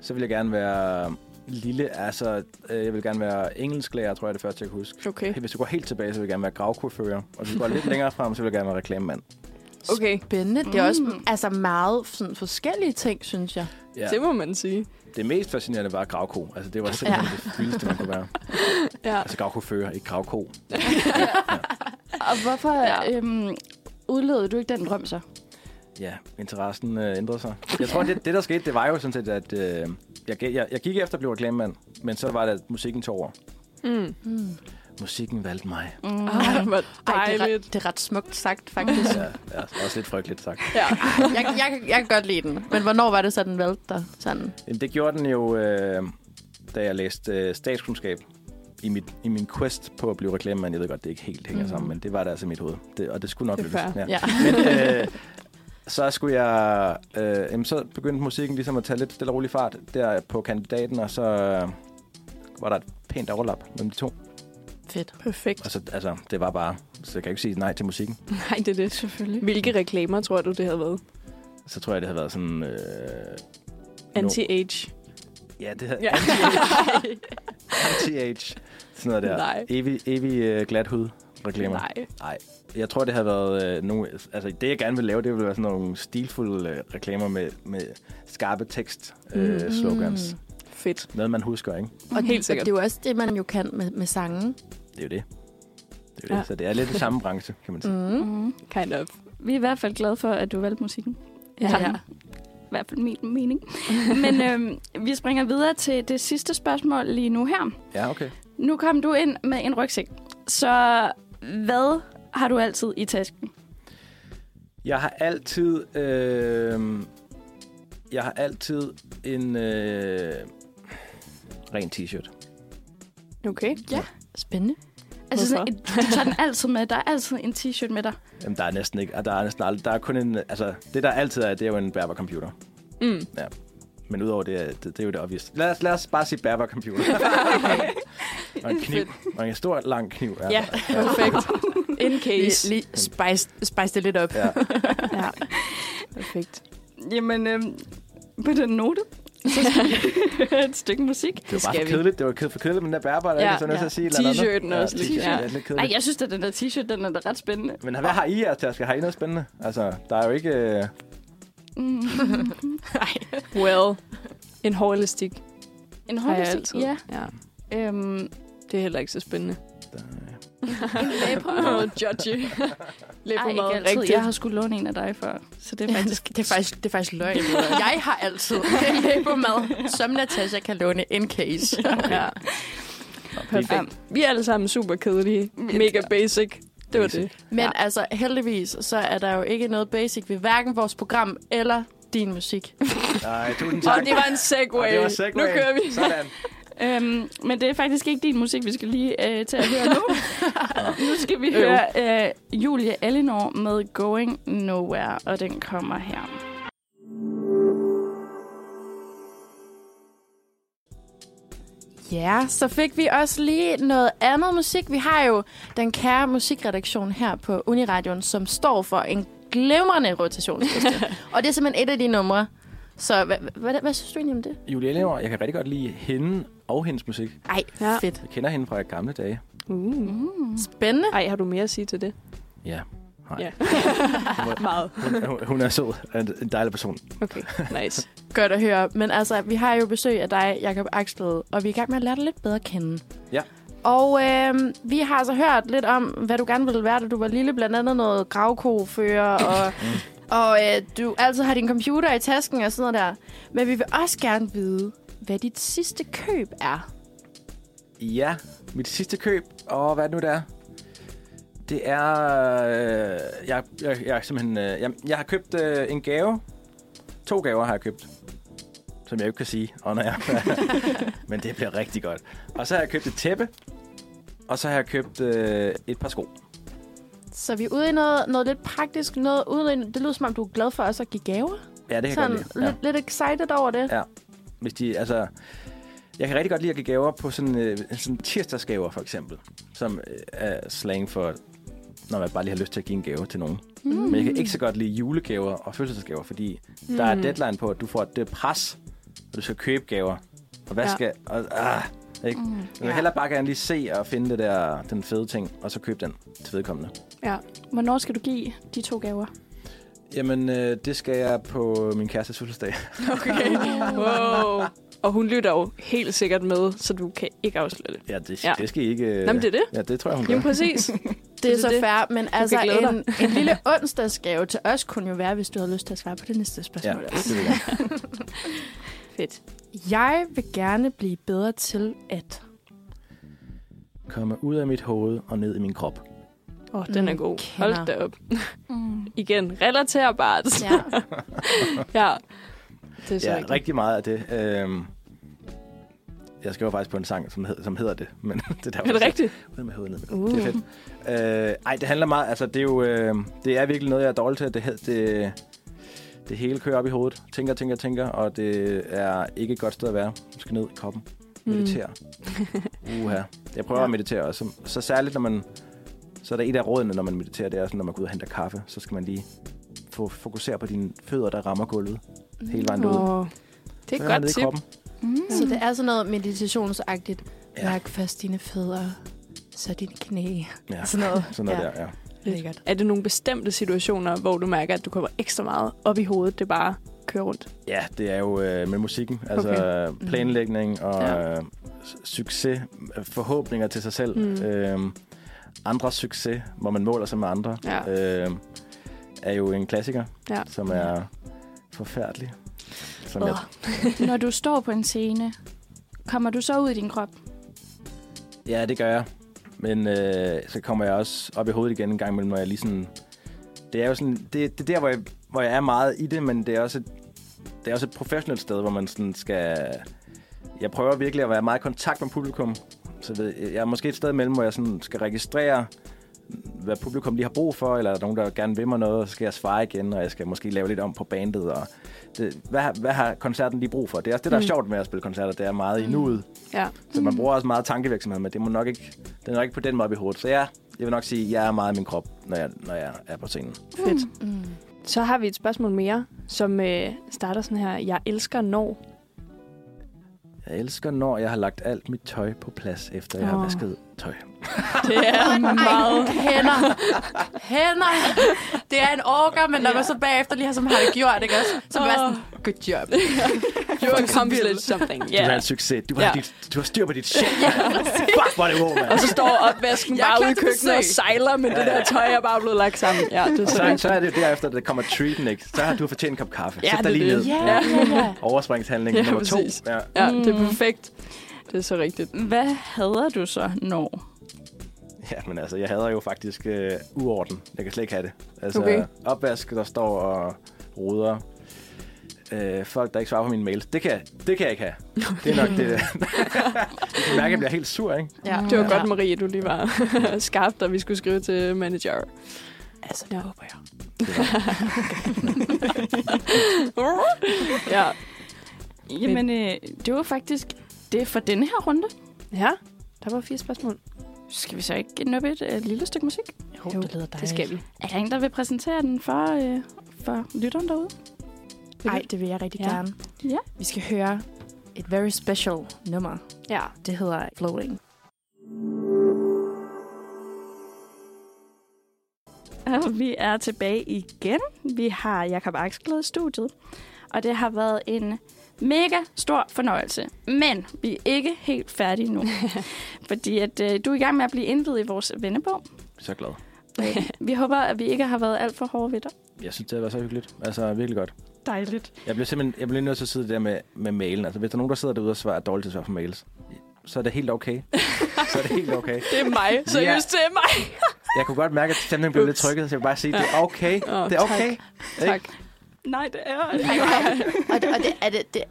Speaker 9: Så vil jeg gerne være lille, altså øh, jeg vil gerne være engelsklærer, tror jeg er det første, jeg kan huske.
Speaker 3: Okay.
Speaker 9: Hvis du går helt tilbage, så vil jeg gerne være gravkurfører. Og hvis du går lidt længere frem, så vil jeg gerne være reklamemand.
Speaker 3: Okay,
Speaker 7: Spændende. Det er også
Speaker 12: Mm.
Speaker 7: altså, meget sådan, forskellige ting, synes jeg.
Speaker 9: Ja.
Speaker 3: det må man sige.
Speaker 9: Det mest fascinerende var gravko. Altså, det var simpelthen ja. det vildeste, man kunne være.
Speaker 3: Ja.
Speaker 9: Altså gravkofører, ikke gravko.
Speaker 12: Og hvorfor
Speaker 3: Ja.
Speaker 12: ja. øhm, udlevede du ikke den drøm så?
Speaker 9: Ja, interessen øh, ændrede sig. Jeg tror, det, det der skete, det var jo sådan set, at øh, jeg, jeg, jeg gik efter at blive reklamemand, men så var det, at musikken tog over.
Speaker 3: Mm.
Speaker 7: Mm.
Speaker 9: Musikken valgte mig.
Speaker 12: Mm.
Speaker 3: Ah, hvor
Speaker 7: Ej, det, er ret,
Speaker 3: dejligt.
Speaker 7: det er ret smukt sagt, faktisk.
Speaker 9: Ja, ja, også lidt frygteligt sagt.
Speaker 3: Ja.
Speaker 7: jeg, jeg, jeg kan godt lide den. Men hvornår var det så, den valgte dig? Sådan.
Speaker 9: Jamen, det gjorde den jo, øh, da jeg læste øh, statskundskab i, mit, i min quest på at blive reklamemand. Jeg ved godt, det ikke helt hænger
Speaker 7: Mhm.
Speaker 9: sammen, men det var der altså i mit hoved. Det, og det skulle nok
Speaker 3: Mm. Det er
Speaker 9: lykkes.
Speaker 3: fair.
Speaker 7: Ja.
Speaker 9: Men, øh, så skulle jeg... Øh, jamen, så begyndte musikken ligesom at tage lidt stille og rolig fart der på kandidaten, og så øh, var der et pænt overlap mellem de to.
Speaker 7: Fedt.
Speaker 3: Perfekt.
Speaker 9: Og så, altså, det var bare... Så jeg kan jo ikke sige nej til musikken.
Speaker 3: Nej, det er det.
Speaker 12: Selvfølgelig.
Speaker 3: Hvilke reklamer tror du, det havde været?
Speaker 9: Så tror jeg, det havde været sådan... Øh,
Speaker 3: Anti-age.
Speaker 9: ja, det havde...
Speaker 3: Ja.
Speaker 9: Ja. Anti-age. Sådan noget der.
Speaker 3: Nej.
Speaker 9: Evig, evig øh, glat hud reklamer.
Speaker 3: Nej.
Speaker 9: Jeg tror, det har været øh, nogle... Altså, det, jeg gerne vil lave, det vil være sådan nogle stilfulde øh, reklamer med, med skarpe tekst-slogans.
Speaker 7: Mm.
Speaker 3: fedt.
Speaker 9: Noget, man husker, ikke?
Speaker 3: Og Helt
Speaker 7: Og det
Speaker 3: sikkert.
Speaker 7: er jo også det, man jo kan med, med sangen.
Speaker 9: Det er jo det. Det er jo
Speaker 3: Ja.
Speaker 9: det. Så det er lidt i samme branche, kan man sige.
Speaker 7: Mm.
Speaker 12: Mm.
Speaker 3: Kind of.
Speaker 12: Vi er i hvert fald glade for, at du valgte musikken.
Speaker 3: Ja.
Speaker 12: Sådan. I hvert fald min mening. Men øhm, vi springer videre til det sidste spørgsmål lige nu her.
Speaker 3: Mm.
Speaker 9: Ja, okay.
Speaker 12: Nu kom du ind med en rygsæk. Så hvad har du altid i tasken?
Speaker 9: Jeg har altid... Øh, jeg har altid en øh, ren t-shirt.
Speaker 3: Okay.
Speaker 7: Spændende.
Speaker 12: Altså,
Speaker 3: Hvorfor?
Speaker 12: sådan, et- du tager den altid med. Der er altid en t-shirt med dig.
Speaker 9: Jamen, der er næsten ikke... Der er næsten aldrig, Der er kun en... Altså, det der altid er, det er jo en bærbar computer.
Speaker 3: Mm.
Speaker 9: Men udover det, er- det, det er jo det obvious. Lad os, lad os bare sige bærbar computer. og en kniv. Og en stor, lang kniv.
Speaker 7: Ja, perfekt.
Speaker 3: In
Speaker 7: Lige,
Speaker 3: case.
Speaker 7: lige spice, spice det lidt op.
Speaker 9: ja.
Speaker 3: ja. Perfekt.
Speaker 12: Jamen, øhm, på den note, så skal vi høre et stykke musik.
Speaker 9: Det var bare
Speaker 3: skal
Speaker 9: for
Speaker 3: vi.
Speaker 9: kedeligt. Det var ked- for kedeligt med den der bærbare. Ja,
Speaker 7: Ja,
Speaker 9: ja. Så er jeg nødt til
Speaker 7: ja.
Speaker 9: at sige et eller
Speaker 3: T-shirten
Speaker 9: andet.
Speaker 3: også
Speaker 9: Ja,
Speaker 3: lidt,
Speaker 9: t-shirt,
Speaker 3: ja.
Speaker 9: ja. lidt
Speaker 12: Nej,
Speaker 9: kedeligt.
Speaker 12: jeg synes, at den der t-shirt, den er da ret spændende.
Speaker 9: Men hvad har I i jeres taske? Har I noget spændende? Altså, der er jo ikke... Øh...
Speaker 12: Mm.
Speaker 3: Well. En hård elastik
Speaker 12: en
Speaker 3: har jeg
Speaker 12: håndvæsning.
Speaker 3: altid.
Speaker 12: Ja.
Speaker 3: ja.
Speaker 12: Øhm,
Speaker 3: Det er heller ikke så spændende.
Speaker 9: Der, øh...
Speaker 3: Åh, judgy.
Speaker 12: ej, ikke
Speaker 3: Læbermad,
Speaker 12: altid.
Speaker 3: rigtigt.
Speaker 12: Jeg har skulle låne en af dig før, så det er
Speaker 7: Ja,
Speaker 12: faktisk...
Speaker 7: det, det, er faktisk, det er faktisk løgn. jeg har altid på mad, som Natasha kan låne in case.
Speaker 3: Ja. Perfekt. Vi er alle sammen super kedelige. Mega basic. Det var det.
Speaker 7: Men ja. altså, heldigvis, så er der jo ikke noget basic ved hverken vores program eller din musik.
Speaker 9: Nej, tusind tak.
Speaker 3: Og det var en segway.
Speaker 9: Og det var segway.
Speaker 3: Nu kører vi.
Speaker 9: Sådan.
Speaker 12: Øhm, men det er faktisk ikke din musik, vi skal lige øh, til at høre nu. nu skal vi høre øh, Julia Elinor med Going Nowhere, og den kommer her.
Speaker 7: Ja, så fik vi også lige noget andet musik. Vi har jo den kære musikredaktion her på Uniradion, som står for en glimrende rotationsliste. og det er simpelthen et af de numre. Så hvad, hvad, hvad, hvad synes du egentlig om det?
Speaker 9: Julie Ellegaard, jeg kan rigtig godt lide hende og hendes musik.
Speaker 7: Ej,
Speaker 3: Ja.
Speaker 7: ja. fedt.
Speaker 9: Jeg kender hende fra gamle dage.
Speaker 7: Mm.
Speaker 3: Uh.
Speaker 7: Spændende.
Speaker 3: Ej, har du mere at sige til det?
Speaker 9: Ja. Nej.
Speaker 3: Ja.
Speaker 9: Meget. Hun, hun, hun er sød. En, en dejlig person.
Speaker 3: Okay, nice.
Speaker 7: Godt at høre. Men altså, vi har jo besøg af dig, Jakob Axled, og vi er i gang med at lære dig lidt bedre at kende.
Speaker 9: Ja.
Speaker 7: Og øh, vi har altså hørt lidt om, hvad du gerne ville være, da du var lille. Blandt andet noget gravkofører, og,
Speaker 9: Mm.
Speaker 7: og øh, du altid har din computer i tasken og sådan noget der. Men vi vil også gerne vide, hvad dit sidste køb er.
Speaker 9: Ja, mit sidste køb, og hvad er det nu det er? Det er... Øh, jeg, jeg, jeg, er simpelthen, øh, jeg, jeg har købt øh, en gave. To gaver har jeg købt. Som jeg jo ikke kan sige, og når jeg, men det bliver rigtig godt. Og så har jeg købt et tæppe. Og så har jeg købt øh, et par sko.
Speaker 7: Så vi er ude i noget, noget lidt praktisk. Noget ude i, det lyder som om, du er glad for også at give gaver.
Speaker 9: Ja, det kan
Speaker 7: Sådan
Speaker 9: jeg godt lide. Ja.
Speaker 7: lidt, lidt excited over det.
Speaker 9: Ja. Hvis de, altså, jeg kan rigtig godt lide at give gaver på sådan, øh, sådan tirsdagsgaver, for eksempel. Som øh, er slang for, når man bare lige har lyst til at give en gave til nogen. Mm. Men jeg kan ikke så godt lide julegaver og fødselsdagsgaver, fordi mm. der er deadline på, at du får det pres, og du skal købe gaver. Og hvad
Speaker 3: Ja.
Speaker 9: ja. skal... Og, ah, ikke? Mm. Jeg vil hellere bare gerne lige se og finde det der, den fede ting, og så købe den til vedkommende.
Speaker 12: Hvornår skal du give de to gaver?
Speaker 9: Jamen, øh, det skal jeg på min kærestes fødselsdag.
Speaker 3: Okay. Wow. Og hun lytter jo helt sikkert med, så du kan ikke afsløre det.
Speaker 9: Ja, det,
Speaker 3: Ja.
Speaker 9: ja. det skal I ikke... Øh,
Speaker 3: Jamen, det er det.
Speaker 9: Ja, det tror jeg, hun
Speaker 3: Jo,
Speaker 9: gør.
Speaker 3: præcis.
Speaker 7: Det er
Speaker 3: Så
Speaker 7: så
Speaker 3: det-
Speaker 7: fair, men altså
Speaker 3: kan glæde
Speaker 7: en, en lille onsdagsgave til os kunne jo være, hvis du havde lyst til at svare på det næste
Speaker 9: Ja,
Speaker 7: spørgsmål.
Speaker 9: det vil jeg.
Speaker 3: Fedt.
Speaker 7: Jeg vil gerne blive bedre til at...
Speaker 9: komme ud af mit hoved og ned i min krop.
Speaker 3: Åh, oh, den er
Speaker 7: Mm,
Speaker 3: god.
Speaker 7: kender.
Speaker 3: Hold da op. Igen, relaterbart.
Speaker 7: Ja.
Speaker 3: ja. Det er så
Speaker 9: Ja,
Speaker 3: rigtigt.
Speaker 9: rigtig meget af det. Øhm, jeg skriver faktisk på en sang, som, hed, som hedder det, men det der
Speaker 3: Er det rigtigt?
Speaker 9: Ud med hovedet ned. Uh. Det er fedt. Øh, ej, det handler meget, altså det er jo, øh, det er virkelig noget, jeg er dårlig til. Det, hed- det, det hele kører op i hovedet. Tænker, tænker, tænker, og det er ikke et godt sted at være. Du skal ned i kroppen. Meditere. Mm. Uha. Jeg prøver ja. at meditere også. Så særligt, når man... Så er der et af rådene, når man mediterer, det er sådan, når man går ud og henter kaffe, så skal man lige få fokusere på dine fødder, der rammer gulvet hele vejen ud.
Speaker 3: Åh, det er et godt tip.
Speaker 7: Så det er sådan noget meditationsagtigt.
Speaker 9: Ja.
Speaker 7: Mærk først dine fødder, så dine knæ.
Speaker 9: Ja,
Speaker 7: Sådan noget.
Speaker 9: sådan noget ja. der, ja.
Speaker 7: Lækkert.
Speaker 3: Er det nogle bestemte situationer, hvor du mærker, at du kommer ekstra meget op i hovedet? Det er bare kører rundt?
Speaker 9: Ja, det er jo øh, med musikken. Altså okay. planlægning og ja. øh, s- succes, øh, forhåbninger til sig selv.
Speaker 3: Mm.
Speaker 9: Mm. Øh, andres succes, hvor man måler sig med andre, ja. øh, er jo en klassiker,
Speaker 3: Ja.
Speaker 9: ja. som er forfærdelig. Som jeg,
Speaker 12: Når du står på en scene, kommer du så ud i din krop?
Speaker 9: ja, det gør jeg. Men øh, så kommer jeg også op i hovedet igen en gang imellem, når jeg lige sådan... Det er jo sådan... Det, det er der, hvor jeg, hvor jeg er meget i det, men det er også et, det er også et professionelt sted, hvor man sådan skal... Jeg prøver virkelig at være meget i kontakt med publikum. Så ved, jeg er måske et sted imellem, hvor jeg sådan skal registrere, hvad publikum lige har brug for, eller er der nogen, der gerne vil mig noget, og så skal jeg svare igen, og jeg skal måske lave lidt om på bandet. Og det, hvad, har- hvad har koncerten lige brug for? Det er også det, der er
Speaker 3: Mm.
Speaker 9: sjovt med at spille koncerter, det er meget i
Speaker 3: Mm.
Speaker 9: nuet.
Speaker 3: Ja. Mm.
Speaker 9: Så man bruger også meget tankevirksomhed, men det, må nok ikke, det er nok ikke på den måde op i hovedet. Så jeg, jeg vil nok sige, at jeg er meget i min krop, når jeg, når jeg er på scenen.
Speaker 3: Fedt. Mm. Så har vi et spørgsmål mere, som øh, starter sådan her. Jeg elsker når.
Speaker 9: Jeg elsker, når jeg har lagt alt mit tøj på plads, efter jeg har
Speaker 3: Åh.
Speaker 9: vasket tøj.
Speaker 3: Det er meget...
Speaker 11: Hænder. Hænder. Det er en orker, men når man så bagefter lige har, som har det gjort, ikke også? Så man er sådan, good job.
Speaker 1: You accomplished something.
Speaker 9: Du
Speaker 3: altså-
Speaker 9: er en succes. Du har,
Speaker 1: Ja.
Speaker 9: dit, du har styr på dit shit. ja, Fuck, hvor er det god, mand.
Speaker 1: Og så står opvasken
Speaker 2: Jeg er
Speaker 1: bare
Speaker 2: klar
Speaker 1: ude i
Speaker 2: til
Speaker 1: køkkenet og
Speaker 2: besøg.
Speaker 1: sejler med det der tøj, jeg er bare blevet lagt sammen. Ja, det er
Speaker 9: Og
Speaker 1: så
Speaker 9: så,
Speaker 1: rigtigt.
Speaker 9: så er det jo derefter, at der kommer treaten, ikke? Så har du fortjent en kop kaffe.
Speaker 1: Ja,
Speaker 9: Sæt dig
Speaker 1: det er
Speaker 9: lige
Speaker 1: det.
Speaker 9: ned.
Speaker 1: Ja.
Speaker 9: Overspringshandling
Speaker 1: Ja,
Speaker 9: nummer to.
Speaker 1: præcis.
Speaker 9: Ja.
Speaker 1: Ja, det
Speaker 3: Mm.
Speaker 1: er perfekt. Det er så rigtigt.
Speaker 12: Hvad hader du så, når?
Speaker 9: ja, men altså, jeg hader jo faktisk øh, uorden. Jeg kan slet ikke have det. Altså,
Speaker 2: Okay.
Speaker 9: opvask, der står og ruder. Øh, folk, der ikke svarer på mine mails. Det kan, jeg- det kan jeg ikke have. Det er nok det. jeg kan mærke, at jeg bliver helt sur, ikke?
Speaker 2: Ja.
Speaker 3: Det var godt, Marie, du lige var skarp, da vi skulle skrive til manager.
Speaker 2: Altså,
Speaker 3: Ja.
Speaker 2: det håber jeg.
Speaker 3: Ja.
Speaker 12: Jamen, øh, det var faktisk det for denne her runde.
Speaker 3: Ja, der var fire spørgsmål.
Speaker 12: Skal vi så ikke nuppe et øh, lille stykke musik?
Speaker 3: Jo, det lyder dejligt. Det skal vi.
Speaker 12: Er der en, der vil præsentere den for, øh, for lytteren derude?
Speaker 7: Nej, det vil jeg rigtig
Speaker 12: Ja.
Speaker 7: gerne.
Speaker 12: Ja.
Speaker 7: Vi skal høre et very special nummer.
Speaker 3: Ja.
Speaker 7: Det hedder Floating.
Speaker 12: Og vi er tilbage igen. Vi har Jakob Axel i studiet, og det har været en mega stor fornøjelse. Men vi er ikke helt færdige nu, fordi at, øh, du er i gang med at blive indvidet i vores vennebog.
Speaker 9: Så glad.
Speaker 12: Vi håber, at vi ikke har været alt for hårde ved dig.
Speaker 9: Jeg synes, det har været så hyggeligt. Altså, virkelig godt.
Speaker 12: Dejligt.
Speaker 9: Jeg bliver simpelthen jeg bliver nødt til at sidde der med, med mailen. Altså, hvis der er nogen, der sidder derude og svarer dårligt til at svare på mails, så er det helt okay. så er det helt okay.
Speaker 3: Det er mig. Seriøst, det er mig.
Speaker 9: Jeg kunne godt mærke, at stemningen blev lidt
Speaker 3: Ups.
Speaker 9: trykket, så jeg vil bare sige, at det er okay.
Speaker 3: Åh,
Speaker 9: det er okay.
Speaker 3: Tak.
Speaker 12: Nej, det er
Speaker 7: og det, og det, er det, det,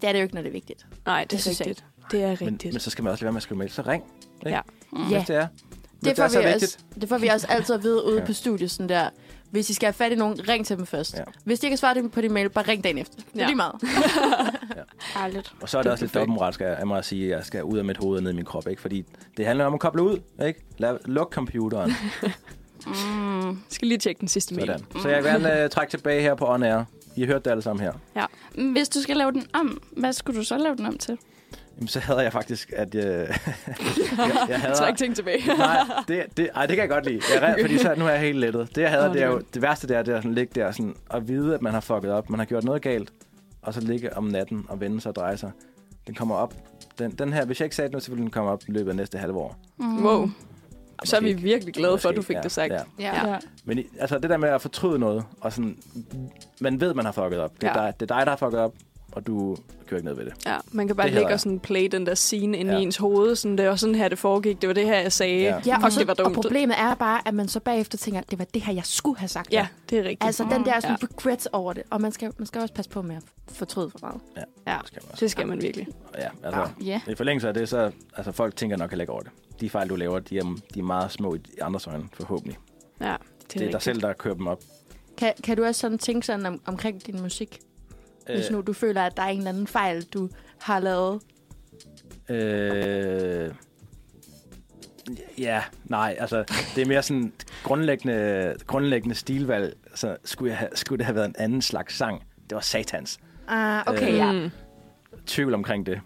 Speaker 7: det er det jo ikke, når det er vigtigt.
Speaker 3: Nej, det,
Speaker 7: Det synes
Speaker 3: er
Speaker 7: jeg
Speaker 3: rigtigt. Det er
Speaker 9: Men,
Speaker 3: rigtigt.
Speaker 9: men, så skal man også lade være med at skrive mail. Så ring,
Speaker 12: Mm.
Speaker 7: Ja,
Speaker 9: hvis det er. Hvis
Speaker 11: Det
Speaker 9: det,
Speaker 11: får,
Speaker 9: er så
Speaker 11: vi
Speaker 9: vigtigt.
Speaker 11: også, det får vi også altid at vide ude
Speaker 9: Ja.
Speaker 11: på studiet, sådan der. Hvis I skal have fat i nogen, ring til dem først.
Speaker 9: Ja.
Speaker 11: Hvis de ikke kan svare dem på din mail, bare ring dagen efter. Det er
Speaker 3: Ja.
Speaker 11: lige meget.
Speaker 12: Dejligt.
Speaker 9: Og så er det, også lidt dobbeltmoralsk af af mig at sige, at jeg skal ud af mit hoved og ned i min krop. Ikke? Fordi det handler om at koble ud. Ikke? Lad, luk computeren.
Speaker 12: Mm.
Speaker 3: skal lige tjekke den sidste mail.
Speaker 9: Sådan. Så jeg vil gerne uh, trække tilbage her på On Air. I har hørt det alle sammen her.
Speaker 12: Mm, Hvis du skal lave den om, hvad skulle du så lave den om til?
Speaker 9: Jamen, så hader jeg faktisk, at øh, jeg, jeg hader...
Speaker 3: Træk ting tilbage.
Speaker 9: Nej, det, det, ej, det kan jeg godt lide. Jeg er, red, fordi så, nu er jeg helt lettet. Det, jeg hader, det er jo... Det værste, det er, det er sådan, at ligge der sådan, og vide, at man har fucket op. Man har gjort noget galt. Og så ligge om natten og vende sig og dreje sig. Den kommer op. Den, den her, hvis jeg ikke sagde det nu, så ville den komme op i løbet af næste halve år.
Speaker 12: Mm.
Speaker 3: Wow. Så er
Speaker 9: Måske
Speaker 3: vi
Speaker 9: ikke.
Speaker 3: virkelig glade for, at du
Speaker 9: Måske
Speaker 3: fik
Speaker 9: ikke.
Speaker 3: det sagt.
Speaker 12: Ja. ja.
Speaker 9: Men i- altså det der med at fortryde noget, og sådan, man ved, man har fucket op. Det er,
Speaker 3: Ja.
Speaker 9: dig, det er dig, der har fucket op, og du kører ikke ned ved det.
Speaker 3: Ja, man kan bare
Speaker 9: Det
Speaker 3: ligge
Speaker 9: hader
Speaker 3: og sådan play den der scene ind ja.
Speaker 9: Ja.
Speaker 3: i ens hoved. Sådan, det var sådan her, det foregik. Det var det her, jeg sagde.
Speaker 9: Ja.
Speaker 3: Fuck, Mm. det var
Speaker 7: og
Speaker 3: dumt.
Speaker 7: problemet er bare, at man så bagefter tænker, at det var det her, jeg skulle have sagt.
Speaker 3: Ja, det er rigtigt.
Speaker 7: Altså, den der sådan
Speaker 3: Ja.
Speaker 7: ja. regrets over det. Og man skal, man skal også passe på med at fortryde for meget.
Speaker 3: Ja.
Speaker 9: Det Skal man også.
Speaker 3: Det skal man virkelig.
Speaker 9: Ja, altså,
Speaker 12: Ja.
Speaker 9: I forlængelse af det, så altså, folk tænker nok heller ikke over det. De fejl, du laver, de er, de er meget små i andres øjne, forhåbentlig. Det
Speaker 3: Ja,
Speaker 9: er, det er dig selv, der kører dem op.
Speaker 11: Kan, kan du også sådan tænke sådan om, omkring din musik? Hvis nu du føler, at der er en eller anden fejl, du har lavet.
Speaker 9: Øh, ja, nej, altså, det er mere sådan grundlæggende, grundlæggende stilvalg. Så skulle, jeg have, skulle det have været en anden slags sang. Det var satans.
Speaker 11: Ah,
Speaker 9: okay,
Speaker 11: okay,
Speaker 9: Øh,
Speaker 11: ja.
Speaker 3: Mm.
Speaker 9: ja. tvivl omkring det.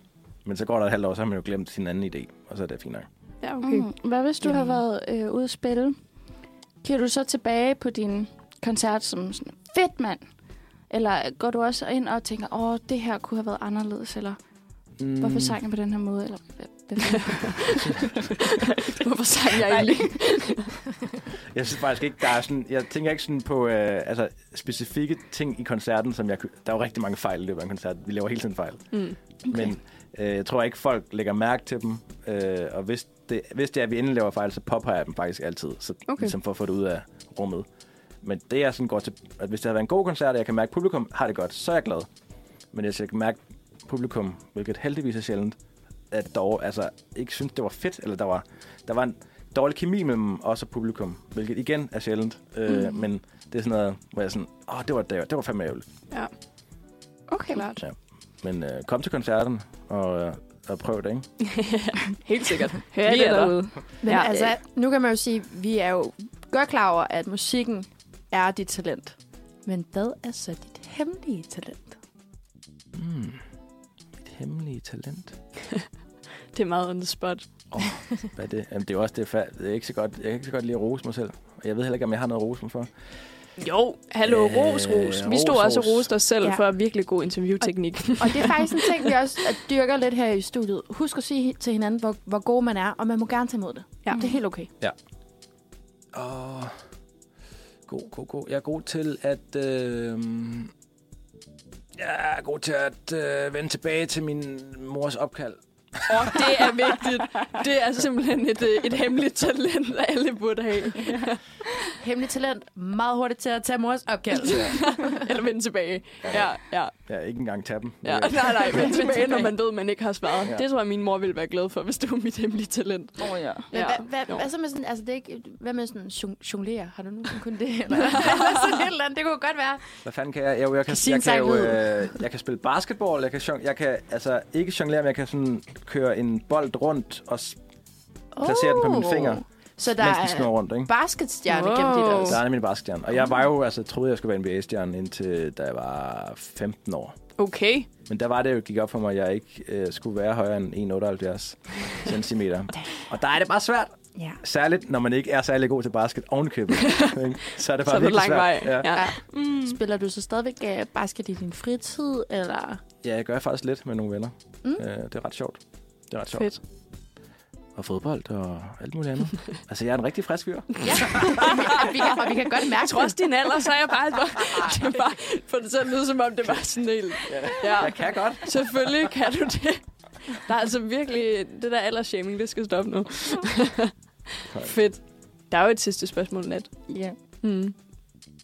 Speaker 9: Men så går der et halvt år, så har man jo glemt sin anden idé, og så er det fint nok.
Speaker 3: Ja, okay.
Speaker 12: Mm. Hvad hvis du har været øh, ude at spille? Kigger du så tilbage på din koncert som sådan, fedt mand, Eller går du også ind og tænker, åh, det her kunne have været anderledes, eller
Speaker 9: Mm.
Speaker 12: hvorfor sang jeg på den her måde, eller "Hva- hvem ved jeg?"
Speaker 7: Mm.
Speaker 12: hvorfor sang jeg egentlig?
Speaker 9: Jeg synes faktisk ikke, der er sådan... Jeg tænker ikke sådan på øh, altså, specifikke ting i koncerten, som jeg... kunne- Der er jo rigtig mange fejl i løbet af en koncert. Vi laver hele tiden fejl.
Speaker 3: Mm.
Speaker 9: Okay. Men øh, jeg tror ikke, folk lægger mærke til dem. Øh, og hvis det, hvis det er, at vi endelig laver fejl, så påpeger jeg dem faktisk altid. Så, okay. Ligesom for at få det ud af rummet. Men det er sådan går til, at hvis det har været en god koncert, og jeg kan mærke, at publikum har det godt, så er jeg glad. Men hvis jeg kan mærke at publikum, hvilket heldigvis er sjældent, at dog, altså, ikke synes, det var fedt, eller der var, der var en dårlig kemi mellem os og publikum, hvilket igen er sjældent. Øh, men det er sådan noget, hvor jeg er sådan, åh, det var, det var fandme ærgerligt.
Speaker 12: Okay,
Speaker 2: Klart.
Speaker 9: Men øh, kom til koncerten og, øh, og prøv det, ikke?
Speaker 6: Helt sikkert.
Speaker 12: hør
Speaker 6: Vi
Speaker 12: det
Speaker 6: er der.
Speaker 12: derude.
Speaker 7: Men
Speaker 12: Ja.
Speaker 7: ja, altså, nu kan man jo sige, vi er jo godt klar over, at musikken er dit talent. Men hvad er så dit hemmelige talent?
Speaker 9: Mm. Mit hemmelige talent.
Speaker 3: Det er meget on the spot.
Speaker 9: Hvad er det? Jamen, det er jo også det, fa- det er ikke så godt. Jeg kan ikke så godt lide at rose mig selv. Og jeg ved heller ikke, om jeg har noget at rose mig for.
Speaker 3: Jo, hallo,
Speaker 9: Øh,
Speaker 3: ros, ros. Vi
Speaker 9: ros,
Speaker 3: stod også og
Speaker 9: ros.
Speaker 3: roste os selv
Speaker 7: Ja.
Speaker 3: ja. for virkelig god interviewteknik.
Speaker 7: Og det er faktisk en ting, vi også dyrker lidt her i studiet. Husk at sige til hinanden, hvor, hvor god man er, og man må gerne tage imod det.
Speaker 12: Ja.
Speaker 7: Det er helt okay.
Speaker 9: Åh, god, god, god. Jeg er god til at... Øh, jeg er god til at øh, vende tilbage til min mors opkald.
Speaker 3: Og det er vigtigt. Det er simpelthen et, øh, et hemmeligt talent, alle burde have.
Speaker 7: Hemmeligt talent. Meget hurtigt til at tage mors opkald.
Speaker 3: Eller vende tilbage. Ja, ja.
Speaker 9: Jeg er ikke engang tage dem.
Speaker 3: ja. Nej, nej, vende tilbage, når man ved, man ikke har svaret.
Speaker 9: Ja.
Speaker 3: Ja. Det tror jeg, min mor ville være glad for, hvis det var mit hemmelige talent.
Speaker 6: Åh oh, ja.
Speaker 7: Men
Speaker 3: Ja.
Speaker 7: hvad, hvad,
Speaker 3: Jo.
Speaker 7: hvad så med sådan, altså det er ikke, hvad med sådan jong- jonglere? Har du nogensinde kun det? Eller, eller sådan et eller andet, det kunne godt være.
Speaker 9: Hvad fanden kan jeg? Jeg, jeg, kan,
Speaker 7: Sige en
Speaker 9: jeg, kan,
Speaker 7: sang
Speaker 9: jo,
Speaker 7: ned.
Speaker 9: øh, jeg kan spille basketball, jeg kan, jong- jeg kan altså ikke jonglere, men jeg kan sådan køre en bold rundt og s- placere oh. den på mine fingre,
Speaker 7: Så der
Speaker 9: mens den snurrer
Speaker 7: er
Speaker 9: rundt, ikke?
Speaker 7: basketstjerne wow. gennem dit
Speaker 9: Så
Speaker 7: altså.
Speaker 9: der er nemlig basketstjerne. Og jeg var jo, altså, troede, jeg skulle være NBA-stjerne indtil da jeg var 15 år.
Speaker 3: Okay.
Speaker 9: Men der var det jo, gik op for mig, at jeg ikke øh, skulle være højere end 1,78 cm. Og der er det bare svært.
Speaker 7: Ja.
Speaker 9: Særligt, når man ikke er særlig god til basket ovenkøbet. ikke? så er det bare
Speaker 3: Så er det
Speaker 9: virkelig
Speaker 3: lang vej.
Speaker 9: svært.
Speaker 3: Ja.
Speaker 9: Ja.
Speaker 3: Ja.
Speaker 7: Spiller du så stadigvæk øh, basket i din fritid, eller?
Speaker 9: ja, jeg gør faktisk lidt med nogle venner.
Speaker 7: Mm.
Speaker 9: Øh, det er ret sjovt. Det er ret sjovt.
Speaker 3: Fedt.
Speaker 9: og fodbold og alt muligt andet. altså, jeg er en rigtig frisk fyr.
Speaker 7: Ja. og, vi kan, og vi kan godt mærke
Speaker 3: Trods din alder, så er jeg bare... Det er bare for det til at lyde, som om det var sådan helt... Ja.
Speaker 9: Jeg kan godt.
Speaker 3: Selvfølgelig kan du det. Der er altså virkelig... Det der aldersshaming, det skal stoppe nu. Fedt. Der er jo et sidste spørgsmål, Nat.
Speaker 12: Ja.
Speaker 3: Mm.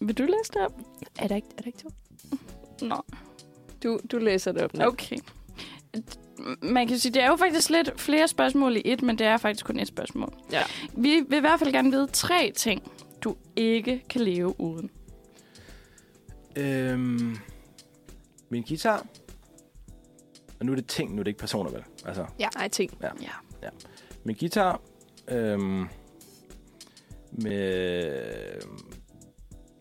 Speaker 3: Vil du læse det op?
Speaker 7: Er der ikke, er der ikke to?
Speaker 12: Nå,
Speaker 3: Du, du læser det op, Nat.
Speaker 12: Okay. Man kan sige, det er jo faktisk lidt flere spørgsmål i et, men det er faktisk kun et spørgsmål.
Speaker 3: Ja.
Speaker 12: Vi vil i hvert fald gerne vide tre ting, du ikke kan leve uden.
Speaker 9: Øhm, min guitar. Og nu er det ting, nu er det ikke personer, vel? Altså,
Speaker 3: Nej, ting.
Speaker 9: min guitar. Øhm, med,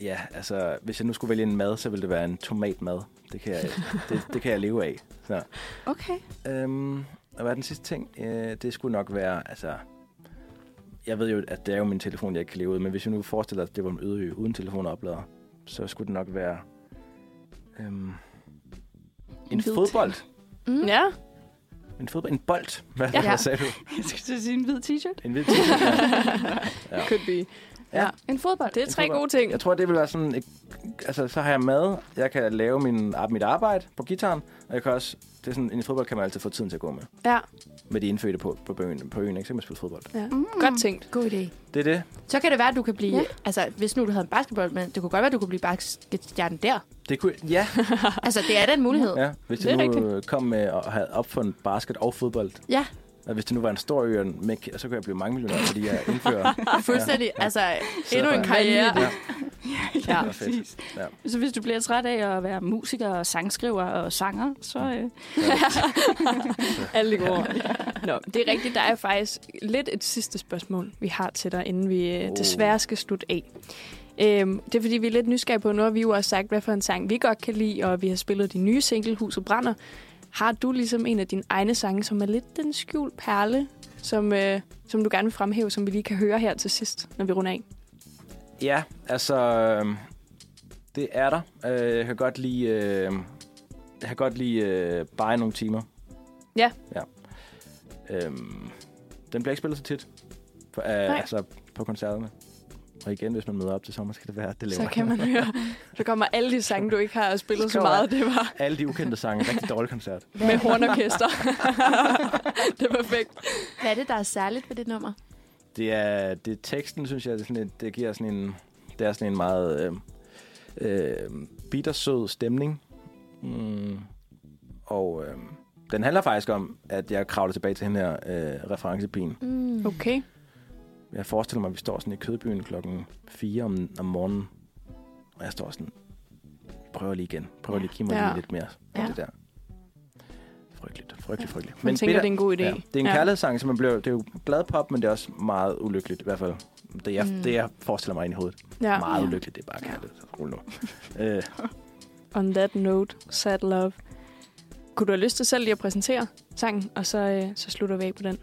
Speaker 9: ja, altså, hvis jeg nu skulle vælge en mad, så ville det være en tomatmad. Det kan jeg, det, det kan jeg leve af. Så.
Speaker 12: Okay.
Speaker 9: Øhm, og hvad er den sidste ting? Øh, det skulle nok være, altså... Jeg ved jo, at det er jo min telefon, jeg ikke kan leve ud, men hvis vi nu forestiller os, at det var en øde ø uden telefon og oplader, så skulle det nok være... Øhm, en
Speaker 12: hvid
Speaker 9: fodbold.
Speaker 7: Mm.
Speaker 12: Ja.
Speaker 9: En fodbold. En bold. Hvad, ja.
Speaker 12: Ja.
Speaker 9: hvad sagde du?
Speaker 12: Jeg skulle til at sige en hvid t-shirt.
Speaker 9: En hvid t-shirt, ja. Ja.
Speaker 3: Could be.
Speaker 9: Ja.
Speaker 12: En fodbold.
Speaker 3: Det er tre
Speaker 9: tror bare-
Speaker 3: gode ting.
Speaker 9: Jeg tror, det vil være sådan... Et, altså, så har jeg mad. Jeg kan lave min, ar- mit arbejde på gitaren. Og jeg kan også... Det er sådan, en fodbold kan man altid få tiden til at gå med.
Speaker 3: Ja.
Speaker 9: Med de indfødte på, på, øen, på øen, ikke? Så kan man spille fodbold.
Speaker 3: Mm. Godt tænkt.
Speaker 7: God idé.
Speaker 9: Det er det.
Speaker 7: Så kan det være, at du kan blive...
Speaker 12: Ja.
Speaker 7: Ja. Altså, hvis nu du havde en basketball, men det kunne godt være, at du kunne blive basketstjerne der.
Speaker 9: Det kunne, ja,
Speaker 7: Altså, det er da en mulighed.
Speaker 9: Ja, hvis
Speaker 3: Det
Speaker 9: det,
Speaker 3: er
Speaker 9: det nu rigtigt. kom med og havde opfundet basket og fodbold.
Speaker 7: Ja.
Speaker 9: Og hvis det nu var en stor ø, og en mæk, så kunne jeg blive mange millioner, fordi jeg indfører.
Speaker 7: Fuldstændig. Altså, endnu en
Speaker 9: bare-
Speaker 7: karriere.
Speaker 12: Ja.
Speaker 9: Ja,
Speaker 12: Ja,
Speaker 9: ja fedt. Ja.
Speaker 12: Så hvis du bliver træt af at være musiker og sangskriver og sanger, så... Øh,
Speaker 3: Alle de gode ord. Nå, det er rigtigt. Der er faktisk lidt et sidste spørgsmål, vi har til dig, inden vi øh,
Speaker 9: Oh.
Speaker 3: desværre skal slutte af. Øhm, det er fordi, vi er lidt nysgerrige på, nu har vi jo også sagt, hvad for en sang vi godt kan lide, og vi har spillet de nye single, Huset Brænder. Har du ligesom en af dine egne sange, som er lidt den skjult perle, som, øh, som du gerne vil fremhæve, som vi lige kan høre her til sidst, når vi runder af?
Speaker 9: ja, altså... øhm, Det er der. Øh, jeg kan godt lige, øh, jeg kan godt lige øh, bare nogle timer.
Speaker 3: Ja.
Speaker 9: ja. Øhm, den bliver ikke spillet så tit. For, øh, altså på koncerterne. Og igen, hvis man møder op til sommer, skal det være, at det laver.
Speaker 3: Så kan man høre. Så kommer alle de sange, du ikke har spillet så
Speaker 9: Kommer-
Speaker 3: meget. Det var
Speaker 9: Alle de ukendte sange. Rigtig dårlig koncert.
Speaker 3: med hornorkester. det er perfekt.
Speaker 7: Hvad er det, der er særligt ved det nummer?
Speaker 9: Det er, det er teksten, synes jeg, det, er sådan en, det giver sådan en, det er sådan en meget øh, øh, bittersød stemning. Mm. Og øh, den handler faktisk om, at jeg kravler tilbage til den her øh, referencepin.
Speaker 7: Mm.
Speaker 3: Okay.
Speaker 9: Jeg forestiller mig, at vi står sådan i kødbyen klokken 4 om, om morgenen, og jeg står sådan, prøv lige igen, prøv lige, giv mig
Speaker 3: Ja.
Speaker 9: lige lidt mere af
Speaker 7: Ja.
Speaker 9: det der. Frygteligt, frygteligt, frygteligt.
Speaker 3: Man tænker, det er en god idé.
Speaker 9: Ja, det er en
Speaker 3: Ja.
Speaker 9: ja. kærlighedssang, så man bliver, det er jo glad pop, men det er også meget ulykkeligt, i hvert fald det, jeg,
Speaker 7: Mm.
Speaker 9: mm. det, jeg forestiller mig ind i hovedet. Ja. Meget ulykkeligt, det er bare kærlighed. Så Rul nu. øh,
Speaker 3: On that note, sad love. Kunne du have lyst til selv lige at præsentere sangen, og så, øh, så slutter vi af på den?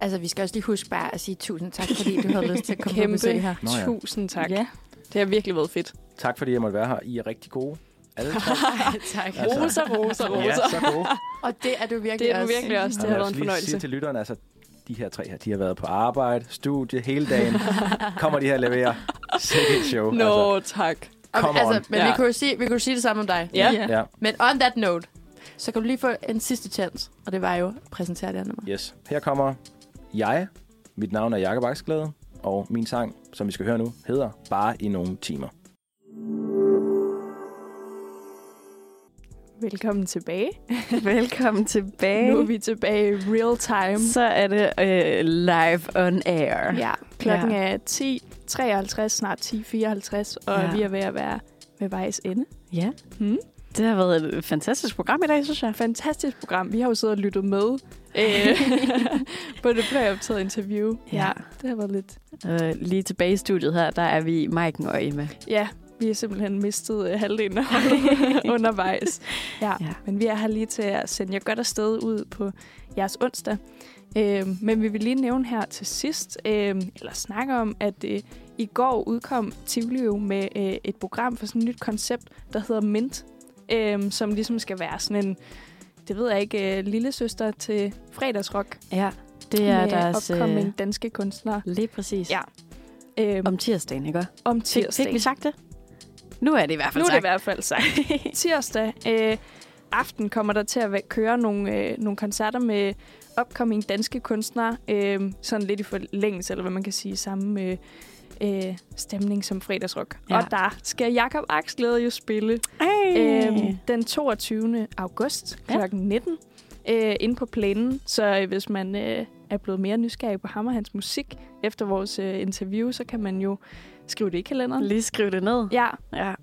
Speaker 7: Altså, vi skal også lige huske bare at sige tusind tak, fordi du havde lyst til at komme på
Speaker 3: Kæmpe
Speaker 7: besøg her.
Speaker 9: Nå ja.
Speaker 3: tusind tak.
Speaker 12: Ja.
Speaker 3: Det har virkelig været fedt.
Speaker 9: tak fordi jeg måtte være her. I er rigtig gode. Alle tre.
Speaker 7: tak.
Speaker 3: Rosa, rosa,
Speaker 9: Altså- ja,
Speaker 3: rosa.
Speaker 9: så gode.
Speaker 7: Og det er du virkelig
Speaker 3: Det er du
Speaker 7: også.
Speaker 3: virkelig også. Altså. Det
Speaker 9: Og
Speaker 3: har
Speaker 9: jeg
Speaker 3: været en
Speaker 9: vil lige sige
Speaker 3: fornøjelse.
Speaker 9: til lytteren, altså, de her tre her, de har været på arbejde, studie, hele dagen. Kommer de her og leverer. Sikke et show. Altså,
Speaker 3: Nå, tak.
Speaker 7: Og,
Speaker 9: Come on.
Speaker 7: altså, men ja. vi,
Speaker 3: Ja.
Speaker 7: kunne jo sige, vi kunne jo sige det samme om dig.
Speaker 3: Ja.
Speaker 9: Altså, ja,
Speaker 7: Men on that note, så kan du lige få en sidste chance. Og det var jo at præsentere det her nummer.
Speaker 9: yes. Her kommer jeg. Mit navn er Jakob Aksglæde, og min sang, som vi skal høre nu, hedder Bare i nogle timer.
Speaker 3: Velkommen tilbage.
Speaker 6: Velkommen tilbage.
Speaker 3: Nu er vi tilbage i real time.
Speaker 6: Så er det øh, live on air.
Speaker 3: Ja, klokken ja. er 10.53, snart 10.54, og
Speaker 6: Ja.
Speaker 3: ja. vi er ved at være ved vejs ende.
Speaker 6: ja.
Speaker 3: Mm.
Speaker 6: Hmm? Det har været et fantastisk program i dag, synes jeg.
Speaker 3: Fantastisk program. Vi har jo siddet og lyttet med øh, på det præoptaget interview.
Speaker 6: Ja.
Speaker 3: det har været lidt...
Speaker 6: Øh, lige tilbage i studiet her, der er vi Maiken og Emma.
Speaker 3: Ja, vi har simpelthen mistet øh, halvdelen af holdet undervejs. Ja,
Speaker 6: Ja.
Speaker 3: ja, men vi er her lige til at sende jer godt afsted ud på jeres onsdag. Øh, men vi vil lige nævne her til sidst, øh, eller snakke om, at øh, i går udkom Tivoli jo med øh, et program for sådan et nyt koncept, der hedder Mint, øh, som ligesom skal være sådan en, det ved jeg ikke, øh, lille søster til fredagsrock
Speaker 6: Ja, det er
Speaker 3: med
Speaker 6: deres...
Speaker 3: opkommende
Speaker 6: Øh,
Speaker 3: danske kunstnere.
Speaker 6: lige præcis.
Speaker 3: Ja. Øh, om,
Speaker 6: Om tirsdagen, ikke?
Speaker 3: om
Speaker 6: Fik,
Speaker 3: tirsdag.
Speaker 6: fik vi sagt det? Nu er det i hvert fald
Speaker 3: Nu er det i
Speaker 6: sagt.
Speaker 3: hvert fald sagt. Tirsdag øh, aften kommer der til at væ- køre nogle, øh, nogle koncerter med upcoming danske kunstnere. Øh, sådan lidt i forlængelse, eller hvad man kan sige, samme øh, øh, stemning som fredagsrock.
Speaker 6: Ja.
Speaker 3: Ja. Og der skal Jakob Aksglæde jo spille
Speaker 6: Ej.
Speaker 3: øh, den 22. august kl.
Speaker 6: Ja.
Speaker 3: 19 øh, inde på plænen. Så øh, hvis man øh, er blevet mere nysgerrig på ham og hans musik efter vores øh, interview, så kan man jo skrive det i kalenderen.
Speaker 6: Lige skriv det ned.
Speaker 3: Ja,
Speaker 6: Ja.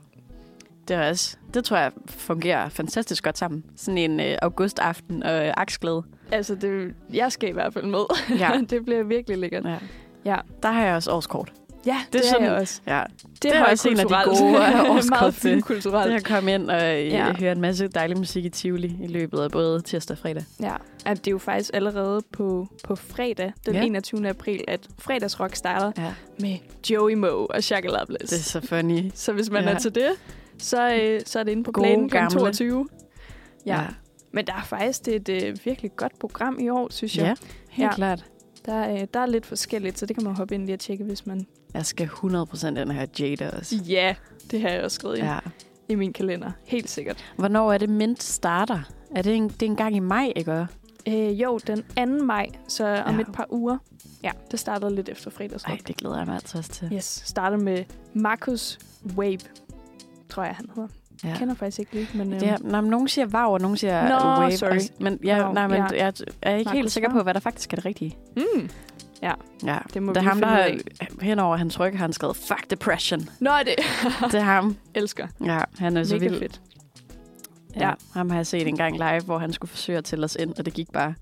Speaker 6: Det, er også, det tror jeg fungerer fantastisk godt sammen. Sådan en øh, augustaften og øh, aksglæde.
Speaker 3: Altså, det, jeg skal i hvert fald med.
Speaker 6: Ja.
Speaker 3: det bliver virkelig lækkert.
Speaker 6: ja.
Speaker 3: Ja.
Speaker 6: Der har jeg også årskort.
Speaker 3: Ja, det,
Speaker 6: er
Speaker 3: det
Speaker 6: sådan-
Speaker 3: er jeg også.
Speaker 6: Ja.
Speaker 3: Det,
Speaker 6: er også en af de gode, øh, årskort
Speaker 3: Meget
Speaker 6: til.
Speaker 3: fint kulturelt.
Speaker 6: Det at komme ind og øh, ja.
Speaker 3: Ja.
Speaker 6: høre en masse dejlig musik i Tivoli i løbet af både tirsdag og fredag.
Speaker 3: Ja, at det er jo faktisk allerede på, på fredag, den
Speaker 6: Ja.
Speaker 3: ja. 21. april, at fredagsrock starter
Speaker 6: Ja.
Speaker 3: med Joey Moe og Shaka
Speaker 6: Det er
Speaker 3: Loveless.
Speaker 6: så funny.
Speaker 3: Så hvis man
Speaker 6: Ja.
Speaker 3: ja. er til det, så, øh, så er det inde på
Speaker 6: Gode
Speaker 3: planen kl.
Speaker 6: gamle.
Speaker 3: 22. Ja. ja. Men der er faktisk det er et øh, virkelig godt program i år, synes jeg.
Speaker 6: ja. helt ja.
Speaker 3: Ja.
Speaker 6: klart.
Speaker 3: Der, øh, der er lidt forskelligt, så det kan man hoppe ind lige og tjekke, hvis man...
Speaker 6: Jeg skal 100% ind og høre Jada også.
Speaker 3: Ja, det har jeg også skrevet ind ja.
Speaker 6: Ja.
Speaker 3: i min kalender. Helt sikkert.
Speaker 6: Hvornår er det Mint starter? Er det en, det er en gang i maj, ikke?
Speaker 3: Øh, jo, den 2. maj, så om
Speaker 6: Ja.
Speaker 3: ja. et par uger. Ja, det startede lidt efter fredagsrock.
Speaker 6: Nej, det glæder jeg mig altså også til.
Speaker 3: Yes, startede med Markus Wave, tror jeg, han hedder.
Speaker 6: Ja.
Speaker 3: Ja. Jeg kender faktisk ikke lige, men...
Speaker 6: Det er, nej, men nogen siger wow, og nogen siger
Speaker 3: Nå,
Speaker 6: wave.
Speaker 3: sorry.
Speaker 6: Også. Men, jeg,
Speaker 3: Wow,
Speaker 6: nej, men
Speaker 3: ja.
Speaker 6: jeg er ikke helt
Speaker 3: Markus
Speaker 6: sikker
Speaker 3: Wau.
Speaker 6: på, hvad der faktisk er det rigtige.
Speaker 3: mm.
Speaker 6: Ja,
Speaker 3: Det må
Speaker 6: det er
Speaker 3: vi
Speaker 6: ham, der
Speaker 3: finde ud
Speaker 6: har- henover hans ryg har han skrevet, fuck depression.
Speaker 3: Nå, det
Speaker 6: Det er ham.
Speaker 3: elsker.
Speaker 6: Ja, han er så
Speaker 3: Mega
Speaker 6: vild.
Speaker 3: fedt.
Speaker 6: Ja. ja.
Speaker 3: Ja.
Speaker 6: Ham har jeg set en gang live, hvor han skulle forsøge at tælle os ind, og det gik bare.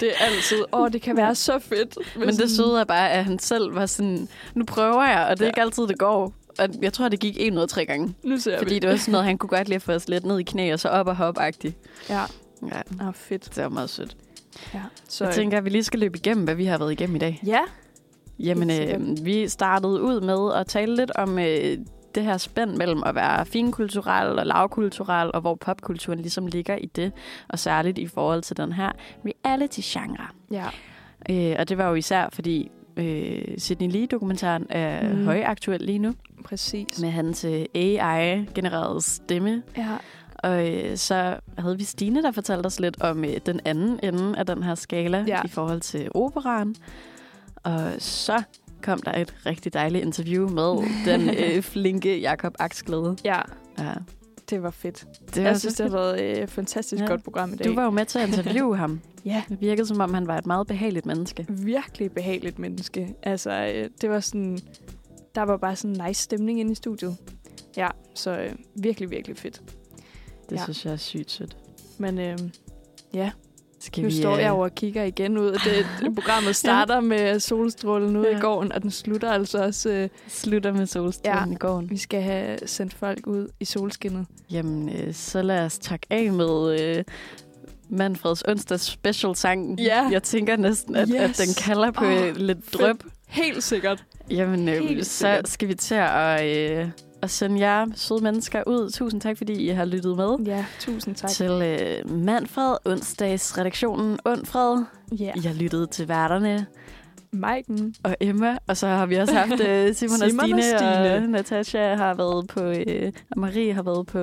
Speaker 3: Det er altid... Åh, oh, det kan være så fedt.
Speaker 6: Men det søde er bare, at han selv var sådan, nu prøver jeg, og det er ja. ikke altid, det går. Og jeg tror, det gik en ud af tre gange.
Speaker 3: Nu ser
Speaker 6: Fordi
Speaker 3: vi.
Speaker 6: det var sådan noget, han kunne godt lide at få os lidt ned i knæ, og så op og hop-agtigt.
Speaker 3: Ja,
Speaker 6: Ja,
Speaker 3: Åh, oh, fedt.
Speaker 6: det var meget sødt.
Speaker 3: Ja. Så,
Speaker 6: Så jeg tænker, at vi lige skal løbe igennem, hvad vi har været igennem i dag.
Speaker 3: Ja,
Speaker 6: Jamen,
Speaker 12: Helt
Speaker 6: øh, vi startede ud med at tale lidt om øh, det her spænd mellem at være finkulturel og lavkulturel, og hvor popkulturen ligesom ligger i det, og særligt i forhold til den her reality-genre.
Speaker 12: Ja.
Speaker 6: Øh, og det var jo især, fordi øh, Sydney Lee-dokumentaren er
Speaker 3: Mm.
Speaker 6: mm. højaktuel lige nu,
Speaker 3: Præcis.
Speaker 6: med hans øh, AI-genererede stemme.
Speaker 3: Ja.
Speaker 6: Og øh, så havde vi Stine, der fortalte os lidt om øh, den anden ende af den her skala
Speaker 3: Ja.
Speaker 6: ja. i forhold til operan. Og så kom der et rigtig dejligt interview med den øh, flinke Jakob Aksglæde.
Speaker 3: ja,
Speaker 6: Ja,
Speaker 3: det var fedt.
Speaker 6: det
Speaker 3: jeg synes,
Speaker 6: så
Speaker 3: det har
Speaker 6: fedt.
Speaker 3: været et øh, fantastisk
Speaker 6: Ja.
Speaker 3: godt program i dag.
Speaker 6: Du var jo med til at interviewe ham.
Speaker 3: Ja.
Speaker 6: Det virkede, som om han var et meget behageligt menneske.
Speaker 3: virkelig behageligt menneske. Altså, øh, det var sådan... Der var bare sådan en nice stemning inde i studiet. Ja, så øh, virkelig, virkelig fedt.
Speaker 6: Det
Speaker 3: Ja.
Speaker 6: ja. synes jeg er sygt sødt.
Speaker 3: Men øh,
Speaker 6: Skal
Speaker 3: nu står
Speaker 6: øh,
Speaker 3: jeg over og kigger igen ud. Det, det programmet starter ja. med solstrålen ude ja. i
Speaker 6: Ja.
Speaker 3: gården, og den slutter altså også... Øh,
Speaker 6: slutter med solstrålen
Speaker 3: Ja.
Speaker 6: ja. i gården?
Speaker 3: vi skal have sendt folk ud i solskinnet.
Speaker 6: Jamen, øh, så lad os takke af med øh, Manfreds onsdags special sang.
Speaker 3: Ja.
Speaker 6: Jeg tænker næsten, at, yes. at
Speaker 3: Yes.
Speaker 6: den kalder på
Speaker 3: Åh,
Speaker 6: oh, lidt
Speaker 3: fedt.
Speaker 6: drøb.
Speaker 3: Helt sikkert.
Speaker 6: Jamen, øh,
Speaker 3: Helt
Speaker 6: så
Speaker 3: sikkert.
Speaker 6: skal vi til at, øh, at sende jer søde mennesker ud. Tusind tak, fordi I har lyttet med
Speaker 3: Ja, tusind tak.
Speaker 6: til øh, Manfred, onsdagsredaktionen Undfred.
Speaker 3: Ja.
Speaker 6: I har lyttet til værterne
Speaker 3: Maiken.
Speaker 6: og Emma, og så har vi også haft øh, Simon,
Speaker 3: Simon og
Speaker 6: og Stine, og,
Speaker 3: Stine.
Speaker 6: Natasha har været på, øh, og Marie har været på